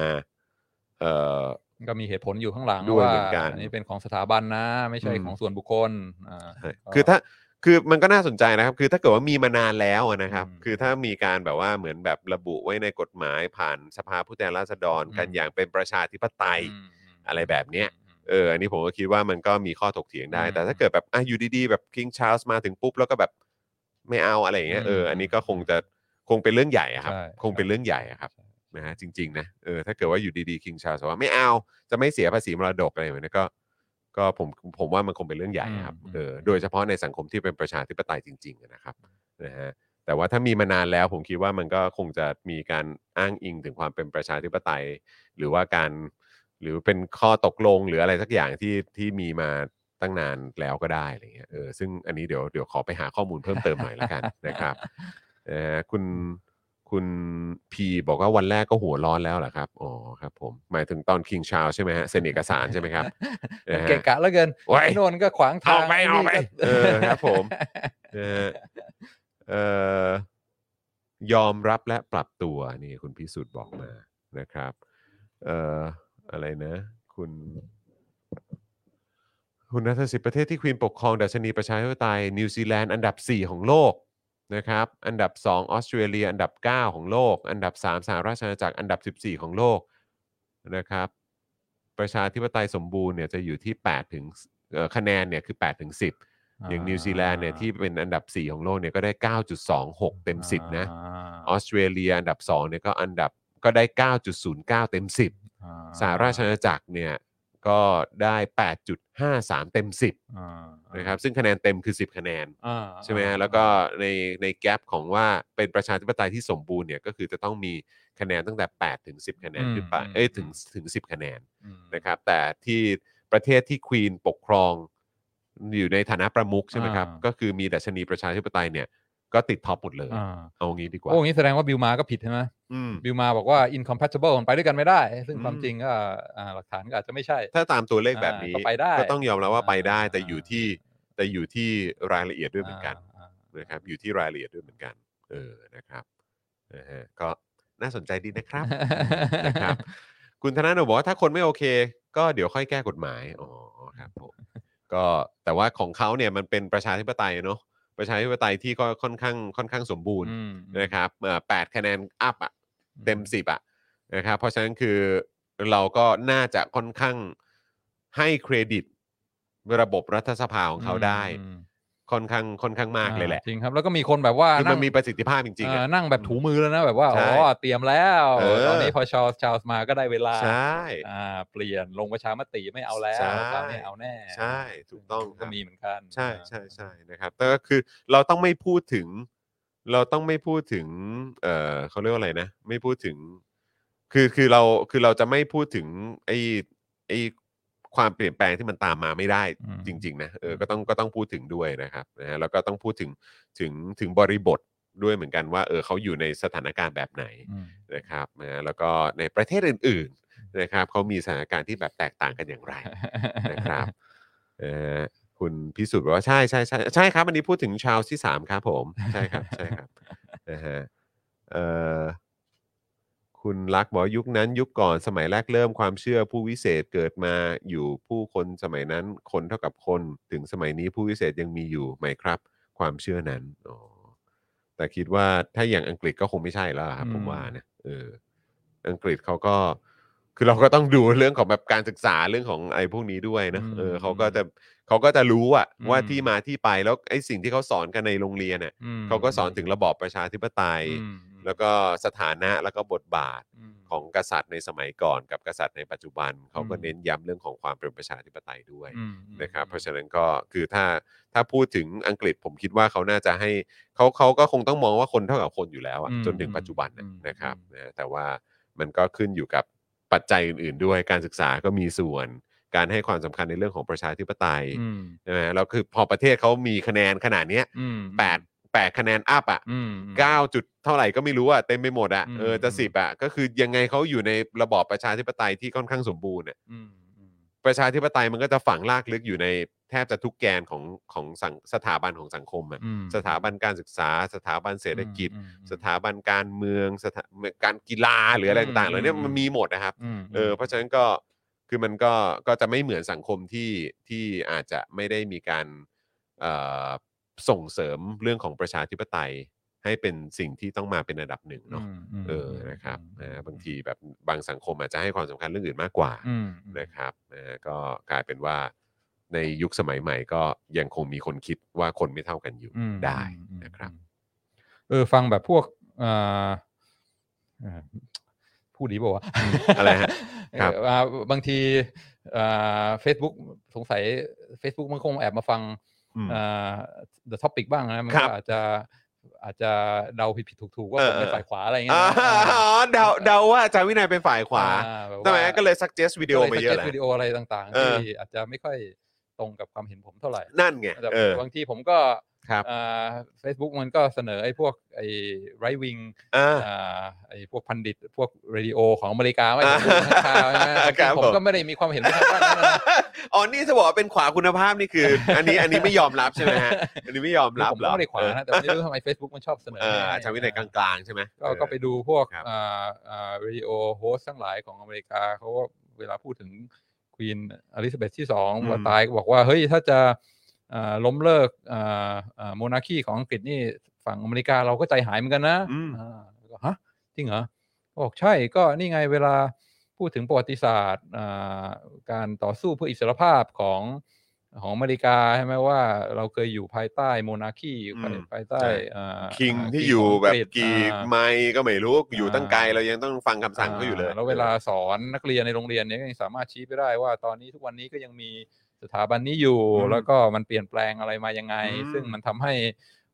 เอ่อ
ก็มีเหตุผลอยู่ข้างหลัง
ด้วย
ว่า
เหมือนกัน
อันนี้เป็นของสถาบันนะ ไม่ใช่
อืม
ของส่วนบุคคลอ่า
ใช่คือถ้าคือมันก็น่าสนใจนะครับ คือถ้าเกิดว่ามีมานานแล้วอะนะครับ
อืม
คือถ้ามีการแบบว่าเหมือนแบบระบุไว้ในกฎหมายผ่านสภาผู้แทนราษฎร
อืม
กันอย่างเป็นประชาธิปไตย
อืมม
อะไรแบบเนี้ย เออ อันนี้ผมก็คิดว่ามันก็มีข้อถกเถียงได้
อืม
แต่ถ้าเกิดแบบอ่ะอยู่ดีๆ แบบคิงชาร์ลส์มาถึงปุ๊บ แล้วก็แบบไม่เอาอะไรอย่างเงี้ย เออ อันนี้ก็คงจะคงเป็นเรื่องใหญ่อะครับ
ใช่
คงเป็นเรื่องใหญ่อะครับ นะฮะจริง ๆ นะ เออ ถ้าเกิดว่าอยู่ดีๆ คิงชาร์ลส์บอกว่าไม่เอา จะไม่เสียภาษีมรดกอะไรแบบนี้ก็ ก็ผมผมว่ามันคงเป็นเรื่องใหญ่ครับ
อืม
เออ โดยเฉพาะในสังคมที่เป็นประชาธิปไตยจริงๆอะนะครับ นะฮะ แต่ว่าถ้ามีมานานแล้วผมคิดว่ามันก็คงจะมีการอ้างอิงถึงความเป็นประชาธิปไตย หรือว่าการหรือเป็นข้อตกลงหรืออะไรสักอย่างที่ที่มีมาตั้งนานแล้วก็ได้อะไรเงี้ยเออซึ่งอันนี้เดี๋ยวเดี๋ยวขอไปหาข้อมูลเพิ่มเติมหน่อยละกัน นะครับเออคุณคุณพีบอกว่าวันแรกก็หัวร้อนแล้วเหรอครับอ๋อครับผมหมายถึงตอนคิงชา s ใช่ไหมฮะเซ็นเอกสารใช่ไหมครับ นะฮะ
เก่งกะแล้วเกิน
โอ้ย
ไอ้โนนก็ขวางทาง
ออกไปออกไปเออ
นี่ก็
ครับผม นะฮะเอ่อยอมรับและปรับตัวนี่คุณพิสุทธิ์บอกมานะครับเอ่ออะไรนะ คุณ คุณนัทสิทธิ์ประเทศที่ควีนปกครองดัชนีประชาธิปไตยนิวซีแลนด์อันดับ 4 ของโลกนะครับ อันดับ 2 ออสเตรเลีย อันดับ 9 ของโลก อันดับ 3 สหราชอาณาจักรอันดับ 14 ของโลกนะครับ ประชาธิปไตยสมบูรณ์เนี่ยจะอยู่ที่8ถึงเอ่อคะแนนเนี่ยคือ8ถึง10 อย่างนิวซีแลนด์เนี่ยที่เป็นอันดับ 4 ของโลกเนี่ยก็ได้ 9.26 เต็ม 10 นะ ออสเตรเลียอันดับ 2 เนี่ยก็อันดับก็ได้ 9.09 เต็ม 10
อ่
สหราชอาณาจักรเนี่ยก็ได้ 8.53 เต็ม
อ่า
10นะครับซึ่งคะแนนเต็มคือ 10 คะแนน
อ่า
ใช่ไหมฮะแล้วก็ในในแกลบของว่าเป็นประชาธิปไตยที่สมบูรณ์เนี่ยก็คือจะต้องมีคะแนนตั้งแต่ 8 ถึง 10 คะแนนขึ้นไปเอ้ยถึงถึง 10 คะแนน
อืม
นะครับแต่ที่ประเทศที่ควีนปกครองอยู่ในฐานะประมุขใช่ไหมครับ
อ่า
ก็คือมีดัชนีประชาธิปไตยเนี่ย ก็ติดท็อปหมดเลย
อ่า
เอางี้ดีกว่า
โอ้งี้แสดงว่าบิลมาก็ผิดใช่ไหม
อืม
บิลมาบอกว่า incompatible มันไปด้วยกันไม่ได้ ซึ่ง
อืม
ความจริงก็อ่าหลักฐานก็อาจจะไม่ใช่
ถ้าตามตัวเลขแบบนี้
อ่าก็ไปได้
ต้องยอมรับว่าไปได้
อ่า
แต่อยู่ที่แต่อยู่ที่รายละเอียดด้วยเหมือนกัน
อ่า
นะครับ อยู่ที่รายละเอียดด้วยเหมือนกัน เออนะครับนะฮะก็น่าสนใจดีนะครับ นะครับ คุณธนาโนบอกว่าถ้าคนไม่โอเค ก็เดี๋ยวค่อยแก้กฎหมาย อ๋อครับผม ก็แต่ว่าของเขาเนี่ยมันเป็นประชาธิปไตยเนอะประชาธิปไตยที่ก็ค่อนข้างค่อนข้างสมบูรณ์
อืม
นะครับเอ่อแปดคะแนนอัพอะเต็มสิบอะนะครับเพราะฉะนั้นคือเราก็น่าจะค่อนข้างให้เครดิตระบบรัฐสภาของเขาได้
อืม
ค่อนข้างค่อนข้างมากเลยแหละ
จริงครับ แล้วก็มีคนแบบว่า
คือมัน
ง
มีประสิทธิภาพจริงๆ
เอ
อะ
อนั่งแบบถูมือแล้วนะ แบบว่า
ใช่
อ๋อเตรียมแล้ว
เออ
ตอนนี้พอชาร์ลส์ชาร์ลส์มาก็ได้เวลา
ใช่
อ่า เปลี่ยนลงประชามติไม่เอาแล้ว
ใช่
คราวนี้เอาแน่
ใช่ถูกต้องครับ
ก็มีเหมือนกัน
ใช่ใช่ใช่นะครับแต่ก็คือเราต้องไม่พูดถึง เราต้องไม่พูดถึง เออเขาเรียกว่าอะไรนะ ไม่พูดถึง คือคือเราคือเราจะไม่พูดถึงไอ้ไอ้ความเปลี่ยนแปลงที่มันตามมาไม่ได้
อืม
จริง ๆ นะเออก็ต้องก็ต้องพูดถึงด้วยนะครับนะฮะแล้วก็ต้องพูดถึงถึงถึงบริบทด้วยเหมือนกันว่าเออเขาอยู่ในสถานการณ์แบบไหน
อืม
นะครับนะฮะแล้วก็ในประเทศอื่น ๆนะครับเขามีสถานการณ์ที่แบบแตกต่างกันอย่างไร นะครับ เอ่อคุณพิสุทธิ์บอกว่าใช่ใช่ใช่ใช่ครับอันนี้พูดถึงชาวที่สามครับผม ใช่ครับ ใช่ครับ นะฮะเอ่อคุณลักษณ์บอกว่ายุคนั้นยุคก่อนสมัยแรกเริ่มความเชื่อผู้วิเศษเกิดมาอยู่ผู้คนสมัยนั้นคนเท่ากับคน ถึงสมัยนี้ผู้วิเศษยังมีอยู่ไหมครับ ความเชื่อนั้นอ๋อแต่คิดว่าถ้าอย่างอังกฤษก็คงไม่ใช่แล้วล่ะครับผม
อืม
ว่านะเอออังกฤษเขาก็ คือเราก็ต้องดูเรื่องของแบบการศึกษาเรื่องของไอ้พวกนี้ด้วยนะ
อืม
เออเขาก็จะเขาก็จะรู้อะ
อืม
ว่าที่มาที่ไปแล้วไอ้สิ่งที่เขาสอนกันในโรงเรียนเนี่ย
อืม
เขาก็สอนถึงระบอบประชาธิปไตย
อืม
แล้วก็สถานะแล้วก็บทบาท
อืม
ของกษัตริย์ในสมัยก่อน กับกษัตริย์ในปัจจุบันเขาก็
อืม
เน้นย้ำเรื่องของความเป็นประชาธิปไตยด้วย
อืม
นะครับเพราะฉะนั้นก็คือถ้าถ้าพูดถึงอังกฤษผมคิดว่าเขาน่าจะให้เขาเขาก็คงต้องมองว่าคนเท่ากับคนอยู่แล้วอะ
อืม
จนถึงปัจจุบันน่ะ
อืม
นะครับ
อืม
นะแต่ว่ามันก็ขึ้นอยู่กับปัจจัยอื่น ๆ ด้วยการศึกษาก็มีส่วน การให้ความสำคัญในเรื่องของประชาธิปไตย
อืม
ใช่ไหมแล้วคือพอประเทศเขามีคะแนนขนาดเนี้ย
อืม
แปดแปดคะแนนอัพอ่ะ
อืม
เก้าจุดเท่าไหร่ก็ไม่รู้อ่ะเต็มไปหมดอ่ะ
อืม
เออจะ
อืม
สิบอ่ะก็คือยังไงเขาอยู่ในระบอบประชาธิปไตยที่ค่อนข้างสมบูรณ์อ่ะ
อืมอืม
ประชาธิปไตยมันก็จะฝังลากลึกอยู่ในแทบจะทุกแกนของของสังสถาบันของสังคมอะ
อืม
สถาบันการศึกษา สถาบันเศรษฐกิจ
อืมอืม
สถาบันการเมืองสถาการกีฬาหรืออะไร
อืม
ต่างๆเหล่านี้
อืม
มันมีหมดนะครับ
ม
เออเพราะฉะนั้นก็คือมันก็ก็จะไม่เหมือนสังคมที่ที่อาจจะไม่ได้มีการเอ่อส่งเสริมเรื่องของประชาธิปไตย ให้เป็นสิ่งที่ต้องมาเป็นอันดับหนึ่งเนาะ
มม
เออนะครับ
อืม
นะบางทีแบบบางสังคมอาจจะให้ความสำคัญเรื่องอื่นมากกว่า
อืม
นะครับนะฮะก็กลายเป็นว่าในยุคสมัยใหม่ก็ยังคงมีคนคิดว่าคนไม่เท่ากันอยู่
อืม
ได้
อืม
นะครับ
อืมเออฟังแบบพวกเอ่อเอ่อพูดดีป่าวะ
อะไรฮะครับ
เอ่อว่าบางทีเฟซบุ๊กสงสัย Facebook มันคงแอบมาฟัง
อืม
เอ่อ The Topic บ้างนะมัน
ครั
ก็
บ
อาจจะอาจจะเดาผิดผิดถูกถูกๆว่า
เอ
ผ
อ
มเป็น
เออ
ฝ่ายขวาอะไรอย่าง
อ๋
เงี้ยนะ
อ เดาเดาว่าอาจารย์วินัยเป็นฝ่ายขวา
อ่แบบว่า
ทำไมก็เลย suggest วิดีโอมาเยอะ
ก็
แหละ
วิดีโออะไรต่างๆ
เออ
ที่อาจจะไม่ค่อยตรงกับความเห็นผมเท่าไหร่
นั่นไง
แต่
เออบ
างทีผมก็
ครับ
เฟซบุ๊กมันก็เสนอไอ้พวกไอ้ไรวิง
อ่า
ไอ้พวกพันดิต พวกเรดิโอของอเมริกาไว้
อ่า
ผมดูข่าวนะ
อ่าครับ
ผม
ผม
ก็ไม่ได้มีความเห็นไปทางด้านนั้นนะ
อ๋อนี่จะบอกว่าเป็นขวาคุณภาพนี่คือ อันนี้อันนี้ไม่ยอมรับใช่ไหมฮะอันนี้ไม่ยอมรับ
ผม
เหร
ก็
อ
ไม่ได้ขวางนะแต่ไม่รู้ทำไม Facebook มันชอบเสนอ
เออ
ให้
อาจารย์วินัยกลางๆใช่ไหม
ก็ก็ไปดูพวก
ครับ
อ่าอ่าเรดิโอโฮสทั้งหลายของอเมริกาเขาก็เวลาพูดถึงควีนอลิซาเบธที่สองว่าตายก็บอกว่า เฮ้ย ถ้าจะอ่าล้มเลิกโมนาคีของอังกฤษนี่ฝั่งอเมริกาเราก็ใจหายเหมือนกันนะ
อืม
อ่าแล้วก็ฮะจริงเหรอบอกใช่ก็นี่ไงเวลาพูดถึงประวัติศาสตร์อ่าการต่อสู้เพื่ออิสรภาพของของอเมริกาใช่ไหมว่าเราเคยอยู่ภายใต้โมนาคี
อืม
ภายใต้
ใช่
อ่า
คิง
า
ที่
King
อยู่
ขง
แบบ
อังฤษ
กี่
อ่า
ไมล์ก็ไม่รู้อยู่
อ่า
ตั้งไกลเรายังต้องฟังคำสั่งเขาอยู่เลย
แล้วเวลาสอนนักเรียนในโรงเรียนเนี่ยก็ยังสามารถชี้ไปได้ว่า ตอนนี้ทุกวันนี้ก็ยังมีสถาบันนี้อยู่
อืม
แล้วก็มันเปลี่ยนแปลงอะไรมายังไง
อืม
ซึ่งมันทำให้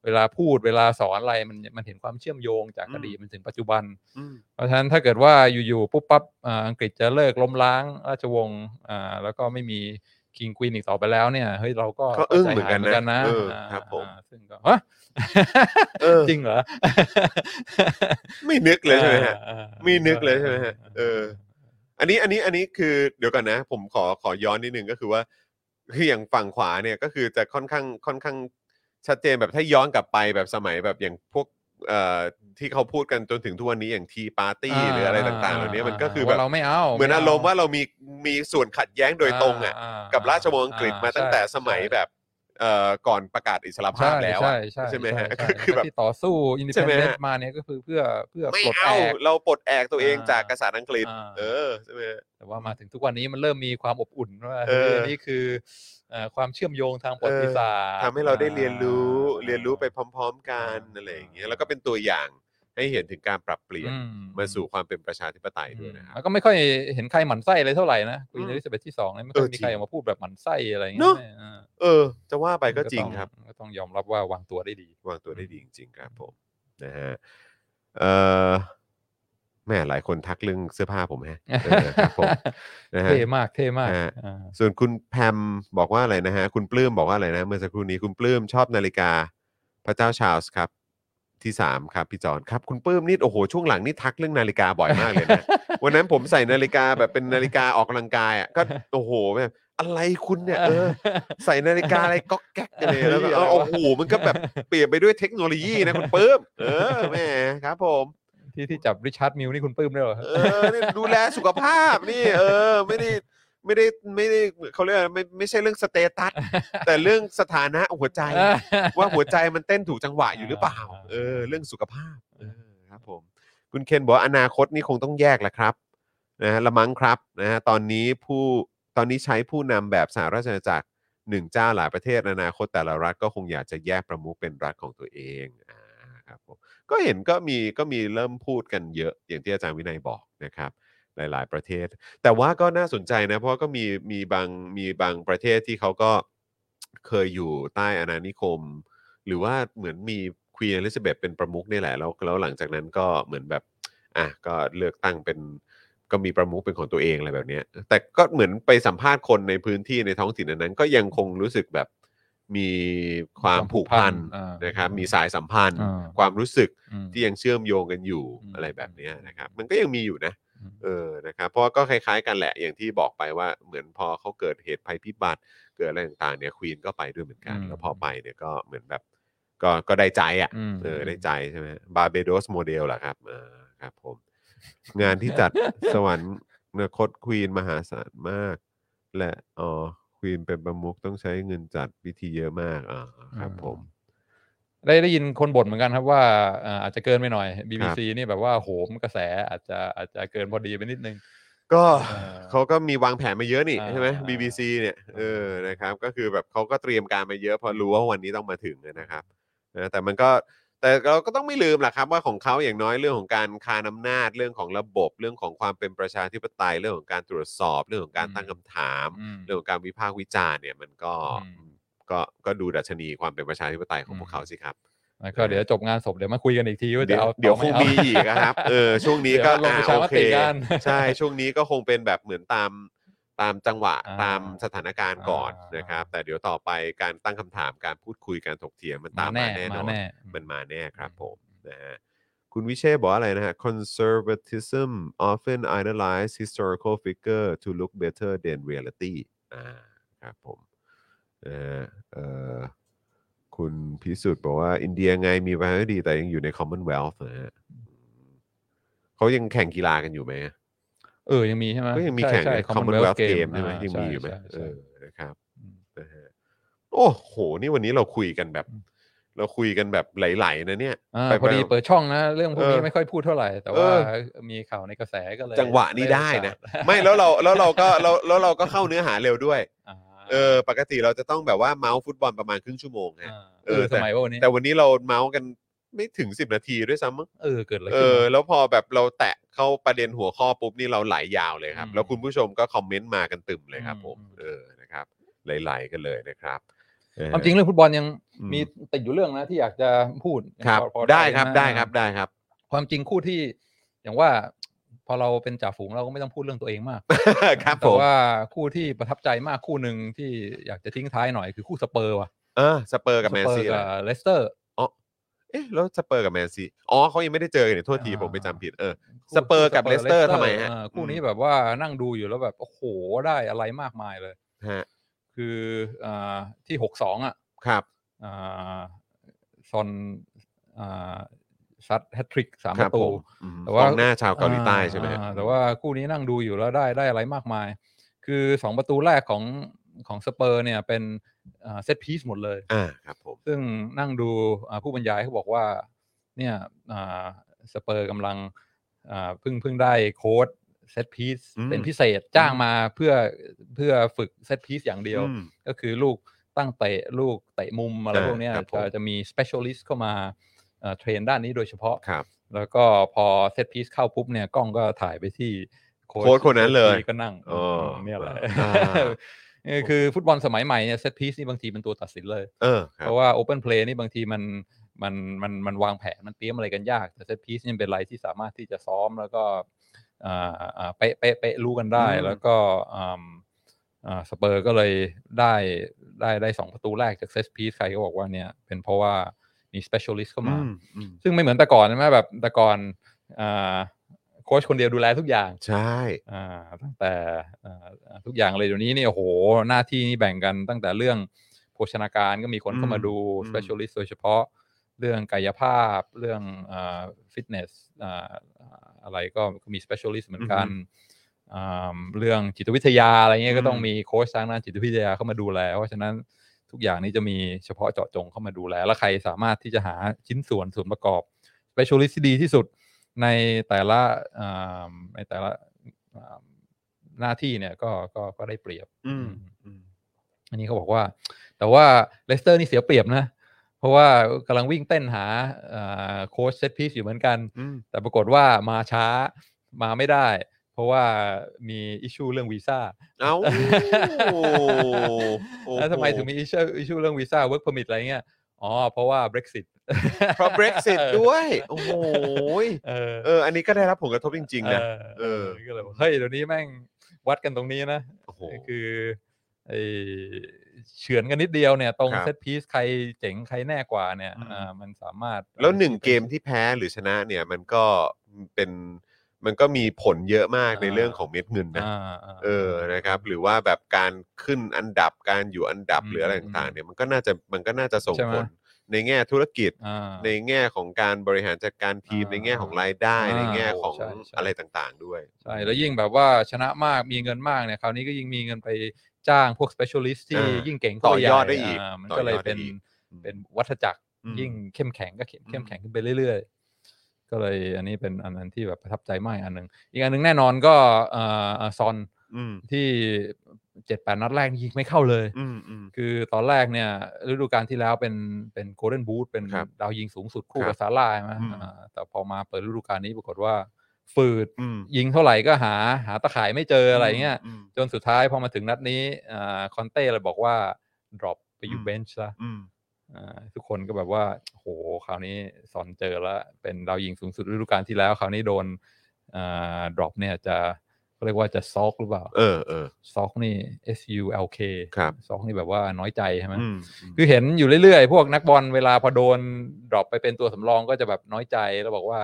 เวลาพูดเวลาสอนอะไรมันมันเห็นความเชื่อมโยงจาก
อืม
อดีตมันถึงปัจจุบัน
อืม
เพราะฉะนั้นถ้าเกิดว่าอยู่ๆปุ๊บปั๊บอ่าอังกฤษจะเลิกล้มล้างราชวงศ์อ่าแล้วก็ไม่มีคิงควีนอีกต่อไปแล้วเนี่ยเฮ้ยเราก็
ก็อึ้งเหมือนกันนะ
ใจาย
เออครับผม
อ่าซึ่งก็ฮะ
เออ
จริงเหรอ
ไม่นึกเลยใช่ไหมฮะ
อ่าอ่า
ไม่นึกเลยใช่ไหมฮะเออ อันนี้อันนี้อันนี้คือเดี๋ยวก่อนนะ ผมขอขอย้อนนิดนึงก็คือว่าคืออย่างฝั่งขวาเนี่ยก็คือจะค่อนข้างค่อนข้างชัดเจนแบบถ้าย้อนกลับไปแบบสมัยแบบอย่างพวกเอ่อที่เขาพูดกันจนถึงทุกวันนี้อย่างทีปาร์ตี้หรืออะไรต่างๆเหล่านี้มันก็คือแบบ
ว่าเราไม่เอา
เหมือนอารมณ์ว่าเรามีมีส่วนขัดแย้งโดยตรงอ่ะ กับราชวงศ์อังกฤษมาตั้งแต่สมัยแบบเอ่อก่อนประกาศอิสรภา
ใช่
พแล้วอะ
ใช่ใช่
ใช่ไหมฮะ
ใช่
คือแบบ
ที่ต่อสู้อินดิ
ใช่
เพน
ไหม
เดน
ฮะ
ซ์มาเนี่ยก็คือเพื่อเพื่อ
ไม่
ปลด
เอา
แอก
เราปลดแอกตัวเอง
อ่า
จากกษัตริย์อังกฤษ
อ่า
เออใช่ไหม
แต่ว่ามาถึงทุกวันนี้มันเริ่มมีความอบอุ่นว่า
เออ
เฮ้ยนี่คือเอ่อความเชื่อมโยงทางประวัติศาสตร์
ทำให้เราได้เรียนรู้
อ่า
เรียนรู้ไปพร้อม ๆ กัน
อ่า
อะไรอย่างเงี้ยแล้วก็เป็นตัวอย่างให้เห็นถึงการปรับเปลี่ยน
อื
มาสู่ความเป็นประชาธิปไตยด้วยนะครั
แล้
บ
วก็ไม่ค่อยเห็นใครหมั่นไส้อะไรเท่าไหร่นะคุ
อื
ณ
ม
อลิซาเบธที่สองเนี่ยไม่
เอ
ค่อ
อย
มีใครออกมาพูดแบบหมั่นไส้อะไรอย่าง
เน
เงี้
อะ
ยอ่า
เออ จะว่าไปก็จริง
ต้อง
ครับ
ก็ต้องยอมรับว่าวางตัวได้ดี
วางตัวได้ดีจริง ๆ ครับผมนะฮะเออแม่หลายคนทักเรื่องเสื้อผ้าผมฮะเออครับผมนะฮะ
เท่มากเท่มาก
ฮะ
อ่า
ส่วนคุณแพมบอกว่าอะไรนะฮะ คุณปลื้มบอกว่าอะไรนะ เมื่อสักครู่นี้คุณปลื้มชอบนาฬิกาพระเจ้าชาร์ลส์ครับ ที่สามครับพี่จอนครับ คุณปลื้มนี่โอ้โหช่วงหลังนี่ทักเรื่องนาฬิกาบ่อยมากเลยนะ วันนั้นผมใส่นาฬิกาแบบเป็นนาฬิกาออกกำลังกายอ่ะ ก็โอ้โหแบบอะไรคุณเนี่ยเออ ใส่นาฬิกาอะไรก๊อกแก๊กกันเลยแล้วแบบเออโอ้โหมันก็แบบเปลี่ยนไปด้วยเทคโนโลยีนะคุณปลื้มเออแหมครับ ผม
ที่ที่จับริชาร์ดมิวนี่คุณปลื้มด้วยเหรอ
เออนี่ดูแลสุขภาพนี่ เออ ไม่ได้ไม่ได้ไม่ได้เขาเรียกอะไรไม่ไม่ใช่เรื่องสเตตัส แต่เรื่องสถานะหัวใจ ว่าหัวใจมันเต้นถูกจังหวะอยู่หรือเปล่า
อ่า
เออ เรื่องสุขภาพเออครับผม คุณเคนบอกว่าอนาคตนี่คงต้องแยกแหละครับ นะฮะละมั้งครับนะฮะตอนนี้ผู้ตอนนี้ใช้ผู้นำแบบสหราชอาณาจักรหนึ่งเจ้าหลายประเทศอนาคตแต่ละรัฐก็คงอยากจะแยกประมุขเป็นรัฐของตัวเองอ่าครับผมก็เห็นก็มีก็มีเริ่มพูดกันเยอะอย่างที่อาจารย์วินัยบอกนะครับ หลาย ๆ ประเทศ แต่ว่าก็น่าสนใจนะ เพราะก็มีมีบางมีบางประเทศที่เขาก็เคยอยู่ใต้อาณานิคม หรือว่าเหมือนมีควีนอลิซาเบธเป็นประมุขนี่แหละแล้วแล้วหลังจากนั้นก็เหมือนแบบอ่ะก็เลือกตั้งเป็นก็มีประมุขเป็นของตัวเองอะไรแบบเนี้ยแต่ก็เหมือนไปสัมภาษณ์คนในพื้นที่ในท้องถิ่นอันนั้น ก็ยังคงรู้สึกแบบมีความผูกพัน
อ่าน
นะครับมีสายสัมพันธ์
อ่า
ความรู้สึก
อืม
ที่ยังเชื่อมโยงกันอยู่
อืม
อะไรแบบเนี้ยนะครับ มันก็ยังมีอยู่นะ
อืม
เออนะครับเพราะว่าก็คล้ายๆกันแหละอย่างที่บอกไปว่าเหมือนพอเขาเกิดเหตุภัยพิบัติเกิดอะไรต่างๆเนี่ยควีนก็ไปด้วยเหมือนกัน แล้วพอไปเนี่ยก็เหมือนแบบก็ก็ได้ใจอ่ะ
ม
เออได้ใจใช่ไหมบาเบโดสโมเดลเหรอครับเออครับผม งานที่จัด สวรรค์นคตควีนมหาศาลมาก และอ๋อควีนเป็นประมุขต้องใช้เงินจัดพิธีเยอะมากอ่าครับผม
ได้ได้ยินคนบ่นเหมือนกันครับว่าเอ่ออาจจะเกินไปหน่อย BBC นี่แบบว่าโหมกระแสอาจจะอาจจะเกินพอดีไปนิดนึง
ก็
เออ
เขาก็มีวางแผนมาเยอะนี่
อ่า
ใช่ไหม
อ่า
BBC เนี่ยเออนะครับก็คือแบบเขาก็เตรียมการมาเยอะเพอรู้ว่าวันนี้ต้องมาถึงนะครับนะแต่มันก็แต่เราก็ต้องไม่ลืมแหละครับว่าของเขาอย่างน้อยเรื่องของการคานอำนาจเรื่องของระบบเรื่องของความเป็นประชาธิปไตยเรื่องของการตรวจสอบเรื่องของการ
อืม
ตั้งคำถาม
อืม
เรื่องของการวิพากษ์วิจารณ์เนี่ยมันก็
อืม
ก็ก็ดูดัชนีความเป็นประชาธิปไตยของพวกเขาสิครับ
แล้วก็เดี๋ยวจบงานศพเดี๋ยวมาคุยกันอีกทีว่า
เดี๋ยว
จะเอา
เดี๋ยว
ต่
ค
ไ
งมีอีกอะครับ เออช่วงนี้ก็
เดี๋ยวลง
อ่า
ประชา
โอ
ม
เค
ติกัน
ใช่ช่วงนี้ก็คงเป็นแบบเหมือนตามตามจังหวะ
อ่า
ตามสถานการณ์ก่อน
อ่าน
นะครับ แต่เดี๋ยวต่อไปการตั้งคำถามการพูดคุยการถกเถียงมันตามมา
แน่
แน่น
มา
อน
แน่
มันมาแน่ครับผมนะฮะคุณวิเชษฐ์บอกอะไรนะฮะ conservatism often idolize historical figure to look better than reality อ่าครับผมนะฮะเอ่อคุณพิสุทธิ์บอกว่าอินเดียไงมีประธานาธิบดีแต่ยังอยู่ใน Commonwealth นะฮะเขายังแข่งกีฬากันอยู่ไหมอะ
เออยังมีใช่ไหม
ก็ยังมีแข่ง
ใช่
ใน
Commonwealth
Commonwealth
Game
Game ใช่ไหม
อ่า
ยังมีอยู่ไหม
ใช่
เออ
ใช่
นะครับ
อืม
นะฮะโอ้โห นี่วันนี้เราคุยกันแบบ
อืม
เราคุยกันแบบไหลๆนะเนี่ย
อ่า
ไป
พอดี
ไป
เปิดช่องนะ เรื่องพวก
เอ
นี้
อ
ไม่ค่อยพูดเท่าไหร่ แต่
เอ
ว่า
อ
มีข่าวในกระแสก็เลย
จังหวะนี้ได้นะ
โอกาส
ไม่แล้วเราแล้วเรา ก็เราแล้วเราก็เข้าเนื้อหาเร็วด้วย
อ่า
เออ ปกติเราจะต้องแบบว่าเมาส์ฟุตบอลประมาณครึ่งชั่วโมงฮะ
า
เอ
เอ
อ
อ
แต่
สมัยว่าวันนี้
แต่วันนี้เราเมาส์กันไม่ถึง 10 นาทีด้วยซ้ำมั้ง
เออเกิดอะไร
เอ
ขึ้น
อ
วะ
แล้วพอแบบเราแตะเข้าประเด็นหัวข้อปุ๊บนี่เราไหลยาวเลยครับ
อืม
แล้วคุณผู้ชมก็คอมเมนต์มากันตึมเลยครับ ผม
อืม
เออ นะครับ ไหลๆกันเลยนะครับเออ
ความจริงเรื่องฟุตบอลยัง
อืม
มีติดอยู่เรื่องนะที่อยากจะพูด
ครับ
พอพอ
ได้ครับ
นะ
ได้ครับ ได้ครับ
ความจริงคู่ที่อย่างว่าพอเราเป็นจ่าฝูงเราก็ไม่ต้องพูดเรื่องตัวเองมาก
ครับผ
แต่
ม
ว่าคู่ที่ประทับใจมากคู่หนึ่งที่อยากจะทิ้งท้ายหน่อยคือคู่สเปอร์ว่ะ
เออสเปอร์กับแมน
สเปอ
ซี
ร์
เหร
กั
อ
บเลสเตอร์
เอ๊ะแล้วสเปอร์กับแมนซีอ๋อเขายังไม่ได้เจอกันเนี่ยโทษทีผมไปจำผิดเออ
คู่
สเปอร์กับเลสเตอร์ทำไมฮะ
เออคู่นี้
อืม
แบบว่านั่งดูอยู่แล้วแบบโอ้โหได้อะไรมากมายเลย
ฮะ
คืออ่าที่หกสองอ่ะ
ครับ
อ่าซอนอ่าซัดแฮตทริกสาม
ค
ป
รับ
ระตู
ผมอืม
แต่ว่า
กองหน้าชาวเกาหลีใต้ใช่ไหมฮะ
อ่าแต่ว่าคู่นี้นั่งดูอยู่แล้วได้ได้อะไรมากมาย คือสองประตูแรกของของสเปอร์เนี่ยเป็นเซตพีซหมดเลย
อ่าครับผม
ซึ่งนั่งดูอ่าผู้บรรยายเขาบอกว่าเนี่ยสเปอร์กำลังอ่าเพิ่งเพิ่งได้โค้ดเซตพีซเป็นพิเศษจ้างมาเพื่อเพื่อฝึกเซตพีซอย่างเดียว
อืม
ก็คือลูกตั้งเตะลูกเตะมุมอะไร
อ่า
พวกเนี้ย
ครับผม
จะจะมี specialist เข้ามาเอ่อเทรนด้านนี้โดยเฉพาะ
ครับ
แล้วก็พอเซตพีซเข้าปุ๊บเนี่ยกล้องก็ถ่ายไปที่
โค้ชคนนั้นเลย
ซตพีซก็นั่ง
อ๋ออื
มเนี่ยแหละ
อ่า
เออคือฟุตบอลสมัยใหม่เนี่ยเซตพีซนี่บางทีเป็นตัวตัดสินเลย
เออครับ
เพราะว่าโอเ n นเพลย์นี่บางทีมันมันมันมันวางแผนมันเตรียมอะไรกันยาก แต่เซตพีซนี่เป็นอะไรที่สามารถที่จะซ้อมแล้วก็อ่าอ่าเป๊ะเป๊ะเป๊ะรู้กันได้ แล้วก็อืมอ่าสเปอร์ก็เลยได้ได้ได้สองประตูแรกจากเซตพีซใครก็บอกว่าเนี่ยเป็นเพราะว่ามี specialist เข้ามา
อืมอืม
ซึ่งไม่เหมือนแต่ก่อนใช่ไหมแบบแต่ก่อนอ่าโค้ชคนเดียวดูแลทุกอย่าง
ใช่
อ่าตั้งแต่อ่าทุกอย่างเลยเดี๋ยวนี้เนี่ยโอ้โหหน้าที่นี่แบ่งกันตั้งแต่เรื่องโภชนาการก็มีคนเข้ามาดู specialist โดยเฉพาะเรื่องกายภาพเรื่องฟิตเนสอะไรก็ก็มี specialist เหมือนกันอ่าเรื่องจิตวิทยาอะไรเงี้ยก็ต้องมีโค้ชทางด้านจิตวิทยาเข้ามาดูแลเพราะฉะนั้น ทุกอย่างนี้จะมีเฉพาะเจาะจงเข้ามาดูแล แล้วใครสามารถที่จะหาชิ้นส่วนส่วนประกอบ specialist ที่ดีที่สุดในแต่ละอ่าในแต่ละ อ่าหน้าที่เนี่ยก็ก็ก็ได้เปรียบ
อืม
อันนี้เขาบอกว่า แต่ว่าเลสเตอร์นี่เสียเปรียบนะ เพราะว่ากำลังวิ่งเต้นหาเอ่อโค้ชเซตพีซอยู่เหมือนกัน
อืม
แต่ปรากฏว่ามาช้ามาไม่ได้ เพราะว่ามีอิชชูเรื่องวีซ่า
เอ้า
แล้ว ทำไมถึงมีอิชชูอิชชูเรื่องวีซ่าเวิร์ก e พ m i มิอะไรเงี้ยอ๋อ เพราะว่า Brexit
เพราะ Brexit ด้วย โอ้โหย
เออ
เออ อันนี้ก็ได้รับผลกระทบจริง ๆ นะ
เออ
เออ
ก็เลยบอกเฮ้ยเดี๋ยวนี้แม่งวัดกันตรงนี้นะ
โอ้โห
คือไอเฉือนกันนิดเดียวเนี่ยตรง
ครับ
เซตพีซใครเจ๋งใครแน่กว่าเนี่ย
อืม
อ่ามันสามารถ
แล้วหนึ่งเกมที่แพ้หรือชนะเนี่ยมันก็เป็นมันก็มีผลเยอะมากในเรื่องของเม็ดเงินนะ
อ่าา
เออ นะครับ หรือว่าแบบการขึ้นอันดับ การอยู่อันดับ
อืม
หรืออะไรต่างๆ เนี่ย มันก็น่าจะ มันก็น่าจะส่ง
ใช่ไหม
ผลในแง่ธุรกิจ
อ่า
ในแง่ของการบริหารจัดการทีม
อ่า
ในแง่ของรายได้
อ่า
ในแง่ของ
ใช่ใช่
อะไรต่างๆ ด้วย
ใช่แล้วยิ่งแบบว่าชนะมากมีเงินมากเนี่ยคราวนี้ก็ยิ่งมีเงินไปจ้างพวก specialist ที่
อ่ายิ่
ยิ่งเก่ง
ต่อยอดได้
เข้าปใหญ่
อีก
มัน
ต่อยอด
ก็เลย
ได้
เป็น
อีกอืม
เป็นวัฏจักร
อืม
ยิ่งเข้มแข็งก็เข้ม
อืม
เข้มแข็งขึ้นไปเรื่อยๆ ก็เลยอันนี้เป็นอันนั้นที่แบบประทับใจมากอันหนึ่งอีกอันหนึงแน่นอนก็เอ่อเอ่อซอน
อืม
ที่เจ็ดแปดนัดแรกนี่ยิงไม่เข้าเลย
อืมอืม
คือตอนแรกเนี่ยฤดูกาลที่แล้วเป็นเป็นโกลเด้นบูทเป็น
ครับ
ดาวยิงสูงสุด
ค
คู่
รับ
กับซาร่าใช่ไหม
อืม
อ่าแต่พอมาเปิดฤดูกาลนี้ปรากฏว่าฝืด
อืม
ยิงเท่าไหร่ก็หาหาตะข่ายไม่เจออะไรเงี้ย
อืม
จนสุดท้ายพอมาถึงนัดนี้อ่าคอนเต้เลยบอกว่า drop ไปอยู่
อืม
เบนช์ละ
อืม
อ่าทุกคนก็แบบว่าโหคราวนี้สอนเจอแล้ว เป็นดาวยิงสูงสุดฤดูกาลที่แล้ว คราวนี้โดนอ่า drop เนี่ยจะเขาเรียกว่าจะซอกหรือเปล่า
เออเออ
ซอกนี่ S U L K
ครับ
ซอกนี่แบบว่าน้อยใจใช่ไหม
อืมม
คือเห็นอยู่เรื่อยๆ พวกนักบอลเวลาพอโดนดรอปไปเป็นตัวสำรองก็จะแบบน้อยใจแล้วบอกว่า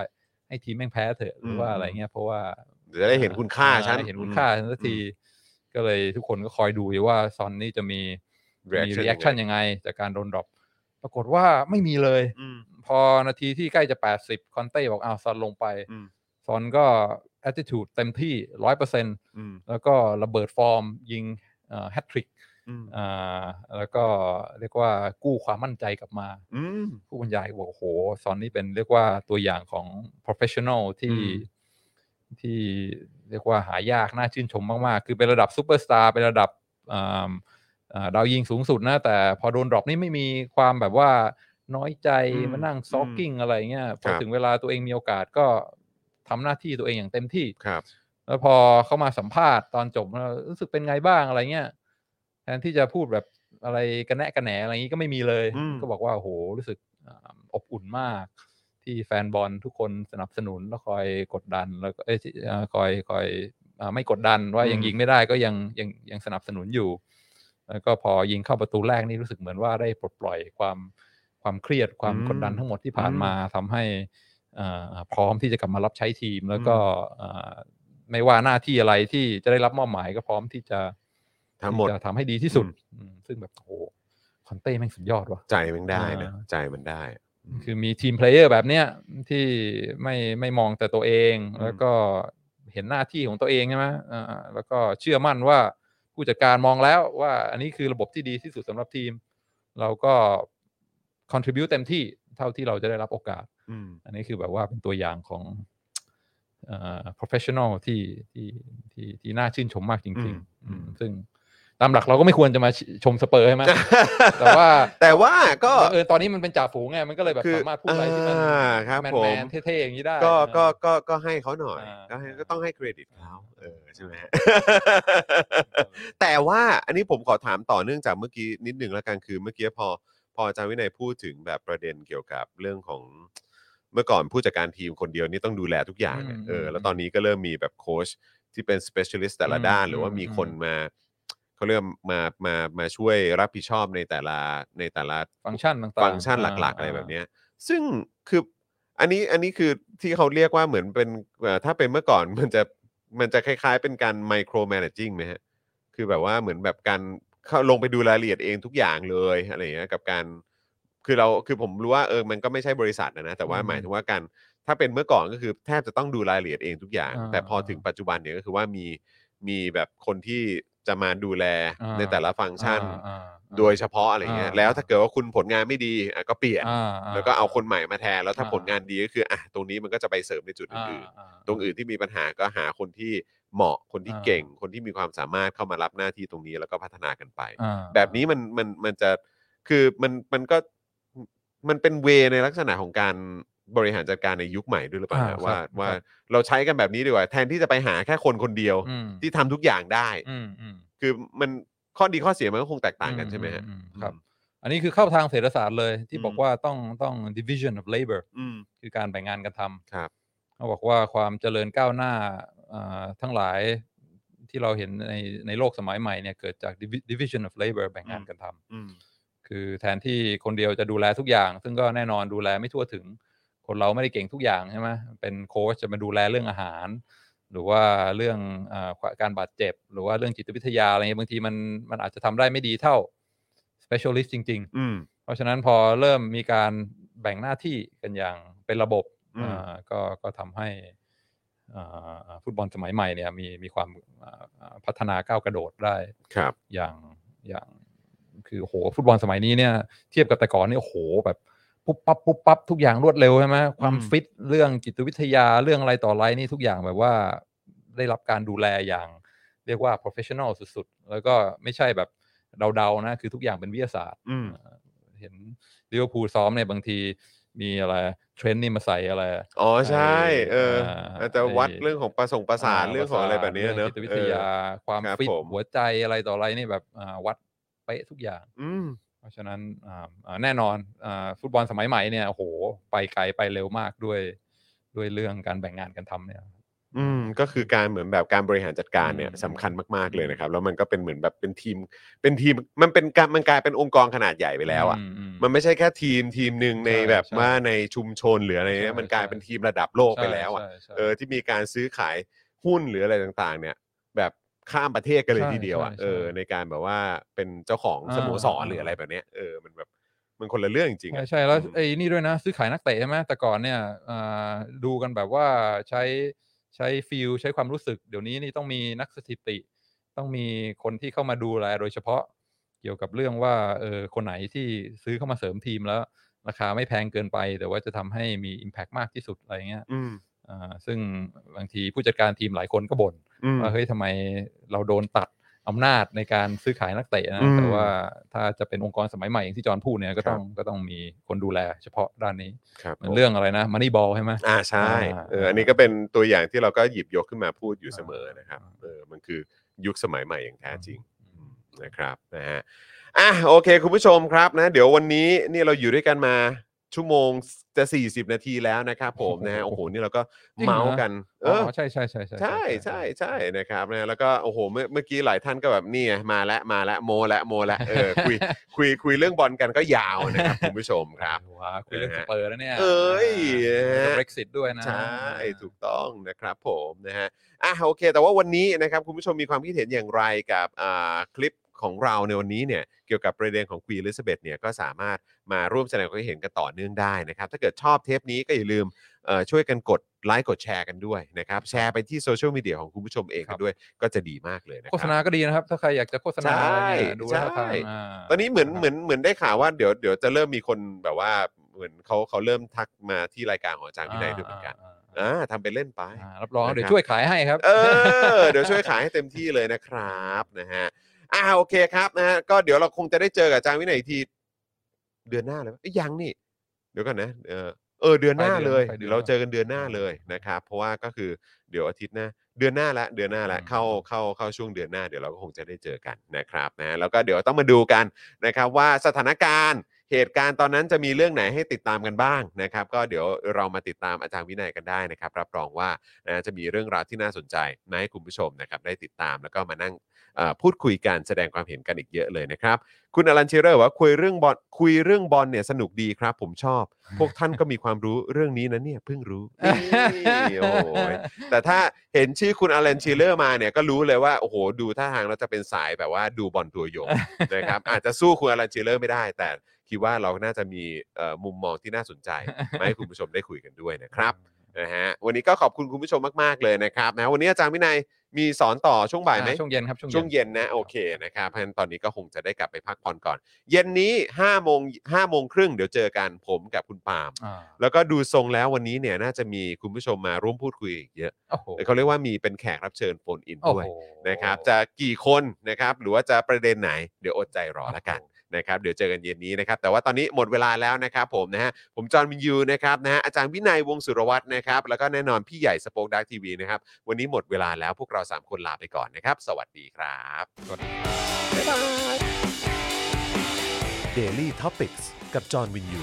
ให้ทีมแม่งแพ้เถอะหรือว่า
อืม
อะไรเงี้ยเพราะว่า
เดี๋ยวจะได้เห็นคุณค่า
อ่
ฉัน
เห็นคุณค่าฉันสักที ก็เลยทุกคนก็คอยดูอยู่ว่าซอนนี่จะมีมี
reaction
รีแอคชั่นยังไง จากการโดนดรอปปรากฏว่าไม่มีเลย
อืม
พอนาทีที่ใกล้จะ 80 คอนเต้บอกอ้าวซอนลงไป
อืม
ซอนก็ attitude เต็มที่ร้อยเปอร์เซ็น
อืม
แล้วก็ระเบิดฟอร์ม ยิงแฮตทริก
อืม
อ่าแล้วก็เรียกว่ากู้ความมั่นใจกลับมา
อืม
ผู้บรรยายบอกโอ้โหซอนนี่เป็นเรียกว่าตัวอย่างของ professional ที่
อืม
ที่เรียกว่าหายาก น่าชื่นชมมาก ๆ คือเป็นระดับซูเปอร์สตาร์เป็นระดับอ่าอ่าดาวยิงสูงสุดนะ แต่พอโดนดรอปนี่ไม่มีความแบบว่าน้อยใจ
อืม
มานั่ง
อืม
ซอกกิ้งอะไรเงี้ยพอ
ครับ
ถึงเวลาตัวเองมีโอกาสก็ทำหน้าที่ตัวเองอย่างเต็มที่
ครับ
แล้วพอเขามาสัมภาษณ์ตอนจบแล้วรู้สึกเป็นไงบ้างอะไรเงี้ยแทนที่จะพูดแบบอะไรกันแนะกันแหนอะไรอย่างนี้ก็ไม่มีเลย
อืม
ก็บอกว่าโอ้โหรู้สึกอ่าอบอุ่นมาก ที่แฟนบอลทุกคนสนับสนุนแล้วคอยกดดัน แล้วก็เอ้ยที่อ่าคอยคอยอ่าไม่กดดันว่ายังยิงไม่ได้ก็ยังยังยังสนับสนุนอยู่ แล้วก็พอยิงเข้าประตูแรกนี่รู้สึกเหมือนว่าได้ปลดปล่อยความความเครียดความ
อืม
กดดันทั้งหมดที่ผ่าน
อืม
มาทำให้ เอ่อพร้อมที่จะกลับมารับใช้ทีมแล้วก็เอ่อไม่ว่าหน้าที่อะไรที่จะได้รับมอบหมายก็พร้อมที่จะ
ทำหมด
ที่จะทำให้ดีที่สุด
อืม
อืมซึ่งแบบโอ้โหคอนเต้แม่งสุดยอดว่ะ
ใจมันได้นะ
อ่า
ใจมันได้
คือมีทีมเพลเยอร์แบบเนี้ยที่ไม่ไม่มองแต่ตัวเอง
อืม
แล้วก็เห็นหน้าที่ของตัวเองใช่ไหมเอ่อแล้วก็เชื่อมั่นว่าผู้จัดการมองแล้วว่าอันนี้คือระบบที่ดีที่สุดสำหรับทีม เราก็ contribu เต็มที่เท่าที่เราจะได้รับโอกาส
อืม
อันนี้คือแบบว่าเป็นตัวอย่างของเอ่อ professional ที่ที่ที่ที่น่าชื่นชมมากจริงๆ
อืม
อืมซึ่งตามหลักเราก็ไม่ควรจะมาชชมสเปอร์ใช่ไหม แต่ว่า
แต่ว่าก็
เออตอนนี้มันเป็นจ่าฝูงไงมันก็เลยแบบ
คือ
สามารถพูดอะไรที่มัน
อ่าครับ
แม
ผ
น
ม
ๆเท่ๆอย่างนี้ได้
ก็ก็
นะ
ก็ก็ให้เขาหน่อย
อ่า
ก็ให้
อ่า
ก็ต้องให้เครดิตเขาเออใช่ ไหม แต่ว่าอันนี้ผมขอถามต่อเนื่องจากเมื่อกี้นิดหนึ่งแล้วกันคือเมื่อกี้พอพออาจารย์วินัยพูดถึงแบบประเด็นเกี่ยวกับเรื่องของเมื่อก่อนผู้จัดการทีมคนเดียวนี่ต้องดูแลทุกอย่างเนี่ย
อืม
เออแล้วตอนนี้ก็เริ่มมีแบบโค้ชที่เป็น specialist แต่ละ
อืม
ด้าน หรือว่า
อืม
มีคน
อืม
มาเขาเริ่มมามามาช่วยรับผิดชอบในแต่ละในแต่ละ
ฟังก์ชันต่างๆ
ฟังก์ชันหลัก ๆ
า
อะไรแบบเนี้ย ซึ่งคืออันนี้อันนี้คือที่เขาเรียกว่าเหมือนเป็นเอ่อถ้าเป็นเมื่อก่อน มันจะมันจะคล้าย ๆ เป็นการไมโครแมネจิ n งไหมฮะ คือแบบว่าเหมือนแบบการเข้าลงไปดูรายละเอียดเองทุกอย่างเลยอะไรอย่างเงี้ยกับการ คือเราคือผมรู้ว่าเออมันก็ไม่ใช่บริษัทนะนะแต่ว่าหมายถึงว่าการถ้าเป็นเมื่อก่อนก็คือแทบจะต้องดูรายละเอียดเองทุกอย่าง
อ่า
แต่พอถึงปัจจุบันเนี่ยก็คือว่ามีมีแบบคนที่จะมาดูแล
อ่า
ในแต่ละฟังก์ชัน
อ่าอ่าอ่า
โดยเฉพาะอะไรอย่างเงี้ย
อ่า
แล้วถ้าเกิดว่าคุณผลงานไม่ดีอ่ะก็เปลี่ยน
อ่าอ่า
แล้วก็เอาคนใหม่มาแทน แล้วถ้า
อ่า
ผลงานดีก็คืออ่ะตรงนี้มันก็จะไปเสริมในจุด
อ่า
อื่น
อ่า
ๆ ตรงอื่นที่มีปัญหาก็หาคนที่ เหมาะคนที่
อ่า
เก่ง คนที่มีความสามารถเข้ามารับหน้าที่ตรงนี้แล้วก็พัฒนากันไป
อ่า
แบบนี้มันมันมันจะคือมันมันก็มันเป็นเวในลักษณะของการบริหารจัดการในยุคใหม่ด้วยหรือเปล่า
อ่
ฮะ
ครับ
ว่าว่า
ครับ
เราใช้กันแบบนี้ดีกว่า แทนที่จะไปหาแค่คนคนเดียว
อืม
ที่ทำทุกอย่างได้
อืมอืม
คือมันข้อดีข้อเสียมันก็คงแตกต่างกันใช่ไหมฮะ
อือืครับ อันนี้คือเข้าทางเศรษฐศาสตร์เลยที่บอกว่าต้องต้อง division of labor
อืม
คือการแบ่งงานกันทำ
ครับ
เขาบอกว่าความเจริญก้าวหน้าอ่าทั้งหลายที่เราเห็นในในโลกสมัยใหม่เนี่ยเกิดจาก divi- division of labor แบ่งงานกันทำ
อืม
คือแทนที่คนเดียวจะดูแลทุกอย่าง ซึ่งก็แน่นอนดูแลไม่ทั่วถึง คนเราไม่ได้เก่งทุกอย่างใช่ไหมเป็นโค้ชจะมาดูแลเรื่องอาหาร หรือว่าเรื่องอาการบาดเจ็บ หรือว่าเรื่องจิตวิทยาอะไรเงี้ยบางทีมันมันอาจจะทำได้ไม่ดีเท่า specialist จริง
อืม
ๆ เพราะฉะนั้นพอเริ่มมีการแบ่งหน้าที่กันอย่างเป็นระบบ
อืม
อ่าก็ก็ทำให้อ่าฟุตบอลสมัยใหม่เนี่ยมีมีความอ่าอ่าพัฒนาก้าวกระโดดได้
ครับ
อย่างอย่างคือโหฟุตบอลสมัยนี้เนี่ย เทียบกับแต่ก่อนเนี่ยโหแบบปุ๊บปั๊บปุ๊บปั๊บทุกอย่างรวดเร็วใช่ไหมความ
อืม
ฟิตเรื่องจิตวิทยาเรื่องอะไรต่ออะไรนี่ทุกอย่างแบบว่าได้รับการดูแลอย่าง เรียกว่า professional สุดๆ แล้วก็ไม่ใช่แบบเดาๆนะ คือทุกอย่างเป็นวิทยาศาสตร์
อืม
เห็นลิเวอร์พูลซ้อมเนี่ยบางทีมีอะไรเทรนด์นี่มาใส่อะไร
อ๋อใช่ เออ
เอ่ออ
อาจจะวัดเรื่องของประสงค์ประสานเรื่องของอะไรแบบนี้เนอะ
จิตวิทยา
เออ
ความ
ครับ
ฟิต
ผม
หัวใจอะไรต่ออะไรนี่แบบอ่าวัดเป๊ะทุกอย่าง
อืม
เพราะฉะนั้นอ่าอ่าแน่นอนอาฟุตบอลสมัยใหม่เนี่ยโอ้โห ไปไกลไปเร็วมากด้วยด้วยเรื่องการแบ่งงานกันทำเนี่ย
อืมก็คือการเหมือนแบบการบริหารจัดการเนี่ย
อืม
สำคัญมากๆเลยนะครับ แล้วมันก็เป็นเหมือนแบบเป็นทีม เป็นทีมมันเป็นการมันกลายเป็นองค์กรขนาดใหญ่ไปแล้วอ่ะมันไม่ใช่แค่ทีมทีมหนึ่งใน
ใช่
แบบ
ใช่
ว่าในชุมชนหรืออะไรเนี่ย
ใช่
มันกลายเป็น
ใช่
ทีมระดับโลกไปแล้วอ่ะ
ใช่ใช่
เออที่มีการซื้อขายหุ้นหรืออะไรต่างๆ เนี่ย แบบข้ามประเทศกันเลยทีเดียวอ่ะเออในการแบบว่าเป็นเจ้าของสโมสรหรืออะไรแบบเนี้ยเออมันแบบมันคนละเรื่องจริงๆ
ใช่
อะ
ใช่แล้ว
อืม
ไอ้นี่ด้วยนะ ซื้อขายนักเตะใช่ไหมแต่ก่อนเนี่ยอ่าดูกันแบบว่าใช้ใช้ฟิลใช้ความรู้สึก เดี๋ยวนี้นี่ต้องมีนักสถิติ ต้องมีคนที่เข้ามาดูแลโดยเฉพาะเกี่ยวกับเรื่องว่าเออคนไหนที่ซื้อเข้ามาเสริมทีมแล้วราคาไม่แพงเกินไป แต่ว่าจะทำให้มี Impact มากที่สุดอะไรเงี้ย
อืม
อ่าซึ่งบางทีผู้จัดการทีมหลายคนก็บน่น
อืม
ว่าเฮ้ยทำไมเราโดนตัดอำนาจในการซื้อขายนักเตะนะ
อืม
แต่ว่าถ้าจะเป็นองค์กรสมัยใหม่อย่างที่จอห์นพูดเนี่ยก็ต้องก็ต้องมีคนดูแลเฉพาะด้านนี้
ครับ
เหมือน
ผม
เรื่องอะไรนะมันนี่บอลใช่ไหม
อ่าใช่
อ่า
เอออันนี้ก็เป็นตัวอย่างที่เราก็หยิบยกขึ้นมาพูดอยู่
อ่า
เสมอนะครับ
อ่า
เออมันคือยุคสมัยใหม่อย่างแท้จริงอืมนะครับนะฮะอ่ะโอเค คุณผู้ชมครับนะ เดี๋ยววันนี้นี่เราอยู่ด้วยกันมาชั่วโมงจะ 40 นาทีแล้วนะครับผมนะฮะโอ้โหนี่เราก็เมาส์กัน เอ
อ๋
อ
อใช่ใช่ใช่ใช่
ใช่ใช่ใช่นะครับนะแล้วก็โอ้โหเมื่อเมื่อกี้หลายท่านก็แบบนี่ไงมาแล้วมาแล้วโมแล้วโมแล้วเออคุยคุยคุยเรื่องบอลกันก็ยาวนะครับคุณผู้ชมครับ
ว้าคุยเรื่องสเปอร์แล้วเนี่ย
เอ้ย
เบรกซิตด้วยนะ
ใช่ ถูกต้องนะครับผมนะฮะอ่ะโอเค แต่ว่าวันนี้นะครับคุณผู้ชมมีความคิดเห็นอย่างไรกับอ่าคลิปของเราในวันนี้เนี่ยเกี่ยวกับประเด็นของควีนลิซาเบธเนี่ยก็สามารถมาร่วมแสดงความคิดเห็นกันต่อเนื่องได้นะครับ ถ้าเกิดชอบเทปนี้ก็อย่าลืมเอ่อช่วยกันกดไลค์กดแชร์กันด้วยนะครับ แชร์ไปที่โซเชียลมีเดียของคุณผู้ชมเอง
ครั
กัน
บ
ด้วยก็จะดีมากเลยนะค
โฆษ
รับ
ณาก็ดีนะครับ ถ้าใครอยากจะโฆษณาอะไรเนี่ยดู
ใช่
ท่าทาง
ใช่
อ่า
ตอนนี้เหมือนเหมือนเหมือนได้ข่าวว่าเดี๋ยวเดี๋ยวจะเริ่มมีคนแบบว่าเหมือนเขาเขาเริ่มทักมาที่รายการของอาจารย์วินัยด้วยเหมือนกันอ่าทำเป็นเล่นไป
อ่ารับรอง
นะครับ
เดี๋ยวช่วยขายให้ครับ
เออ เดี๋ยวช่วยขายให้เต็มที่เลยนะครับนะฮะอ่าโอเคครับนะฮะก็เดี๋ยวเราคงจะได้เจอกับอาจารย์วินัยอีกทีเดือนหน้าเลยเอ้ยยังนี่ เดี๋ยวก่อนนะ เออเออเดือนหน้าเลย
ปลายเดือน
เดี๋ยวเราเจอกันเดือนหน้าเลยนะครับ เพราะว่าก็คือเดี๋ยวอาทิตย์หน้าเดือนหน้าละเดือนหน้าละ
อืม
เข้าเข้าเข้าช่วงเดือนหน้าเดี๋ยวเราก็คงจะได้เจอกันนะครับนะแล้วก็เดี๋ยวต้องมาดูกันนะครับว่าสถานการณ์เหตุการณ์ตอนนั้นจะมีเรื่องไหนให้ติดตามกันบ้างนะครับ ก็เดี๋ยวเรามาติดตามอาจารย์วินัยกันได้นะครับ รับรองว่า นะจะมีเรื่องราวที่น่าสนใจมาให้คุณผู้ชมนะครับได้ติดตามแล้วก็มานั่งเอ่อพูดคุยกันแสดงความเห็นกันอีกเยอะเลยนะครับ คุณอลันเชเรอร์บอกว่าคุยเรื่องบอลคุยเรื่องบอลเนี่ยสนุกดีครับ ผมชอบ พวกท่านก็มีความรู้เรื่องนี้นะเนี่ยเพิ่งรู้ นี่โอ้โหแต่ถ้าเห็นชื่อคุณอลันเชเรอร์มาเนี่ยก็รู้เลยว่าโอ้โหดูท่าทางเราจะเป็นสายแบบว่าดูบอลตัวยง นะครับอาจจะสู้คุณอลันเชเลอร์ไม่ได้ แต่คิดว่าเราน่าจะมีเอ่อมุมมองที่น่าสน ใจมาให้คุณผู้ชมได้คุยกันด้วยนะครับ นะฮะวันนี้ก็ขอบคุณคุณผู้ชมมาก ๆ เลยนะครับนะวันนี้อาจารย์วินัย มีสอนต่อช่วงบ่ายไหม
อ่ช่วงเย็นครับช่
ช่วงเย็นนะโอเคนะครับเพราะฉะนั้นตอนนี้ก็คงจะได้กลับไปพักผ่อนก่อน เย็นนี้5้าโมงห้าโมงครึ่งเดี๋ยวเจอกันผมกับคุณปาล์ม
อ่า
แล้วก็ดูทรงแล้ววันนี้เนี่ยน่าจะมีคุณผู้ชมมาร่วมพูดคุยอีกเยอะ
โอ้โห
เขาเรียกว่ามีเป็นแขกรับเชิญโฟนอิน
โอ้
ด้วย
โห
นะครับจะกี่คนนะครับหรือว่าจะประเด็นไหน เดี๋ยวอดใจรอละกันนะครับเดี๋ยวเจอกันเย็นนี้นะครับแต่ว่าตอนนี้หมดเวลาแล้วนะครับผมนะฮะผมจอห์นวินยูนะครับนะฮะอาจารย์วินัยวงศ์สุรวัตรนะครับแล้วก็แน่นอนพี่ใหญ่สป็อคดักทีวีนะครับวันนี้หมดเวลาแล้วพวกเรา 3 คนลาไปก่อนนะครับ สวัสดีครับ
Daily t o p i c กกับจอห์นวินยู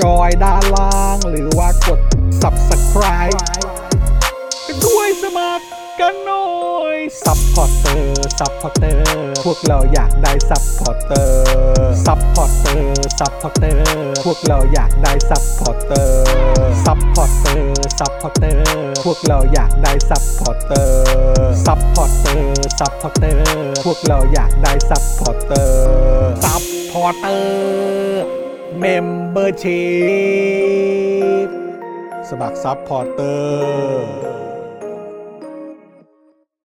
จอยด้านล่างหรือว่ากด subscribe ไปด้วยสมัครกันหน่อย ซัพพอร์เตอร์ซัพพอร์เตอร์พวกเราอยากได้ซัพพอร์เตอร์ซัพพอร์เตอร์ซัพพอร์เตอร์พวกเราอยากได้ซัพพอร์เตอร์ซัพพอร์เตอร์ซัพพอร์เตอร์พวกเราอยากได้ซัพพอร์เตอร์ซัพพอร์เตอร์ซัพพอร์เตอร์พวกเราอยากได้ซัพพอร์เตอร์ซัพพอร์เตอร์เมมเบอร์ชีพสมัครซัพพอร์เตอร์